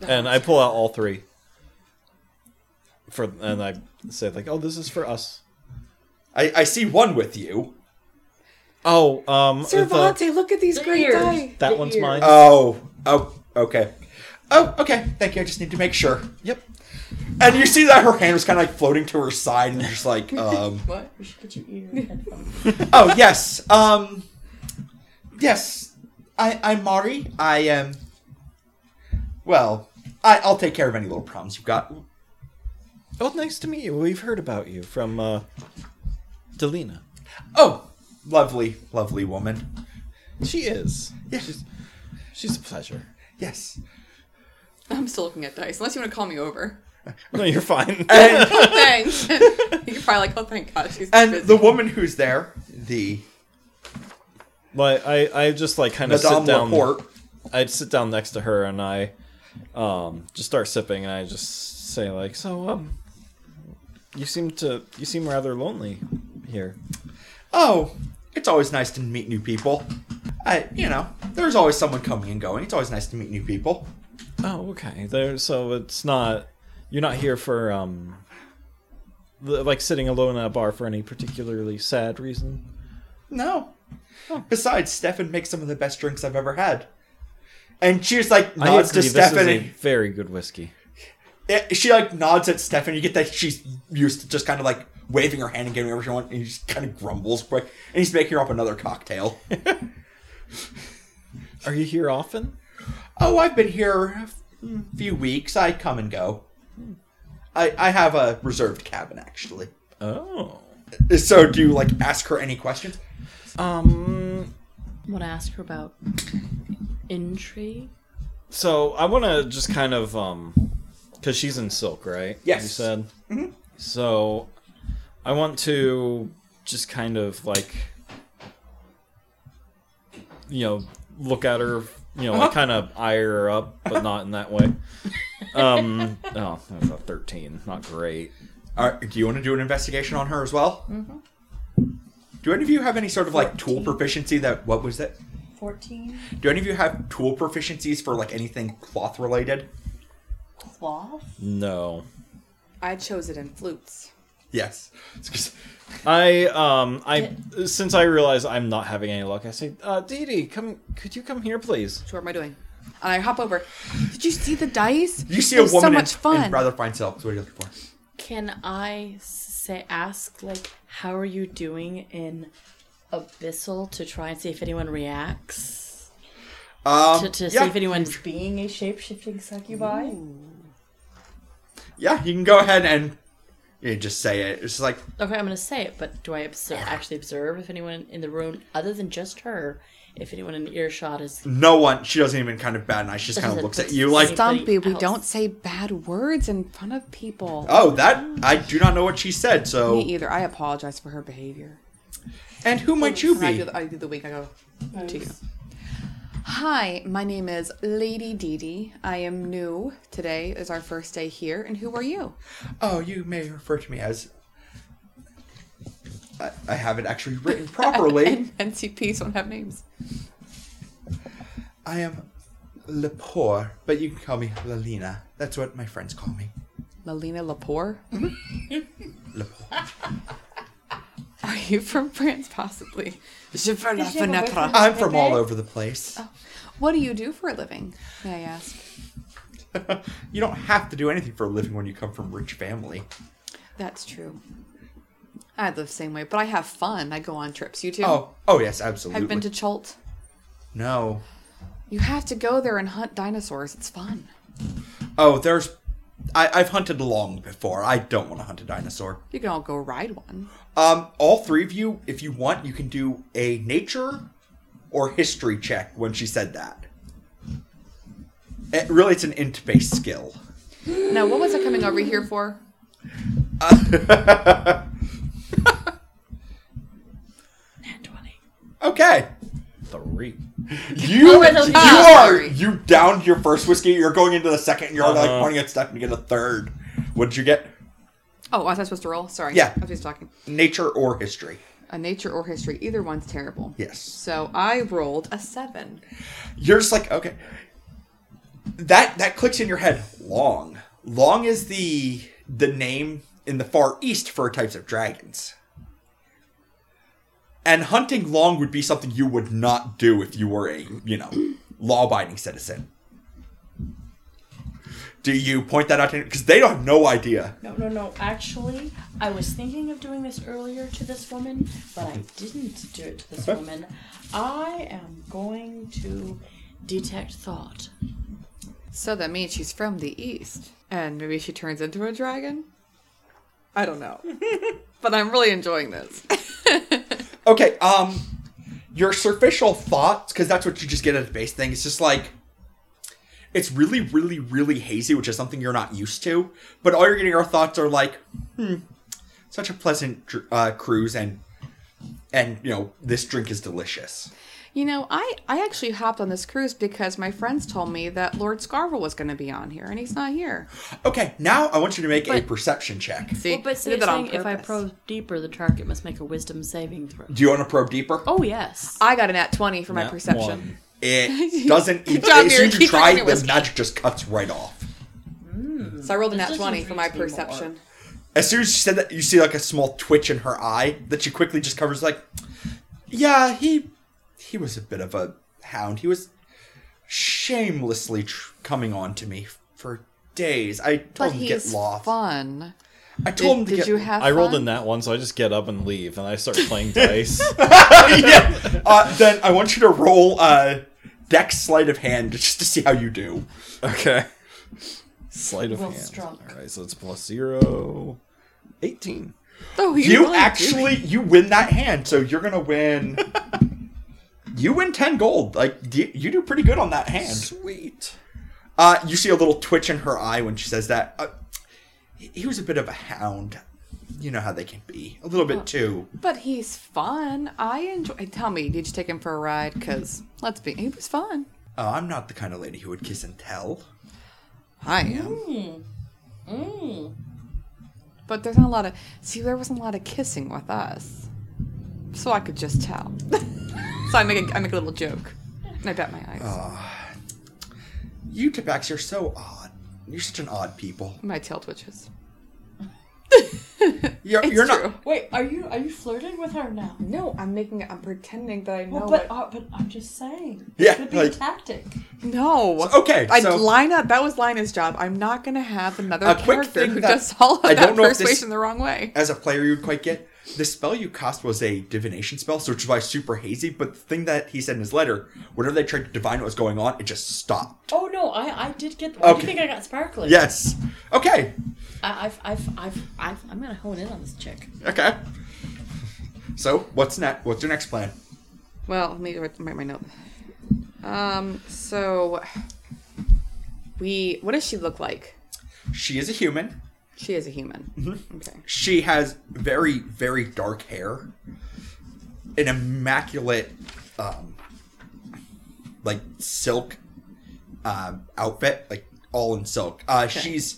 S1: And I pull out all three. For and I say like, "Oh, this is for us."
S2: I, I see one with you.
S1: Oh, um, the-
S4: Cervantes, look at these
S3: The
S4: great
S3: ears.
S4: dice.
S1: that
S3: the
S1: one's
S3: ear.
S1: mine.
S2: Oh, oh, okay, oh, okay. Thank you. I just need to make sure.
S1: yep.
S2: And you see that her hand was kind of like floating to her side, and you're just like, um,
S4: What?
S3: You should get your ear [laughs] headphones.
S2: oh yes, um, yes. I, I'm Mari. I am. Well, I, I'll take care of any little problems you've got.
S1: Oh, nice to meet you. We've heard about you from uh, Delina.
S2: Oh, lovely, lovely woman.
S1: She is.
S2: Yeah.
S1: She's, she's a pleasure. [laughs]
S2: Yes.
S4: I'm still looking at dice. Unless you want to call me
S2: [laughs]
S4: over.
S1: No, you're fine.
S2: And
S4: [laughs] Thanks. You're probably like, oh, thank God, she's
S2: and
S4: busy.
S2: the woman who's there, the
S1: like I, I just like kind of
S2: Madame
S1: sit down.
S2: Laporte.
S1: I sit down next to her and I, um, just start sipping and I just say like, so um, you seem to you seem rather lonely here.
S2: Oh, it's always nice to meet new people. I, you know, there's always someone coming and going. It's always nice to meet new people.
S1: Oh, okay. There, so it's not you're not here for um, li- like sitting alone at a bar for any particularly sad reason.
S2: No. Besides, Stefan makes some of the best drinks I've ever had. And she just like
S1: I
S2: nods
S1: agree.
S2: to
S1: This is
S2: Stefan.
S1: a
S2: and-
S1: very good whiskey.
S2: Yeah, she like nods at Stefan. You get that she's used to just kind of like waving her hand and giving whatever she wants, and he just kind of grumbles quick. And he's making her up
S1: [laughs]
S2: another cocktail.
S1: Are you here often?
S2: oh, I've been here a mm, few weeks. I come and go.
S1: Hmm.
S2: I I have a reserved cabin actually.
S1: Oh.
S2: So do you like ask her any questions?
S1: Um.
S3: I want to ask her about intrigue.
S1: So I want to just kind of um, because she's in silk, right?
S2: Yes.
S1: You said. So, I want to just kind of like, you know, look at her, you know, like kind of eye her up, but not in that way. Um. Oh, that was a thirteen. Not great.
S2: All right, do you want to do an investigation on her as well? Mm-hmm. Do any of you have any sort of like tool proficiency that what was it?
S3: Fourteen
S2: Do any of you have tool proficiencies for like anything cloth related?
S3: cloth.
S1: No.
S4: I chose it in flutes.
S2: Yes. It's 'cause-
S1: I um I since I realize I'm not having any luck, I say, uh, Dee Dee, come, could you come here, please?
S4: So what am I doing? And I hop over. Did you see the dice?
S2: You see
S4: It
S2: a
S4: was
S2: woman
S4: So
S2: in-
S4: much fun.
S2: in rather fine silk. So what are you looking for?
S3: Can I say ask like how are you doing in abyssal to try and see if anyone reacts
S2: Um,
S3: to, to
S2: yeah.
S3: see if anyone's being a shape shifting succubi?
S2: Yeah, you can go ahead and you just say it. It's just like
S3: Okay, I'm gonna say it, but do I observe, actually observe if anyone in the room other than just her, if anyone in earshot is
S2: no one. She doesn't even kind of bat an eye. She just kind of looks at you like,
S4: Stumpy, we
S3: else.
S4: don't say bad words in front of people.
S2: oh, that I do not know what she said.
S4: Me
S2: So,
S4: either. I apologize for her behavior.
S2: and who might
S3: Oh,
S2: you
S4: And I do,
S2: be?
S4: the, I do the wink. I go to you. Hi, my name is Lady Dee Dee. I am new. Today is our first day here. And who are you?
S2: Oh, you may refer to me as. I, I have it actually written
S4: [laughs]
S2: properly.
S4: And NCPs don't have names.
S2: I am Lepore, but you can call me Lalina. That's what my friends call me.
S4: Lalina Lepore? [laughs]
S2: Lepore.
S4: Are you from France, possibly?
S3: she have a boyfriend?
S2: I'm from all over the place.
S4: What do you do for a living? May I ask? Oh.
S2: [laughs] You don't have to do anything for a living when you come from rich family.
S4: That's true. I live the same way, but I have fun. I go on trips. You too?
S2: Oh, oh yes, absolutely.
S4: have you been to Chult?
S2: no.
S4: You have to go there and hunt dinosaurs. It's fun.
S2: Oh, there's. I, I've hunted long before. I don't want to hunt a dinosaur.
S4: You can all go ride one.
S2: Um, all three of you, if you want, you can do a nature or history check when she said that. It, really, it's an int based skill.
S4: Now, what was I coming over here for?
S3: Nat 20.
S2: Okay.
S1: Three.
S2: You,
S3: Oh,
S2: you
S3: ah,
S2: are
S4: sorry.
S2: you downed your first whiskey. You're going into the second. You're like
S1: Uh-huh.
S2: wanting to step and get a third. What did you get?
S4: Oh, was I supposed to roll? Sorry.
S2: Yeah.
S4: I was just talking.
S2: Nature or history?
S4: A nature or history. Either one's terrible.
S2: Yes.
S4: So I rolled a seven.
S2: You're just like okay. That that clicks in your head. Long. Long is the the name in the Far East for types of dragons. And hunting long would be something you would not do if you were a you know [clears throat] law-abiding citizen. Do you point that out to because they don't have no idea
S3: No, no, no. Actually, I was thinking of doing this earlier to this woman, but I didn't do it to this woman. I am going to detect thought.
S4: So that means she's from the east. And maybe she turns into a dragon? I don't know. [laughs] but I'm really enjoying this.
S2: Okay, um, your superficial thoughts, because that's what you just get at the base thing. It's just like it's really, really, really hazy, which is something you're not used to. But all you're getting are thoughts are like, hmm, such a pleasant dr- uh, cruise, and and you know this drink is delicious.
S4: You know, I, I actually hopped on this cruise because my friends told me that Lord Scarvel was going to be on here, and he's not here.
S2: Okay, now I want you to make a
S3: But-
S2: perception check.
S4: See,
S3: well, but
S4: I
S3: see,
S4: did
S3: it's
S4: that on
S3: saying if I
S4: purpose.
S3: probe deeper, the target must make a wisdom saving throw.
S2: Do you want to probe deeper?
S3: Oh, yes.
S4: I got an at 20 for my
S1: Nat
S4: perception.
S1: one.
S4: [laughs]
S2: It doesn't.
S4: Good
S2: Even,
S4: job,
S2: as
S4: you're
S2: soon as you
S4: keeping
S2: try,
S4: your
S2: the
S4: whiskey.
S2: magic just cuts right off.
S4: So I rolled an
S3: This
S4: at
S3: doesn't
S4: 20 for my
S3: intrigue me more.
S4: perception.
S2: As soon as she said that, you see like a small twitch in her eye that she quickly just covers. Like, yeah, he he was a bit of a hound. He was shamelessly tr- coming on to me for days. I told
S4: But
S2: him to get
S4: he's
S2: lost.
S4: fun.
S2: I told him
S4: Did,
S2: to
S4: did
S2: get.
S4: you have
S1: I rolled
S4: fun?
S1: in that one, so I just get up and leave, and I start playing dice.
S2: yeah. Uh, then I want you to roll uh, dex sleight of hand just to see how you do.
S1: [laughs] Okay. Sleight of
S3: Well
S1: hand.
S3: struck.
S1: All right, so it's plus zero. 18.
S4: Oh,
S2: You,
S4: really did.
S2: actually you win that hand, so you're gonna win. you win ten gold. Like you, you do pretty good on that hand.
S1: Sweet.
S2: Uh, you see a little twitch in her eye when she says that. Uh, he he was a bit of a hound. You know how they can be. A little bit too.
S4: But he's fun. I enjoy. Tell me, did you take him for a ride? Because let's be, he was fun.
S2: Uh, I'm not the kind of lady who would kiss and tell.
S4: I am.
S2: Mm.
S4: But there's not a lot of. See, there wasn't a lot of kissing with us, so I could just tell. [laughs] so I make a, I make a little joke, and I bat my eyes.
S2: You Tabax, you're so odd. You're such an odd people.
S4: My tail twitches.
S2: You're,
S4: [laughs] It's
S2: you're not.
S4: true.
S3: Wait, are you are you flirting with her now?
S4: No, I'm making. I'm pretending that I know.
S3: Well, but, uh, but I'm just saying.
S2: Yeah,
S3: Could be a
S2: like-
S3: tactic.
S4: no.
S2: So- okay,
S4: I
S2: so-
S4: line up. That was Lina's job. I'm not gonna have another
S2: A quick
S4: character
S2: thing
S4: who
S2: that-
S4: does all of
S2: I
S4: that
S2: don't know if this-
S4: persuasion the wrong way.
S2: as a player you would quite get. The spell you cast was a divination spell, so which is why it's super hazy. But the thing that he said in his letter, whenever they tried to divine what was going on, it just stopped.
S3: Oh, no, I, I did get. Why do
S2: Okay.
S3: you think I got sparkling?
S2: Yes. Okay.
S3: I, I've, I've, I've, I've, I'm going to hone in on this chick.
S2: Okay. So what's next? What's your next plan?
S4: Well, let me write write my note. Um, so we what does she look like?
S2: She is a human.
S4: She is a human.
S2: Mm-hmm.
S4: Okay.
S2: She has very, very dark hair, an immaculate, um, like silk um, outfit, like all in silk. Uh, She's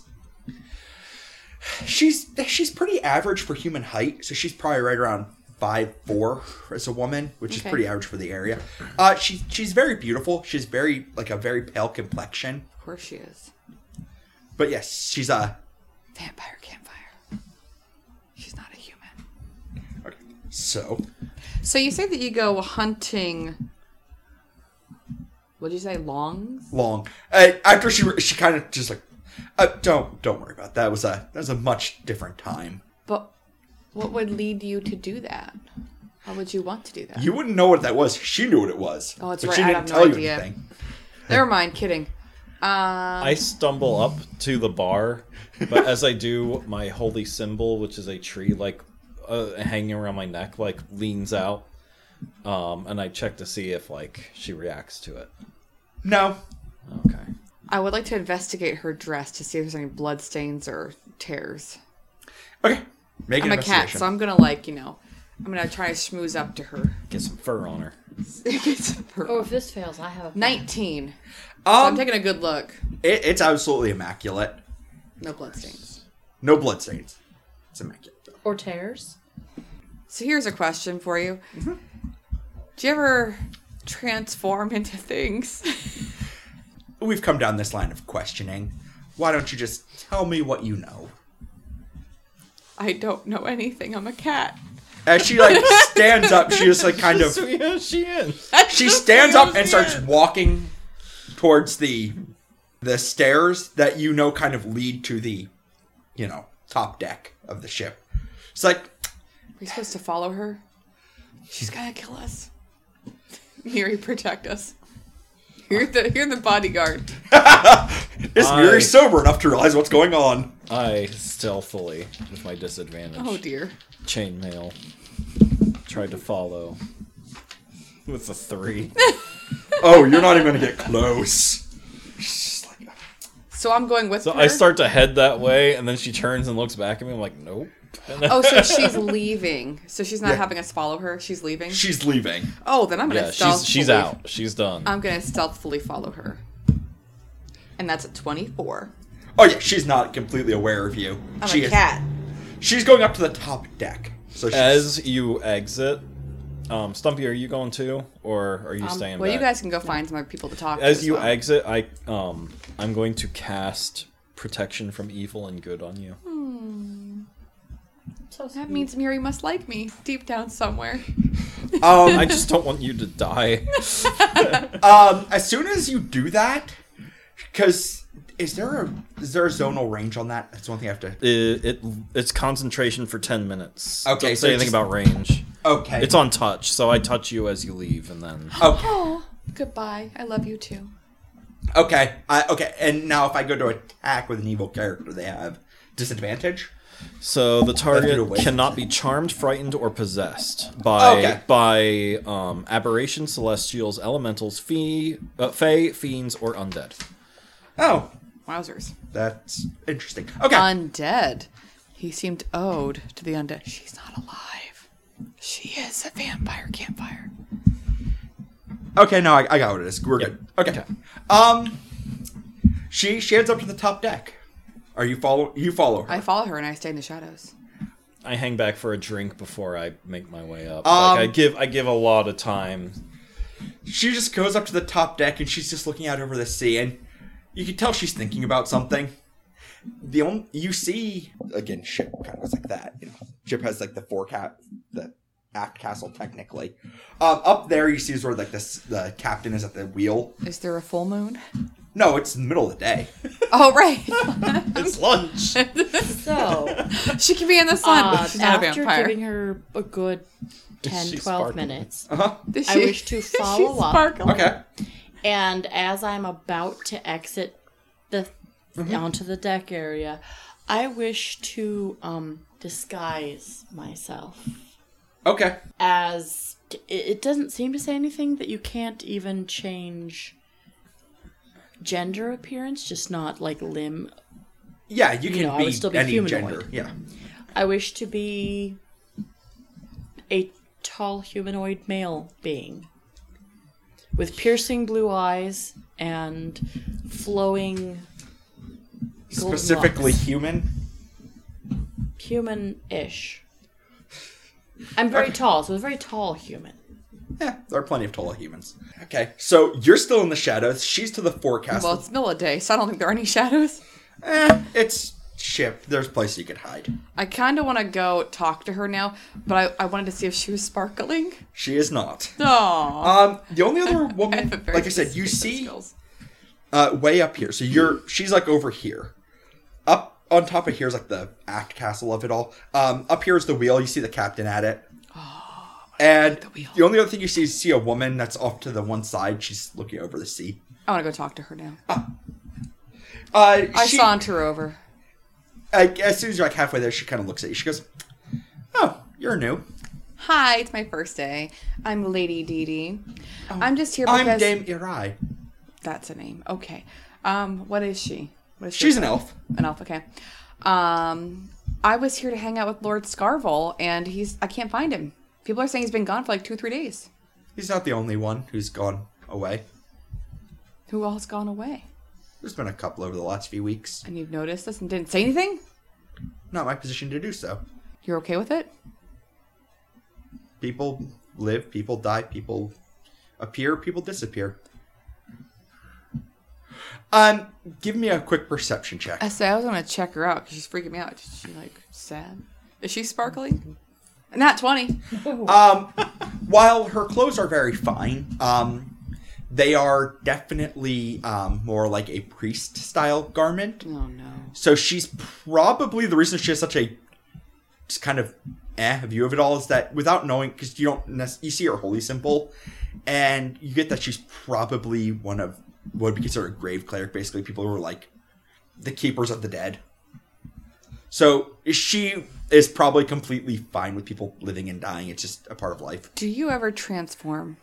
S2: she's she's pretty average for human height, so she's probably right around five four as a woman, which
S4: Okay.
S2: is pretty average for the area. Uh, she she's very beautiful. She's very like a very pale complexion.
S4: Of course she is.
S2: But yes, she's uh, a
S4: Vampire campfire. She's not a human.
S2: so
S4: So you say that you go hunting. What did you say? Longs?
S2: long. Uh, after she she kind of just like uh, don't don't worry about that. It was a that was a much different time.
S4: But what would lead you to do that? How would you want to do that?
S2: You wouldn't know what that was. She knew what it was.
S4: Oh, that's
S2: but
S4: right.
S2: She
S4: I
S2: didn't
S4: have no
S2: tell you
S4: idea.
S2: anything.
S4: Never mind. Kidding. Uh,
S1: I stumble up to the bar, but as I do, my holy symbol, which is a tree like uh, hanging around my neck, like leans out, um, and I check to see if like she reacts to it.
S2: No,
S1: Okay.
S4: I would like to investigate her dress to see if there's any blood stains or tears.
S2: okay. Make
S4: I'm
S2: an
S4: a cat,
S2: investigation.
S4: so I'm gonna like you know, I'm gonna try to schmooze up to her. [laughs]
S1: Get some fur on her.
S4: It's a purr.
S3: Oh, if this fails, I have a
S4: Nineteen. So I'm
S2: Um,
S4: taking a good look.
S2: it, it's absolutely immaculate.
S4: No bloodstains.
S2: No blood stains. It's immaculate. though.
S3: or tears.
S4: So here's a question for you.
S2: Mm-hmm.
S4: Do you ever transform into things? [laughs]
S2: We've come down this line of questioning. Why don't you just tell me what you know?
S4: I don't know anything. I'm a cat. [laughs]
S2: As she like stands up, she just like kind of
S1: So [laughs] yeah, she is.
S2: she stands up and starts walking towards the the stairs that you know kind of lead to the you know top deck of the ship. It's like
S4: Are we supposed to follow her? She's gonna kill us. Miri, protect us. You're the you're the bodyguard.
S2: is Miri
S1: I-
S2: sober enough to realize what's going on?
S1: I stealthily, with my disadvantage,
S4: Oh dear.
S1: chainmail, tried to follow with a
S4: [laughs]
S1: three.
S2: Oh, you're not even gonna get close. She's just like,
S4: So I'm going with
S1: So
S4: her.
S1: I start to head that way, and then she turns and looks back at me. I'm like, nope. And then-
S4: Oh,
S1: [laughs]
S4: so she's leaving. So she's not
S2: Yeah.
S4: having us follow her. She's leaving.
S2: She's leaving.
S4: Oh, then I'm gonna
S1: yeah, she's
S4: stealthfully.
S1: she's out. She's done.
S4: I'm gonna stealthily follow her. And that's at 24.
S2: Oh yeah, she's not completely aware of you.
S4: I'm
S2: she
S4: a
S2: is-
S4: cat.
S2: She's going up to the top deck. So she's,
S1: As you exit, um, Stumpy, are you going too, or are you staying?
S4: Um, Well, you
S1: back?
S4: guys can go find some other people to talk to.
S1: As you
S4: well.
S1: exit, I um, I'm going to cast protection from evil and good on you.
S3: So
S4: That means Miri must like me deep
S1: [laughs]
S4: down somewhere.
S2: um,
S1: I just don't want you to
S4: [laughs]
S1: die.
S2: um, as soon as you do that, because is there a is there a zonal range on that? That's one thing I have to.
S1: it, it it's concentration for ten minutes.
S2: Okay,
S1: Don't
S2: so
S1: say anything
S2: just-
S1: about range.
S2: Okay,
S1: It's on touch, so I touch you as you leave, and then
S2: Okay,
S4: Oh, goodbye. I love you too.
S2: okay, I, okay. And now if I go to attack with an evil character, they have disadvantage.
S1: So the
S2: Left it
S1: target
S2: away.
S1: cannot be charmed, frightened, or possessed by
S2: Oh, Okay.
S1: by um, aberration, celestials, elementals, fee, uh, fey, fiends, or undead.
S2: Oh,
S4: Wowzers.
S2: that's interesting. Okay,
S4: Uh, Undead. He seemed owed to the undead. She's not alive. She is a vampire campfire.
S2: okay. No, I, I got what it is. We're
S1: Yep.
S2: good. Okay.
S1: Okay.
S2: Um, she she heads up to the top deck. Are you follow? You follow her.
S4: I follow her and I stay in the shadows.
S1: I hang back for a drink before I make my way up.
S2: Um,
S1: like I give I give a lot of time.
S2: she just goes up to the top deck and she's just looking out over the sea and you can tell she's thinking about something the only you see again ship kind of was like that you know ship has like the forecast the aft castle technically um, up there you see is where like this the captain is at the wheel
S4: Is there a full moon? [laughs]
S2: no it's the middle of the day
S4: Oh, right. [laughs]
S1: It's lunch.
S3: So,
S4: she can be in the sun.
S3: uh,
S4: She's not a
S3: after
S4: vampire.
S3: giving her a good 10,
S1: She
S3: 12
S1: sparkled.
S3: minutes,
S2: uh-huh
S3: I wish
S4: [laughs]
S3: to follow up.
S2: okay
S3: and as I'm about to exit the onto the deck area, I wish to um, disguise myself
S2: okay
S3: as it- it doesn't seem to say anything that you can't even change gender appearance, just not like limb.
S2: yeah you can
S3: know, I
S2: be,
S3: would still be
S2: any
S3: humanoid.
S2: gender yeah
S3: I wish to be a tall humanoid male being with piercing blue eyes and flowing golden
S2: specifically
S3: locks.
S2: human
S3: human-ish. I'm very tall, so I was a very tall human.
S2: Yeah, there are plenty of taller humans. Okay, so you're still in the shadows. She's to the forecastle.
S4: Well, it's middle of day, so I don't think there are any [laughs] shadows.
S2: Eh, [laughs] it's ship. There's places you could hide.
S4: I kind of want to go talk to her now, but I, I wanted to see if she was sparkling.
S2: She is not.
S4: Aww.
S2: Um, the only other
S4: [laughs] I have a
S2: woman,
S4: very
S2: like I said, you
S4: distinctive
S2: see
S4: skills.
S2: uh, way up here. So you're she's like over here. Up on top of here is like the aft castle of it all. Um, up here is the wheel. You see the captain at
S4: [gasps]
S2: it. and the,
S4: wheel.
S2: only other thing you see is see a woman that's off to the one side. She's looking over the sea.
S4: I want to go talk to her now.
S2: Uh,
S4: I
S2: she-
S4: saunter over.
S2: I- as soon as you're like halfway there, she kind of looks at you. She goes, "Oh, you're new.
S4: Hi, it's my first day. I'm Lady Dee Dee. Oh, I'm just here because
S2: I'm Dame Irai.
S4: that's a name. Okay. Um, what is she? What is she
S2: She's an
S4: called?
S2: elf.
S4: An elf. Okay. Um, I was here to hang out with Lord Scarvel, and he's I can't find him. People are saying he's been gone for like two, three days.
S2: He's not the only one who's gone away.
S4: Who all has gone away?
S2: There's been a couple over the last few weeks.
S4: And you've noticed this and didn't say anything?
S2: Not my position to do so.
S4: You're okay with it?
S2: People live, people die, people appear, people disappear. Um, give me a quick perception check.
S4: I say I was gonna check her out because she's freaking me out. Is she like sad? Is she sparkling? Not twenty.
S2: Um, while her clothes are very fine, um, they are definitely um, more like a priest style garment.
S4: Oh no.
S2: So she's probably the reason she has such a just kind of eh view of it all is that without knowing, because you don't nec- you see her holy symbol, and you get that she's probably one of what would be considered a grave cleric, basically people who are like the keepers of the dead. So she is probably completely fine with people living and dying. It's just a part of life.
S4: Do you ever transform?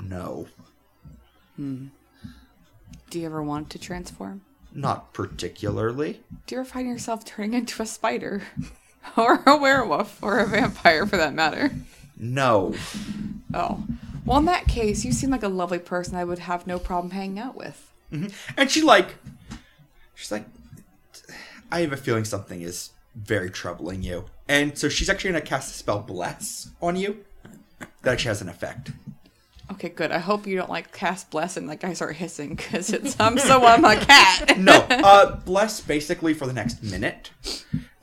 S2: No,
S4: Do you ever want to transform?
S2: not particularly.
S4: Do you ever find yourself turning into a spider? [laughs] or a werewolf? Or a vampire for that matter?
S2: No.
S4: Oh. Well, in that case, you seem like a lovely person I would have no problem hanging out with.
S2: And she like, she's like, I have a feeling something is very troubling you. And so she's actually gonna cast a spell bless on you. That actually has an effect.
S4: Okay, good. I hope you don't like cast bless and like I start hissing because it's I'm so I'm a cat. [laughs]
S2: No, uh, bless basically for the next minute.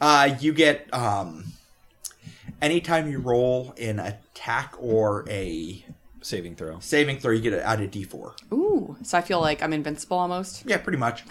S2: Uh, you get um, anytime you roll an attack or a
S1: Saving throw.
S2: saving throw, you get to add a d4.
S4: Ooh, so I feel like I'm invincible almost.
S2: Yeah, pretty much.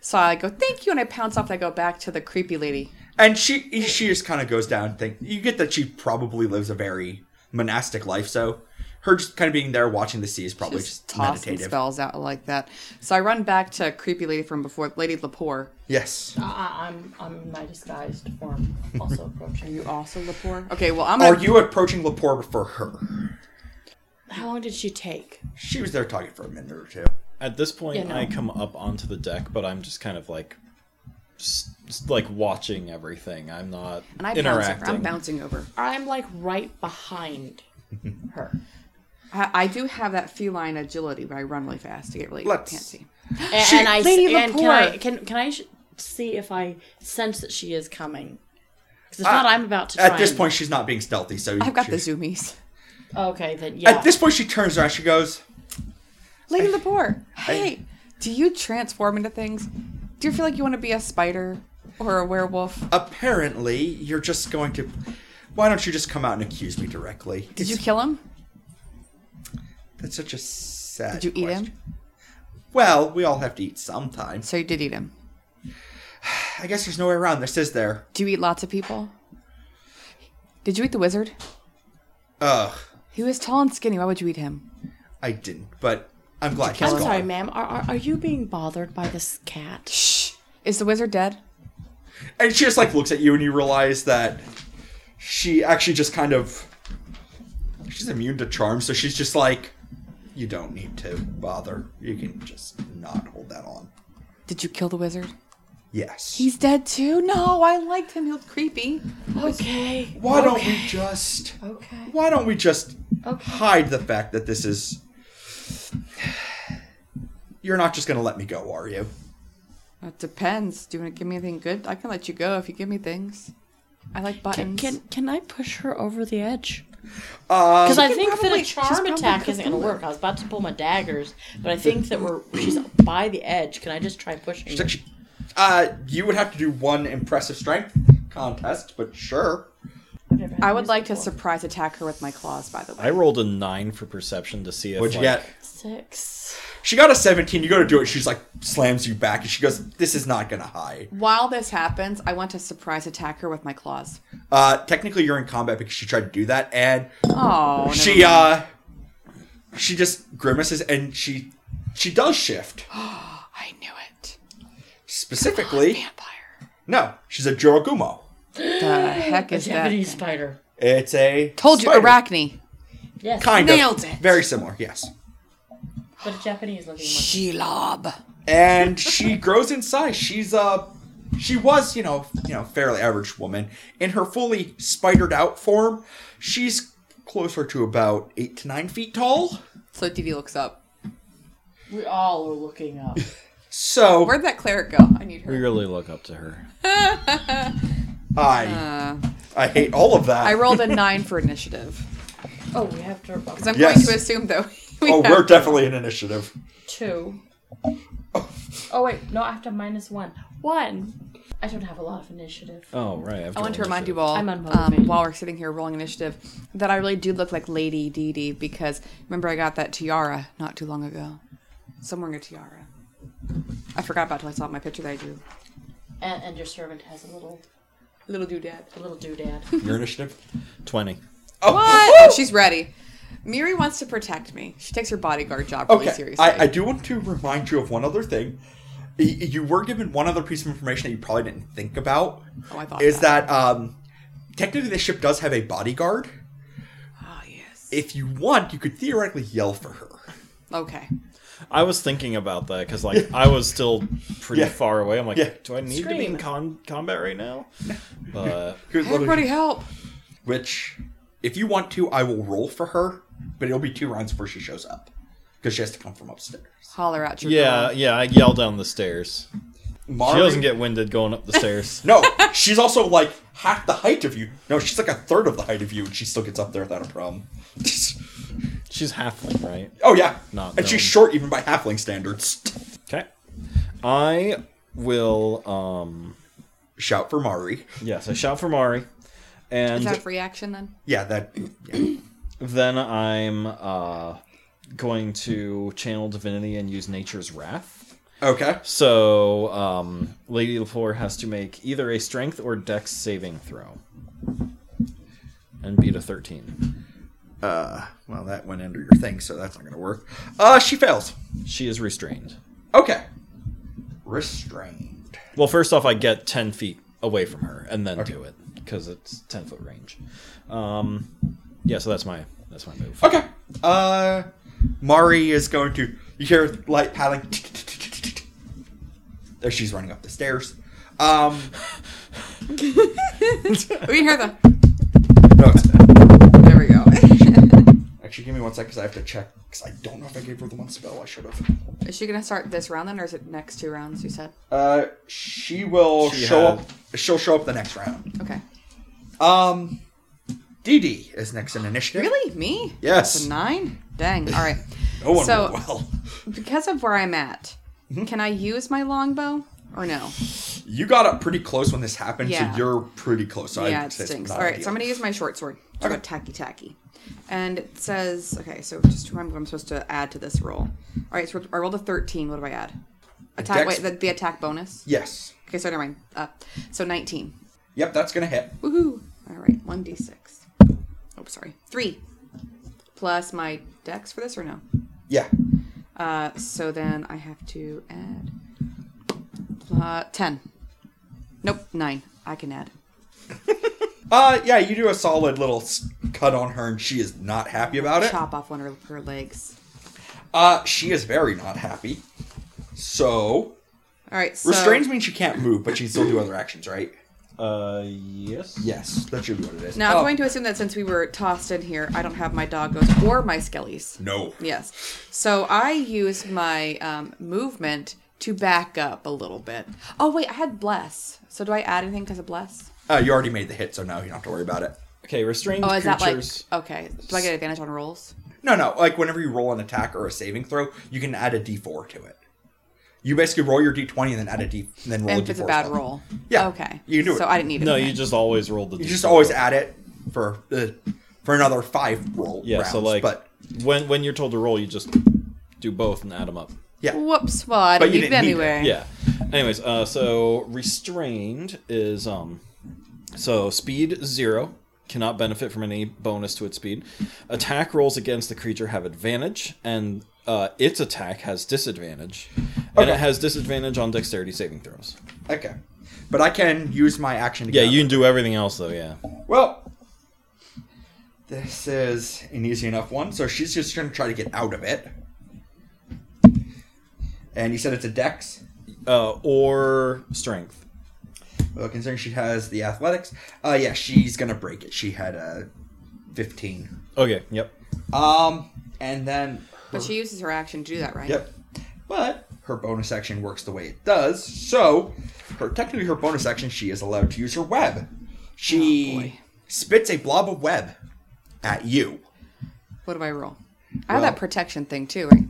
S4: So I go thank you and I pounce off and I go back to the creepy lady.
S2: And she she just kind of goes down. Think you get that she probably lives a very monastic life. So her just kind of being there watching the sea is probably just,
S4: Just tossing
S2: meditative.
S4: spells out like that. So I run back to creepy lady from before, Lady Lepore.
S2: Yes.
S3: I, I'm I'm in my disguised form, also approaching.
S4: You also Lepore? Okay, well I'm
S2: Are
S4: gonna
S2: you approaching Laporte for her?
S3: How long did she take?
S2: She was there talking for a minute or two.
S1: At this point,
S3: Yeah, no.
S1: I come up onto the deck, but I'm just kind of like, s- s- like watching everything. I'm not
S4: and I bounce over.
S1: interacting.
S4: I'm bouncing over.
S3: I'm like right behind her, [laughs]
S4: I, I do have that feline agility, but I run really fast to get really
S2: Let's-
S4: fancy.
S3: and,
S2: She-
S3: and I
S4: Lady
S3: and can I
S4: Lepore.
S3: can can I sh- see if I sense that she is coming? Because if not, I'm about to. Try
S2: At this
S3: and-
S2: point, she's not being stealthy. So
S4: I've got
S2: she-
S4: the zoomies. [laughs]
S3: okay, then yeah.
S2: At this point, she turns around. She goes,
S4: Lady Lepore, hey, do you transform into things? Do you feel like you want to be a spider or a werewolf?
S2: "Apparently, you're just going to. Why don't you just come out and accuse me directly?
S4: Did you kill him?
S2: That's such a sad.
S4: Did you eat
S2: question.
S4: him?
S2: Well, we all have to eat sometimes.
S4: So you did eat him.
S2: I guess there's no way around this, is there?
S4: Do you eat lots of people? Did you eat the wizard?
S2: Ugh."
S4: He was tall and skinny. Why would you eat him?
S2: I didn't, but I'm glad he's
S3: I'm
S2: gone.
S3: sorry, ma'am. Are, are are you being bothered by this cat?
S4: Shh. Is the wizard dead?
S2: And she just like looks at you, and you realize that she actually just kind of she's immune to charm, so she's just like, you don't need to bother. You can just not hold that on.
S4: Did you kill the wizard?
S2: Yes.
S4: He's dead too? No, I liked him. He looked creepy.
S3: Okay.
S2: why don't we just?
S3: Okay.
S2: Why don't we just
S3: Okay.
S2: hide the fact that this is? You're not just gonna let me go, are you?
S4: It depends. Do you want to give me anything good? I can let you go if you give me things. I like buttons.
S3: Can can I push her over the edge?
S2: Uh,
S3: Because I
S4: can
S3: think that
S4: probably-
S3: a
S4: she's
S3: charm
S4: probably
S3: attack isn't going to work. I was about to pull my daggers, but I think that we're [clears throat] she's by the edge. Can I just try pushing? her?
S2: actually- uh, you would have to do one impressive strength contest, but sure.
S3: I've never had
S4: I
S3: to
S4: would
S3: use
S4: like
S3: that
S4: to
S3: before.
S4: surprise attack her with my claws, by the way.
S1: I rolled a nine for perception to see if
S2: What'd you
S1: like,
S2: get?
S3: six.
S2: She got a 17. You go to do it. She's like, slams you back, and she goes, This is not going to hide.
S4: While this happens, I want to surprise attack her with my claws.
S2: Uh, technically, you're in combat because she tried to do that, and
S4: Oh,
S2: she, uh, she just grimaces and she, she does shift. uh,
S4: I knew it. Oh,
S2: Specifically,
S4: Vampire.
S2: no, she's a Jorogumo.
S4: The heck
S3: A
S4: is that?
S3: Japanese
S4: thing?
S3: spider.
S2: It's a.
S4: Told you,
S2: spider.
S4: Arachne.
S3: Yes,
S2: Kind of.
S4: Nailed it.
S2: Very similar, yes.
S3: but a Japanese looking one.
S4: Shelob.
S2: and she grows in size. She's uh she was, you know, you know, fairly average woman. In her fully spidered out form, she's closer to about eight to nine feet tall.
S4: So TV looks up.
S3: We all are looking [laughs] up.
S2: So
S4: Where'd that cleric go? I need
S1: We
S4: her.
S1: really look up to her.
S2: I
S4: Uh,
S2: I hate all of that.
S4: I rolled a nine for initiative.
S3: Oh, we have to.
S4: Because I'm
S2: Yes.
S4: going to assume, though. we
S2: oh,
S4: have
S2: we're
S4: to-
S2: definitely an initiative.
S3: two. Oh wait, no, I have to minus one. One. I don't have a lot of initiative.
S1: Oh right. I've
S4: I want to
S1: got
S4: remind you
S1: initiative.
S4: all,
S3: I'm
S4: um,
S3: unmotivated.
S4: while we're sitting here rolling initiative, that I really do look like Lady Dee Dee because remember I got that tiara not too long ago. So I'm wearing a tiara. I forgot about it till I saw my picture that I drew.
S3: And, and your servant has a little,
S4: Little doodad.
S3: a little doodad.
S2: Your initiative?
S1: Twenty.
S2: Oh,
S4: What? She's ready. Miri wants to protect me. She takes her bodyguard job really
S2: okay.
S4: seriously.
S2: I, I do want to remind you of one other thing. Y- You were given one other piece of information that you probably didn't think about.
S4: Oh, I thought
S2: is that um, technically the ship does have a bodyguard.
S4: Oh, yes.
S2: if you want, you could theoretically yell for her.
S4: Okay.
S1: I was thinking about that because like I was still pretty
S2: Yeah.
S1: far away. I'm like,
S2: Yeah.
S1: do I need to be in con- combat right now? But
S2: Here's what-
S4: Everybody help.
S2: Which, if you want to, I will roll for her, but it'll be two rounds before she shows up because she has to come from upstairs.
S4: Holler out your
S1: yeah,
S4: girl.
S1: yeah, I yell down the stairs. She
S2: Mari-
S1: doesn't get winded going
S4: [laughs]
S1: up the stairs.
S2: No, she's also like half the height of you. No, she's like a third of the height of you, and she still gets up there without a problem. [laughs]
S1: She's halfling, right?
S2: oh yeah,
S1: Not
S2: and she's
S1: known.
S2: short even by halfling standards.
S1: Okay. I will. um
S2: Shout for Mari.
S1: Yes, I shout for Mari, and
S2: [laughs]
S4: Is that free action then?
S2: Yeah, that. Yeah.
S1: then I'm uh going to channel divinity and use nature's wrath.
S2: Okay.
S1: So, um, Lady LaFleur has to make either a strength or dex saving throw. And beat a 13.
S2: Uh, well, that went under your thing, so that's not gonna work. Uh, she fails.
S1: She is restrained.
S2: Okay. Restrained.
S1: Well, first off, I get 10 feet away from her and then do it because it's 10 foot range. Um, yeah, so that's my that's my move.
S2: Okay. Uh, Mari is going to. You hear light paddling. There she's running up the stairs. Um,
S4: We Oh, hear the.
S2: no, it's [laughs]
S4: There we go.
S2: actually give me one sec because I have to check because I don't know if I gave her the one spell I should have.
S4: is she going to start this round then, or is it next two rounds you said?
S2: Uh, she will
S1: She
S2: show
S1: had-
S2: up. She'll show up the next round.
S4: Okay.
S2: Um, Dee Dee is next in initiative.
S4: Really? Me?
S2: Yes.
S4: That's a nine? Dang. All right.
S2: No one
S4: So-
S2: rolled well.
S4: because of where I'm at,
S2: Mm-hmm.
S4: can I use my longbow or no?
S2: You got up pretty close when this happened,
S4: Yeah.
S2: so you're pretty close. So
S4: yeah,
S2: I'd
S4: it
S2: say it's
S4: stinks.
S2: not
S4: All right,
S2: ideal.
S4: so I'm going to use my short sword. So
S2: Okay.
S4: okay. tacky tacky. And it says, okay, so just remember what I'm supposed to add to this roll. All right, so I rolled a 13. What do I add? Attack,
S2: dex-
S4: wait, the, the attack bonus?
S2: Yes.
S4: Okay, so never mind. Uh, so 19.
S2: Yep, that's gonna hit.
S4: Woohoo! All right, 1d6. Oh, sorry. 3. Plus my dex for this or no?
S2: Yeah.
S4: Uh, so then I have to add uh, 10. Nope, 9. I can add.
S2: Uh, yeah, you do a solid little s- cut on her, and she is not happy about it.
S4: Chop off one of her legs.
S2: Uh, she is very not happy. So,
S4: All right, so.
S2: restraints means she can't move, but she can still do other actions, right?
S1: Uh, yes.
S2: Yes, that should be what it is.
S4: Now I'm
S2: Oh,
S4: going to assume that since we were tossed in here, I don't have my doggos or my skellies.
S2: No.
S4: Yes. So I use my um, movement to back up a little bit. Oh wait, I had bless. So do I add anything because of bless?
S2: Uh, you already made the hit, so no, you don't have to worry about it.
S1: Okay, restrained
S4: Oh, is that like
S1: creatures.
S4: okay? Do I get advantage on rolls?
S2: No, no. Like whenever you roll an attack or a saving throw, you can add a d4 to it. You basically roll your d20 and then add a d, and then roll
S4: And
S2: a
S4: if it's a
S2: d4
S4: bad
S2: as well.
S4: roll,
S2: Yeah,
S4: okay,
S2: you can do it.
S4: So I didn't need it.
S1: no, you just always roll the.
S2: You just always add it for uh, for another five roll
S1: Yeah,
S2: rounds.
S1: so like
S2: but
S1: when when you're told to roll, you just do both and add them up.
S2: yeah,
S4: Whoops! Well, I
S2: But
S4: didn't
S2: you
S4: need it
S2: didn't need it.
S4: anyway.
S1: Yeah. Anyways, uh, so restrained is um, so speed zero cannot benefit from any bonus to its speed. Attack rolls against the creature have advantage, and uh, its attack has disadvantage, and
S2: Okay.
S1: it has disadvantage on dexterity saving throws.
S2: okay. But I can use my action. To
S1: Yeah,
S2: get
S1: you
S2: out.
S1: can do everything else though. Yeah.
S2: Well, this is an easy enough one. So she's just going to try to get out of it. And you said it's a dex.
S1: Uh, or strength.
S2: Well, considering she has the athletics, uh, yeah, she's gonna break it. She had a fifteen.
S1: Okay. Yep.
S2: Um, and then
S4: But she uses her action to do that, right?
S2: yep, but her bonus action works the way it does. So, her technically her bonus action, she is allowed to use her web.
S4: Oh,
S2: She
S4: boy.
S2: spits a blob of web at you.
S4: What do I roll? I have
S2: Well-
S4: that protection thing too, right?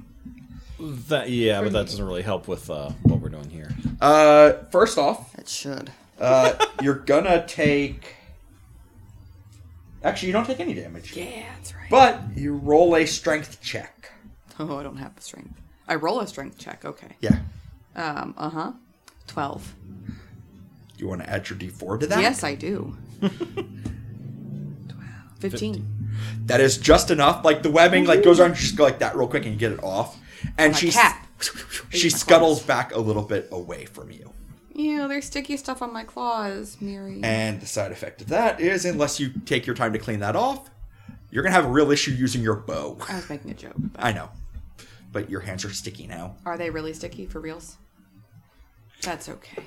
S1: That yeah, but that doesn't really help with uh, what we're doing here.
S2: Uh, first off,
S4: It should.
S2: uh, you're gonna take. Actually, you don't take any damage.
S4: Yeah, that's right.
S2: But you roll a strength check.
S4: [laughs] Oh, I don't have the strength. I roll a strength check. Okay.
S2: Yeah.
S4: Um. Uh huh. Twelve.
S2: You want to add your d4 to that?
S4: Yes,
S2: [laughs]
S4: I do. 12, 15.
S2: That is just enough. Like the webbing, like goes around, you just go like that real quick and you get it off. And
S4: Like
S2: she
S4: cat.
S2: [laughs] she
S4: Eat my
S2: scuttles back a little bit away from you.
S4: Ew, there's sticky stuff on my claws, Miri.
S2: And the side effect of that is, unless you take your time to clean that off, you're gonna have a real issue using your bow.
S4: I was making a joke. But
S2: I know, but your hands are sticky now.
S4: are they really sticky for reals? That's okay.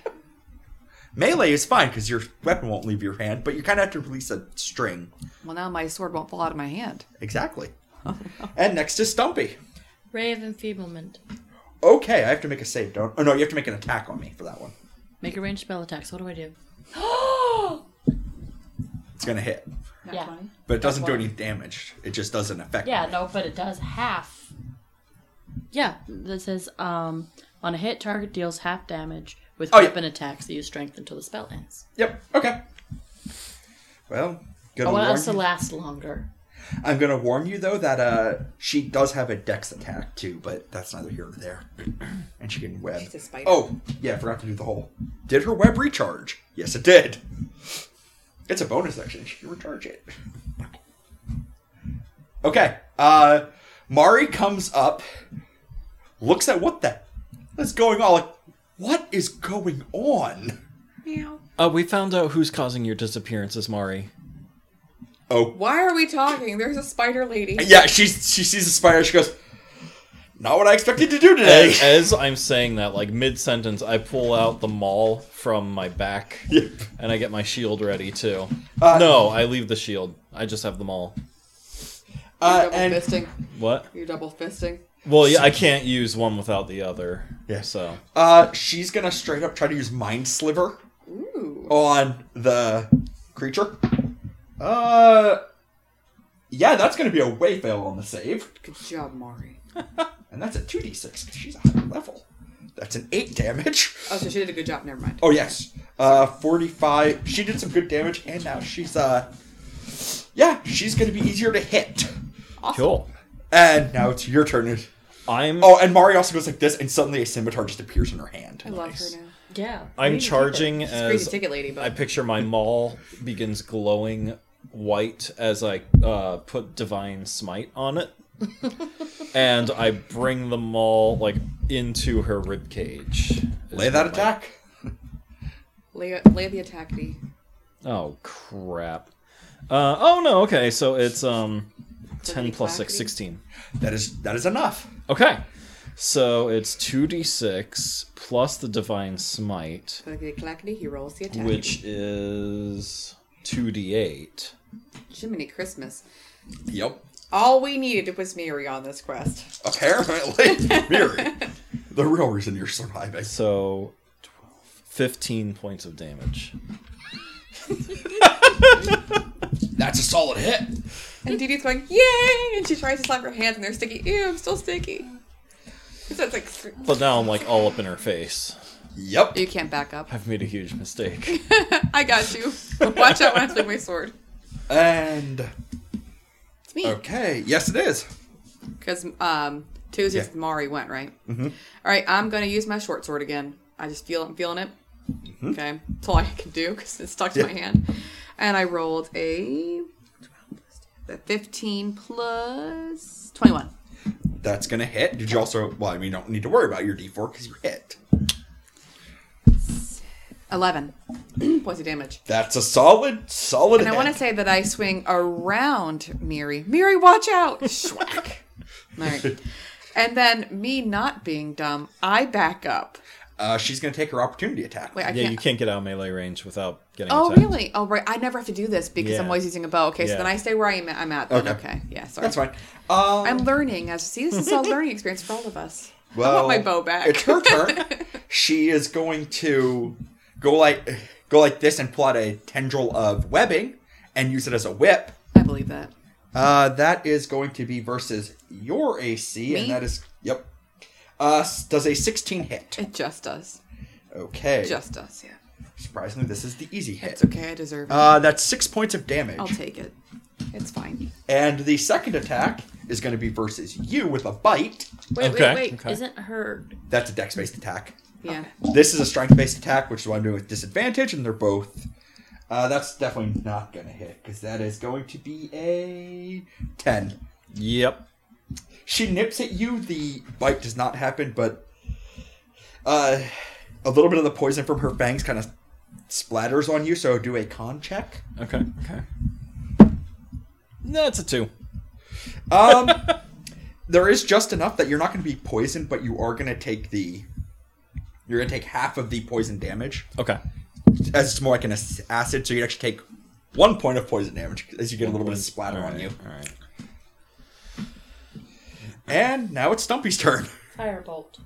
S2: Melee is fine because your weapon won't leave your hand, but you kind of have to release a string.
S4: Well, now my sword won't fall out of my hand.
S3: [laughs]
S2: Exactly. And next is Stumpy.
S3: [laughs] Ray of Enfeeblement.
S2: Okay, I have to make a save. Don't. Oh no, you have to make an attack on me for that one.
S3: Make a ranged spell attacks. What do I do?
S2: It's gonna hit.
S4: Not
S3: Yeah.
S4: 20?
S2: But it doesn't do any damage. It just doesn't affect.
S3: [gasps] Yeah,
S2: me.
S3: no, but it does half. Yeah, this is um on a hit target deals half damage with
S2: Oh, yeah.
S3: weapon attacks that use strength until the spell ends.
S2: Yep. Okay. Well, gonna
S3: I want
S2: warn
S3: us to
S2: you-
S3: last longer.
S2: I'm gonna warn you though that uh she does have a dex attack too, but that's neither here nor there. And she can web.
S4: She's a spider.
S2: Oh, yeah, I forgot to do the whole. Did her web recharge? Yes, it did. It's a bonus action. She can recharge it. Okay. Uh Mari comes up, looks at what the what's going on. Like, what is going on?
S4: Meow.
S1: Uh, we found out who's causing your disappearances, Mari.
S2: Oh
S4: Why are we talking? There's a spider lady.
S2: Yeah, she's she sees a spider. She goes, "Not what I expected to do today."
S1: As, as I'm saying that, like mid sentence, I pull out the maul from my back,
S2: [laughs] Yep.
S1: and I get my shield ready too.
S2: Uh,
S1: no, I leave the shield. I just have the maul.
S2: Uh,
S4: You're double
S2: and
S4: fisting.
S1: What?
S4: You're double fisting.
S1: Well, yeah, I can't use one without the other.
S2: Yeah.
S1: So
S2: uh, she's gonna straight up try to use mind sliver
S4: Ooh.
S2: on the creature. Uh, yeah, that's gonna be a way fail on the save,
S4: Good job, Mari.
S2: and that's a two d six. She's a high level. That's an eight damage.
S4: Oh, so she did a good job. Never mind.
S2: Oh yes, uh, forty five. She did some good damage, and now she's uh, yeah, she's gonna be easier to hit.
S1: cool.
S2: And now it's your turn.
S1: I'm
S2: Oh, and Mari also goes like this, and suddenly a scimitar just appears in her hand.
S4: I love
S1: Nice.
S4: her now.
S3: Yeah.
S1: I'm charging as
S4: Crazy ticket lady, but
S1: I picture my maul begins glowing white as I uh, put divine smite on it, and I bring the maul like into her rib cage.
S2: Lay that attack.
S4: lay, lay the attack D.
S1: Oh crap! Uh, oh no. Okay, so it's um, ten plus six,
S4: Clickety-clackety.
S1: 16.
S2: That is that is enough.
S1: Okay, so it's two d six plus the divine smite,
S4: Clickety clackety, he rolls the attack.
S1: which is two d eight.
S4: Jiminy Christmas.
S2: Yep.
S5: All we needed was Miri on this quest.
S2: [laughs] Apparently, Miri, the real reason you're surviving.
S1: So, 15 points of damage.
S2: That's a solid hit.
S5: And Dee Dee's going, yay! And she tries to slap her hands and they're sticky. Ew, I'm still sticky. So it's like,
S1: But now I'm like all up in her face.
S2: Yep.
S4: You can't back up.
S1: I've made a huge mistake.
S5: I got
S1: [laughs]
S5: you. Watch out when I swing my sword.
S2: And
S5: It's me.
S2: okay, yes, it is.
S4: Because um, Tuesday's
S2: Yeah.
S4: Mari went right. All right, I'm gonna use my short sword again. I just feel I'm feeling it. Okay, that's all I can do because it's stuck to my
S2: Yeah.
S4: hand. And I rolled a a 15 plus 21.
S2: That's gonna hit. Did you also? Well, I mean, you don't need to worry about your D4 because you hit.
S4: [clears throat] 11 points of damage.
S2: That's a solid, solid.
S4: And I
S2: hit.
S4: want to say that I swing around Miri. Miri, watch out! Schwack. All right. And then me not being dumb, I back up.
S2: uh, she's gonna take her opportunity attack.
S4: Wait, I
S1: yeah,
S4: can't.
S1: you can't get out of melee range without getting
S4: Oh
S1: attacked.
S4: really? Oh right. I never have to do this because I'm
S1: Yeah.
S4: always using a bow. Okay, so
S1: Yeah.
S4: then I stay where I am. I'm at. Then.
S2: Okay.
S4: Okay. Yeah. Sorry.
S2: That's fine. Um,
S4: I'm learning. As see, this is a learning experience for all of us.
S2: well,
S4: my bow back.
S2: It's her turn.
S4: [laughs]
S2: she is going to go like go like this and pull out a tendril of webbing and use it as a whip.
S4: I believe that.
S2: Uh, that is going to be versus your AC,
S4: Me?
S2: and that is yep. Uh, s- does a 16 hit?
S4: It just does.
S2: Okay.
S4: Just does. Yeah.
S2: Surprisingly, this is the easy hit.
S4: It's okay. I deserve it.
S2: Uh, that's six points of damage.
S4: I'll take it. It's fine.
S2: And the second attack is going to be versus you with a bite.
S3: Wait,
S1: Okay,
S3: wait, wait.
S1: okay.
S3: Isn't her
S2: That's a dex based attack.
S4: Yeah.
S2: This is a strength based attack, which is what I'm doing with disadvantage, and they're both. Uh, that's definitely not going to hit, because that is going to be a 10.
S1: Yep.
S2: She nips at you. The bite does not happen, but uh, a little bit of the poison from her fangs kind of splatters on you, so do a con check.
S1: Okay. Okay. No, it's a two.
S2: Um, there is just enough that you're not going to be poisoned, but you are going to take the. You're going to take half of the poison damage,
S1: Okay.
S2: as it's more like an ac- acid, so you actually take one point of poison damage as you get a little bit of splatter
S1: All
S2: on
S1: right,
S2: you.
S1: All right.
S2: And now it's Stumpy's turn. [laughs]
S3: firebolt?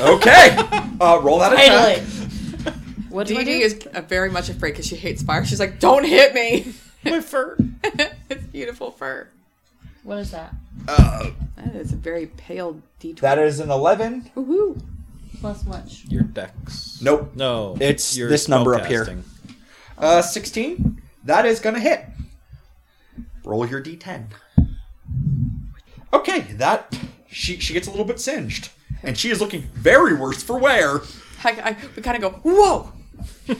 S2: Okay, uh, roll that attack.
S3: [laughs] What do
S4: Dee
S3: I do?
S4: Dee is uh, very much afraid because she hates fire. She's like, "Don't hit me."
S1: My fur.
S4: [laughs] it's beautiful fur.
S3: what is that?
S2: Uh,
S4: That is a very pale D20.
S2: that is an eleven.
S4: Woohoo.
S3: Plus much.
S1: Your dex.
S2: Nope.
S1: No.
S2: It's
S1: your
S2: this number up here.
S1: spellcasting.
S2: Uh, sixteen. That is gonna hit. Roll your d10. Okay, that she she gets a little bit singed, and she is looking very worse for wear.
S4: I, I, we kind of go, "Whoa!"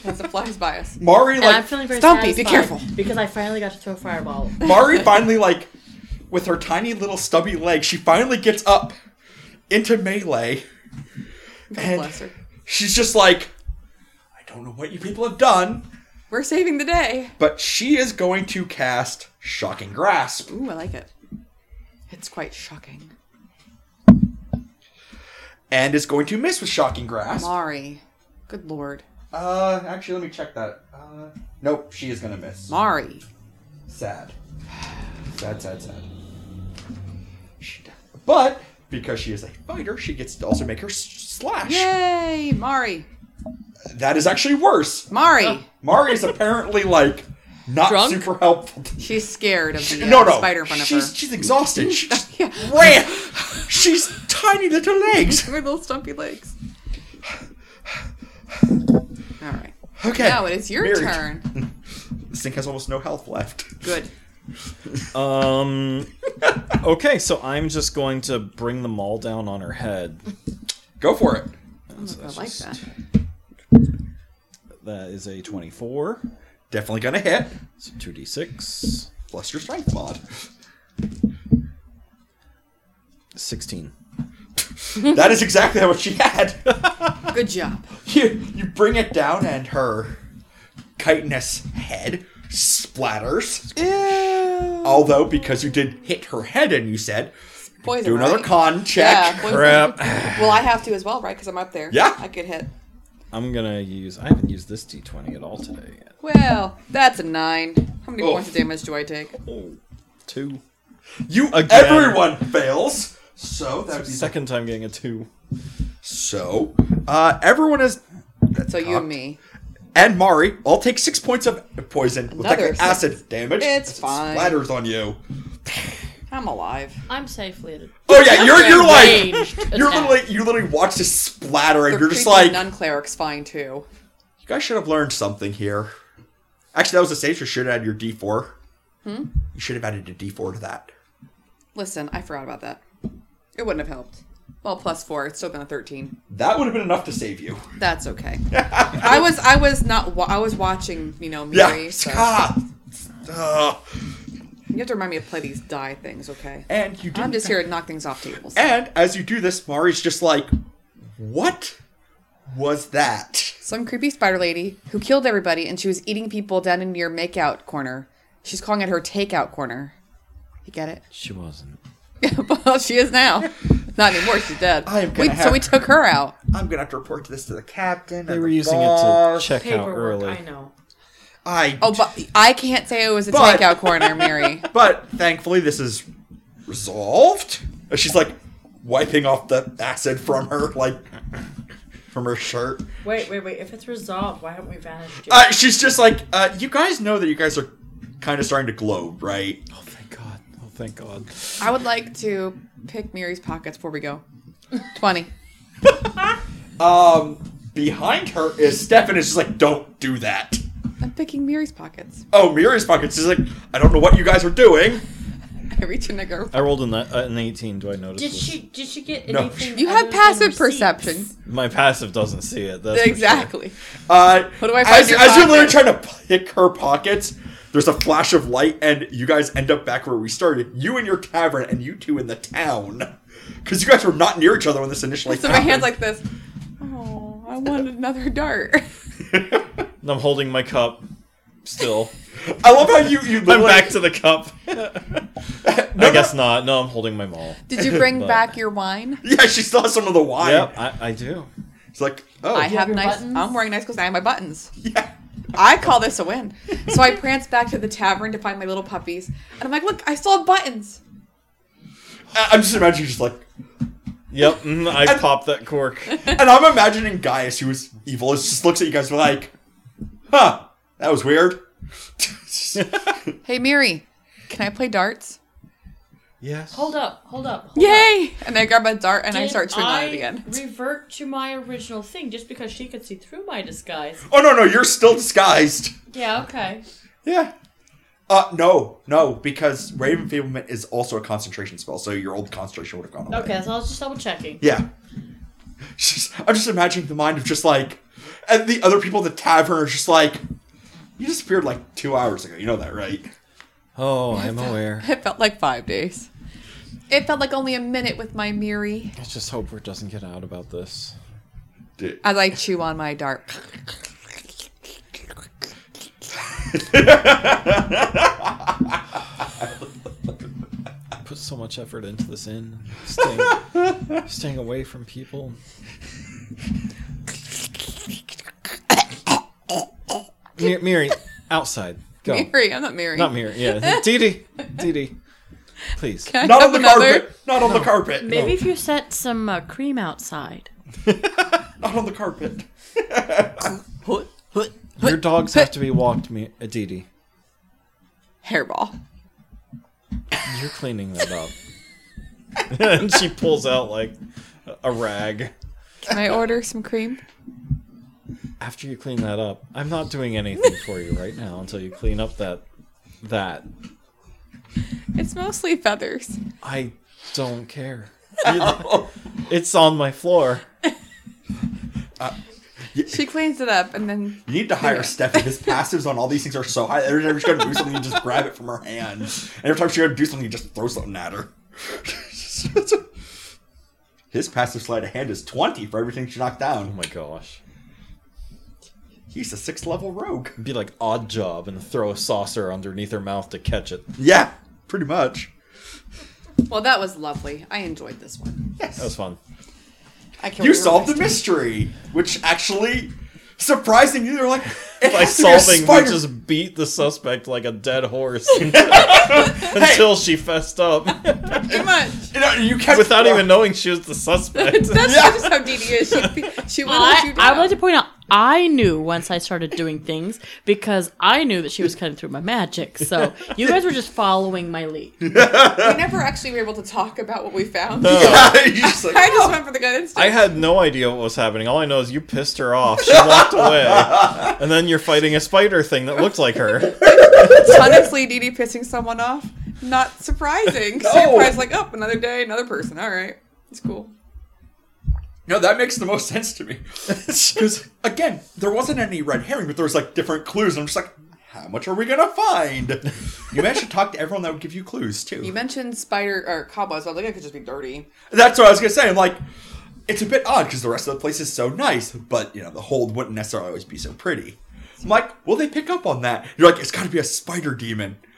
S4: as it flies by us.
S2: Mari
S3: And I'm
S2: like
S3: feeling very
S4: Stumpy, be
S3: satisfied
S4: careful.
S3: Because I finally got to throw a fireball. [laughs]
S2: Mari finally like with her tiny little stubby leg, she finally gets up into melee, and
S4: Bless her.
S2: she's just like, I don't know what you people have done,
S4: We're saving the day.
S2: but she is going to cast shocking grasp.
S4: Ooh, I like it. It's quite shocking.
S2: and is going to miss with shocking grasp.
S4: Mari. Good lord.
S2: Uh, actually, let me check that. Uh, nope, she is gonna miss.
S4: Mari.
S2: Sad, sad, sad, sad. She does. But because she is a fighter, she gets to also make her s- slash.
S4: Yay! Mari.
S2: That is actually worse.
S4: Mari.
S2: Mari is apparently like not
S3: Drunk?
S2: super helpful.
S4: She's scared of the uh,
S2: no, no,
S4: spider in front of
S2: she's
S4: her.
S2: she's
S4: [laughs]
S2: exhausted. She just
S4: Yeah.
S2: ran. She's tiny little legs.
S4: Her little stumpy legs. All right.
S2: Okay.
S4: Now it is your
S2: Mary,
S4: turn.
S2: This thing has almost no health left.
S4: Good.
S1: Um. [laughs] okay, so I'm just going to bring them all down on her head.
S2: Go for it.
S4: I like that.
S1: That is a 24.
S2: Definitely gonna hit.
S1: So 2d6.
S2: Plus your strength mod.
S1: 16.
S2: That is exactly what she had. [laughs]
S4: Good job.
S2: You, you bring it down, and her chitinous head splatters. Although, because you did hit her head, and you said,
S4: Poison.
S2: do another
S4: right?
S2: con
S4: Yeah.
S2: check.
S4: poison.
S1: Crap.
S4: Well, I have to as well, right? Because I'm up there.
S2: Yeah.
S4: I could hit.
S1: I'm gonna use. I haven't used this d20 at all today yet.
S4: Well, that's a nine. How many
S2: Oh.
S4: points of damage do I take?
S1: Oh, two.
S2: You
S1: Again.
S2: everyone fails. So that would be
S1: Second time getting a two.
S2: So uh, everyone is
S4: So you and me.
S2: and Mari all take six points of poison with
S4: Another
S2: that acid damage.
S4: It's
S2: It
S4: fine.
S2: Splatters on you.
S4: I'm alive.
S3: I'm safely at a
S2: Oh yeah, you're you're
S4: [laughs]
S2: like
S3: Ranged
S2: you're
S3: attack.
S2: literally you literally watch this splatter and
S4: They're
S2: you're just
S4: creepy
S2: like
S4: nun cleric's fine too.
S2: you guys should have learned something here. Actually, that was a save. You should have added your D four.
S4: Hmm?
S2: You should have added a D four to that.
S4: Listen, I forgot about that. It wouldn't have helped. Well, plus four, it's still been a thirteen.
S2: That would have been enough to save you. [laughs]
S4: That's okay. I was I was not wa- I was watching you know Miri.
S2: Yeah.
S4: So
S2: Ah. Ugh.
S4: you have to remind me to play these die things, okay?
S2: and you.
S4: I'm
S2: didn't-
S4: just here to knock things off tables.
S2: And as you do this, Mari's just like, "What was that?"
S4: Some creepy spider lady who killed everybody and she was eating people down in your makeout corner. She's calling it her takeout corner. You get it?
S1: She wasn't.
S4: [laughs] well, she is now. Not anymore. She's dead.
S2: I am
S4: we,
S2: gonna
S4: So we
S2: have-
S4: took her out.
S2: I'm gonna have to report this to the captain.
S1: They were using it to check out
S3: paperwork.
S1: early.
S3: I know.
S2: I.
S4: Oh, but I can't say it was a
S2: But-
S4: takeout corner, Mary.
S2: But thankfully, this is resolved. And She's like wiping off the acid from her, like from her shirt.
S3: Wait, wait, wait. If it's resolved, why haven't we vanished yet?
S2: Uh, she's just like, uh, "You guys know that you guys are kind of starting to globe, right?"
S1: Oh, thank God. Oh, thank God.
S4: [laughs] I would like to pick Mary's pockets before we go. 20.
S2: Um, behind her is Stefan. Is just like, "Don't do that."
S4: I'm picking Mary's pockets.
S2: Oh, Miri's pockets. She's like, "I don't know what you guys are doing."
S4: I reach in and go.
S1: I rolled an, uh, an 18. Do I notice?
S3: did
S1: this?
S3: she? Did she get
S2: No.
S3: anything?
S4: You
S3: other
S4: have
S3: than
S4: passive
S3: receipts?
S4: perception.
S1: My passive doesn't see it. That's for sure.
S4: Exactly.
S2: Uh,
S4: What do I find
S2: as,
S4: in your
S2: as you're literally
S4: pocket?
S2: trying to pick her pockets, there's a flash of light, and you guys end up back where we started. You in your tavern, and you two in the town, because you guys were not near each other when this initially.
S4: So my hand's like this. Oh, I want another dart.
S1: And I'm holding my cup [laughs] still.
S2: [laughs] I love how you you.
S1: I'm
S2: literally- [laughs]
S1: back to the [laughs] cup. I guess not. No, I'm holding my mall.
S4: Did you bring
S1: But-
S4: back your wine?
S2: Yeah, she still has some of the wine.
S1: Yep, I, I do.
S2: It's like, oh,
S4: I
S3: have
S4: have
S3: your
S4: nice.
S3: buttons?
S4: I'm wearing nice clothes. I have my buttons.
S2: yeah.
S4: I call this a win. So I prance back to the tavern to find my little puppies, and I'm like, "Look, I still have buttons."
S2: I- I'm just imagining just
S4: [laughs]
S2: like,
S1: Yep, mm, [laughs] I popped that cork.
S2: and I'm imagining Gaius, who is evil, is just looks at you guys like, huh, that was weird. [laughs]
S4: Hey, Miri, can I play darts?
S1: Yes.
S3: Hold up, hold up. Hold up.
S4: Yay! And I grab a dart and I
S3: Did
S4: start chewing on
S3: I
S4: it again.
S3: Revert to my original thing just because she could see through my disguise.
S2: oh no, no, you're still disguised.
S3: Yeah, okay.
S2: Yeah. Uh, no, no, because Raven Feeblement is also a concentration spell, so your old concentration would have gone away.
S3: Okay, so I was just double checking.
S2: Yeah. [laughs] She's, I'm just imagining the mind of just like, and the other people at the tavern are just like, you disappeared like two hours ago. You know that, right?
S1: Oh, I'm aware.
S4: [laughs] It felt like five days. It felt like only a minute with my Miri
S1: Let's just hope it doesn't get out about this.
S2: Dude.
S4: as I chew on my dart.
S2: [laughs]
S1: Put so much effort into this in. Staying, [laughs] staying away from people. Mi- Miri, outside. Go.
S2: Oh.
S4: Miri, I'm not Miri.
S1: Not Miri, yeah. Dee Dee. Dee Dee. Please.
S4: Can [laughs] [laughs] I
S2: Not on
S4: have
S2: the
S4: another?
S2: carpet. Not on the carpet.
S3: Maybe if you set some uh, cream outside.
S2: Not on the carpet.
S1: Your dogs have to be walked, Mi- uh, Dee Dee.
S4: Hairball.
S1: You're cleaning that
S2: [laughs]
S1: up. and she pulls out like a rag.
S4: Can I order some cream?
S1: After you clean that up, I'm not doing anything for you right now until you clean up that that.
S4: It's mostly feathers.
S1: I don't
S6: [laughs]
S1: care.
S2: Oh.
S1: it's on my floor.
S4: She cleans it up and then
S2: You need to hire Stephanie. His passives on all these things are so high. Every time she's going to do something, you just grab it from her hand. And every time she's going to do something, you just throw something at her. [laughs] His passive sleight of hand is 20 for everything she knocked
S1: Oh
S2: down.
S1: my gosh.
S2: He's a sixth level rogue.
S1: It'd be like odd job and throw a saucer underneath her mouth to catch it.
S2: Yeah, pretty much.
S4: Well, that was lovely. I enjoyed this one.
S1: That was fun.
S4: I can't
S2: You
S4: wait to
S2: solved the
S4: rest.
S2: mystery, which actually, surprisingly, they're like,
S6: By
S2: has to be a
S6: solving, we
S2: spider-
S6: just beat the suspect like a
S2: [laughs]
S6: dead horse [laughs] until she fessed up
S4: Pretty much. [laughs]
S2: You, know, you kept [laughs]
S6: without even knowing she was the suspect.
S4: That's
S2: Yeah.
S4: just how Dee Dee is.
S2: [laughs]
S4: She, she will let
S3: I,
S4: you
S3: I
S4: down.
S3: would like to point out I knew once I started doing things because I knew that she was cutting through my magic. So you guys were just following my lead.
S4: we never actually were able to talk about what we found.
S2: Uh. You're just like,
S4: [laughs] I just went for the good instinct.
S6: I had no idea what was happening. All I know is you pissed her off. She walked away, and then you're fighting a spider thing that looked like her. [laughs]
S4: Honestly, Dee Dee pissing someone off, not surprising.
S2: No.
S4: Surprise, like, oh, another day, another person. All right, it's cool.
S2: No, that makes the most sense to me. Because again, there wasn't any red herring, but there was like different clues, and I'm just like, how much are we gonna find? You managed to talk to everyone that would give you clues
S4: You
S2: too.
S4: mentioned spider or cobwebs. I was like, it could just be dirty.
S2: That's what I was gonna say. I'm like, it's a bit odd because the rest of the place is so nice, but you know the hold wouldn't necessarily always be so pretty. I'm like, will they pick up on that? You're like, it's got to be a spider demon. I'm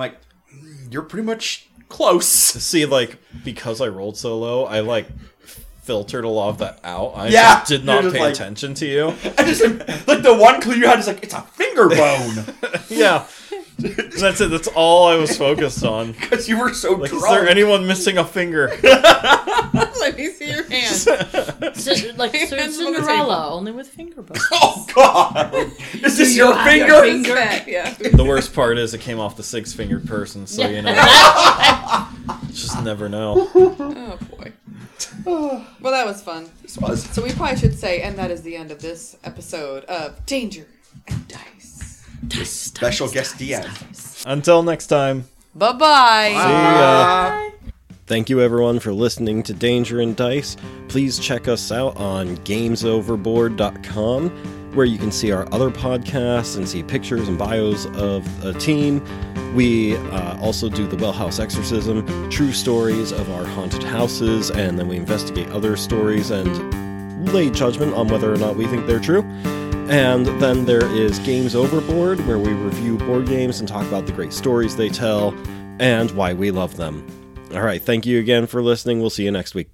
S2: like, "Mm, you're pretty much close. [laughs]
S6: See, like because I rolled so low, I like filtered a lot of that out. I
S2: Yeah,
S6: just did
S2: you're
S6: not
S2: just
S6: pay
S2: like-
S6: attention to you.
S2: I just like the one clue you had is like, it's a finger bone
S6: Yeah, that's it. That's all I was focused on.
S2: because you were so
S6: Like, is
S2: drunk.
S6: there anyone missing a finger?
S4: [laughs] Let me see your hands.
S3: So, like so
S4: Hands on the
S3: Cinderella, only with finger bones.
S2: Oh God! Is this your
S3: have
S2: finger?
S3: your
S4: It's fat, yeah.
S6: the worst part is it came off the six-fingered person, so
S2: [laughs]
S6: you know, just never know.
S4: Oh
S2: [sighs]
S4: boy. Well, that was fun.
S2: This was.
S4: So we probably should say, and that is the end of this episode of Danger and Dice.
S2: Special guest DM.
S6: Until next time. uh,
S4: Bye-bye.
S6: See ya. Thank you, everyone, for listening to Danger and Dice. Please check us out on gamesoverboard.com, where you can see our other podcasts and see pictures and bios of the team. We uh, also do the Wellhouse Exorcism, true stories of our haunted houses, and then we investigate other stories and lay judgment on whether or not we think they're true. And then there is Games Overboard, where we review board games and talk about the great stories they tell and why we love them. All right. Thank you again for listening. We'll see you next week.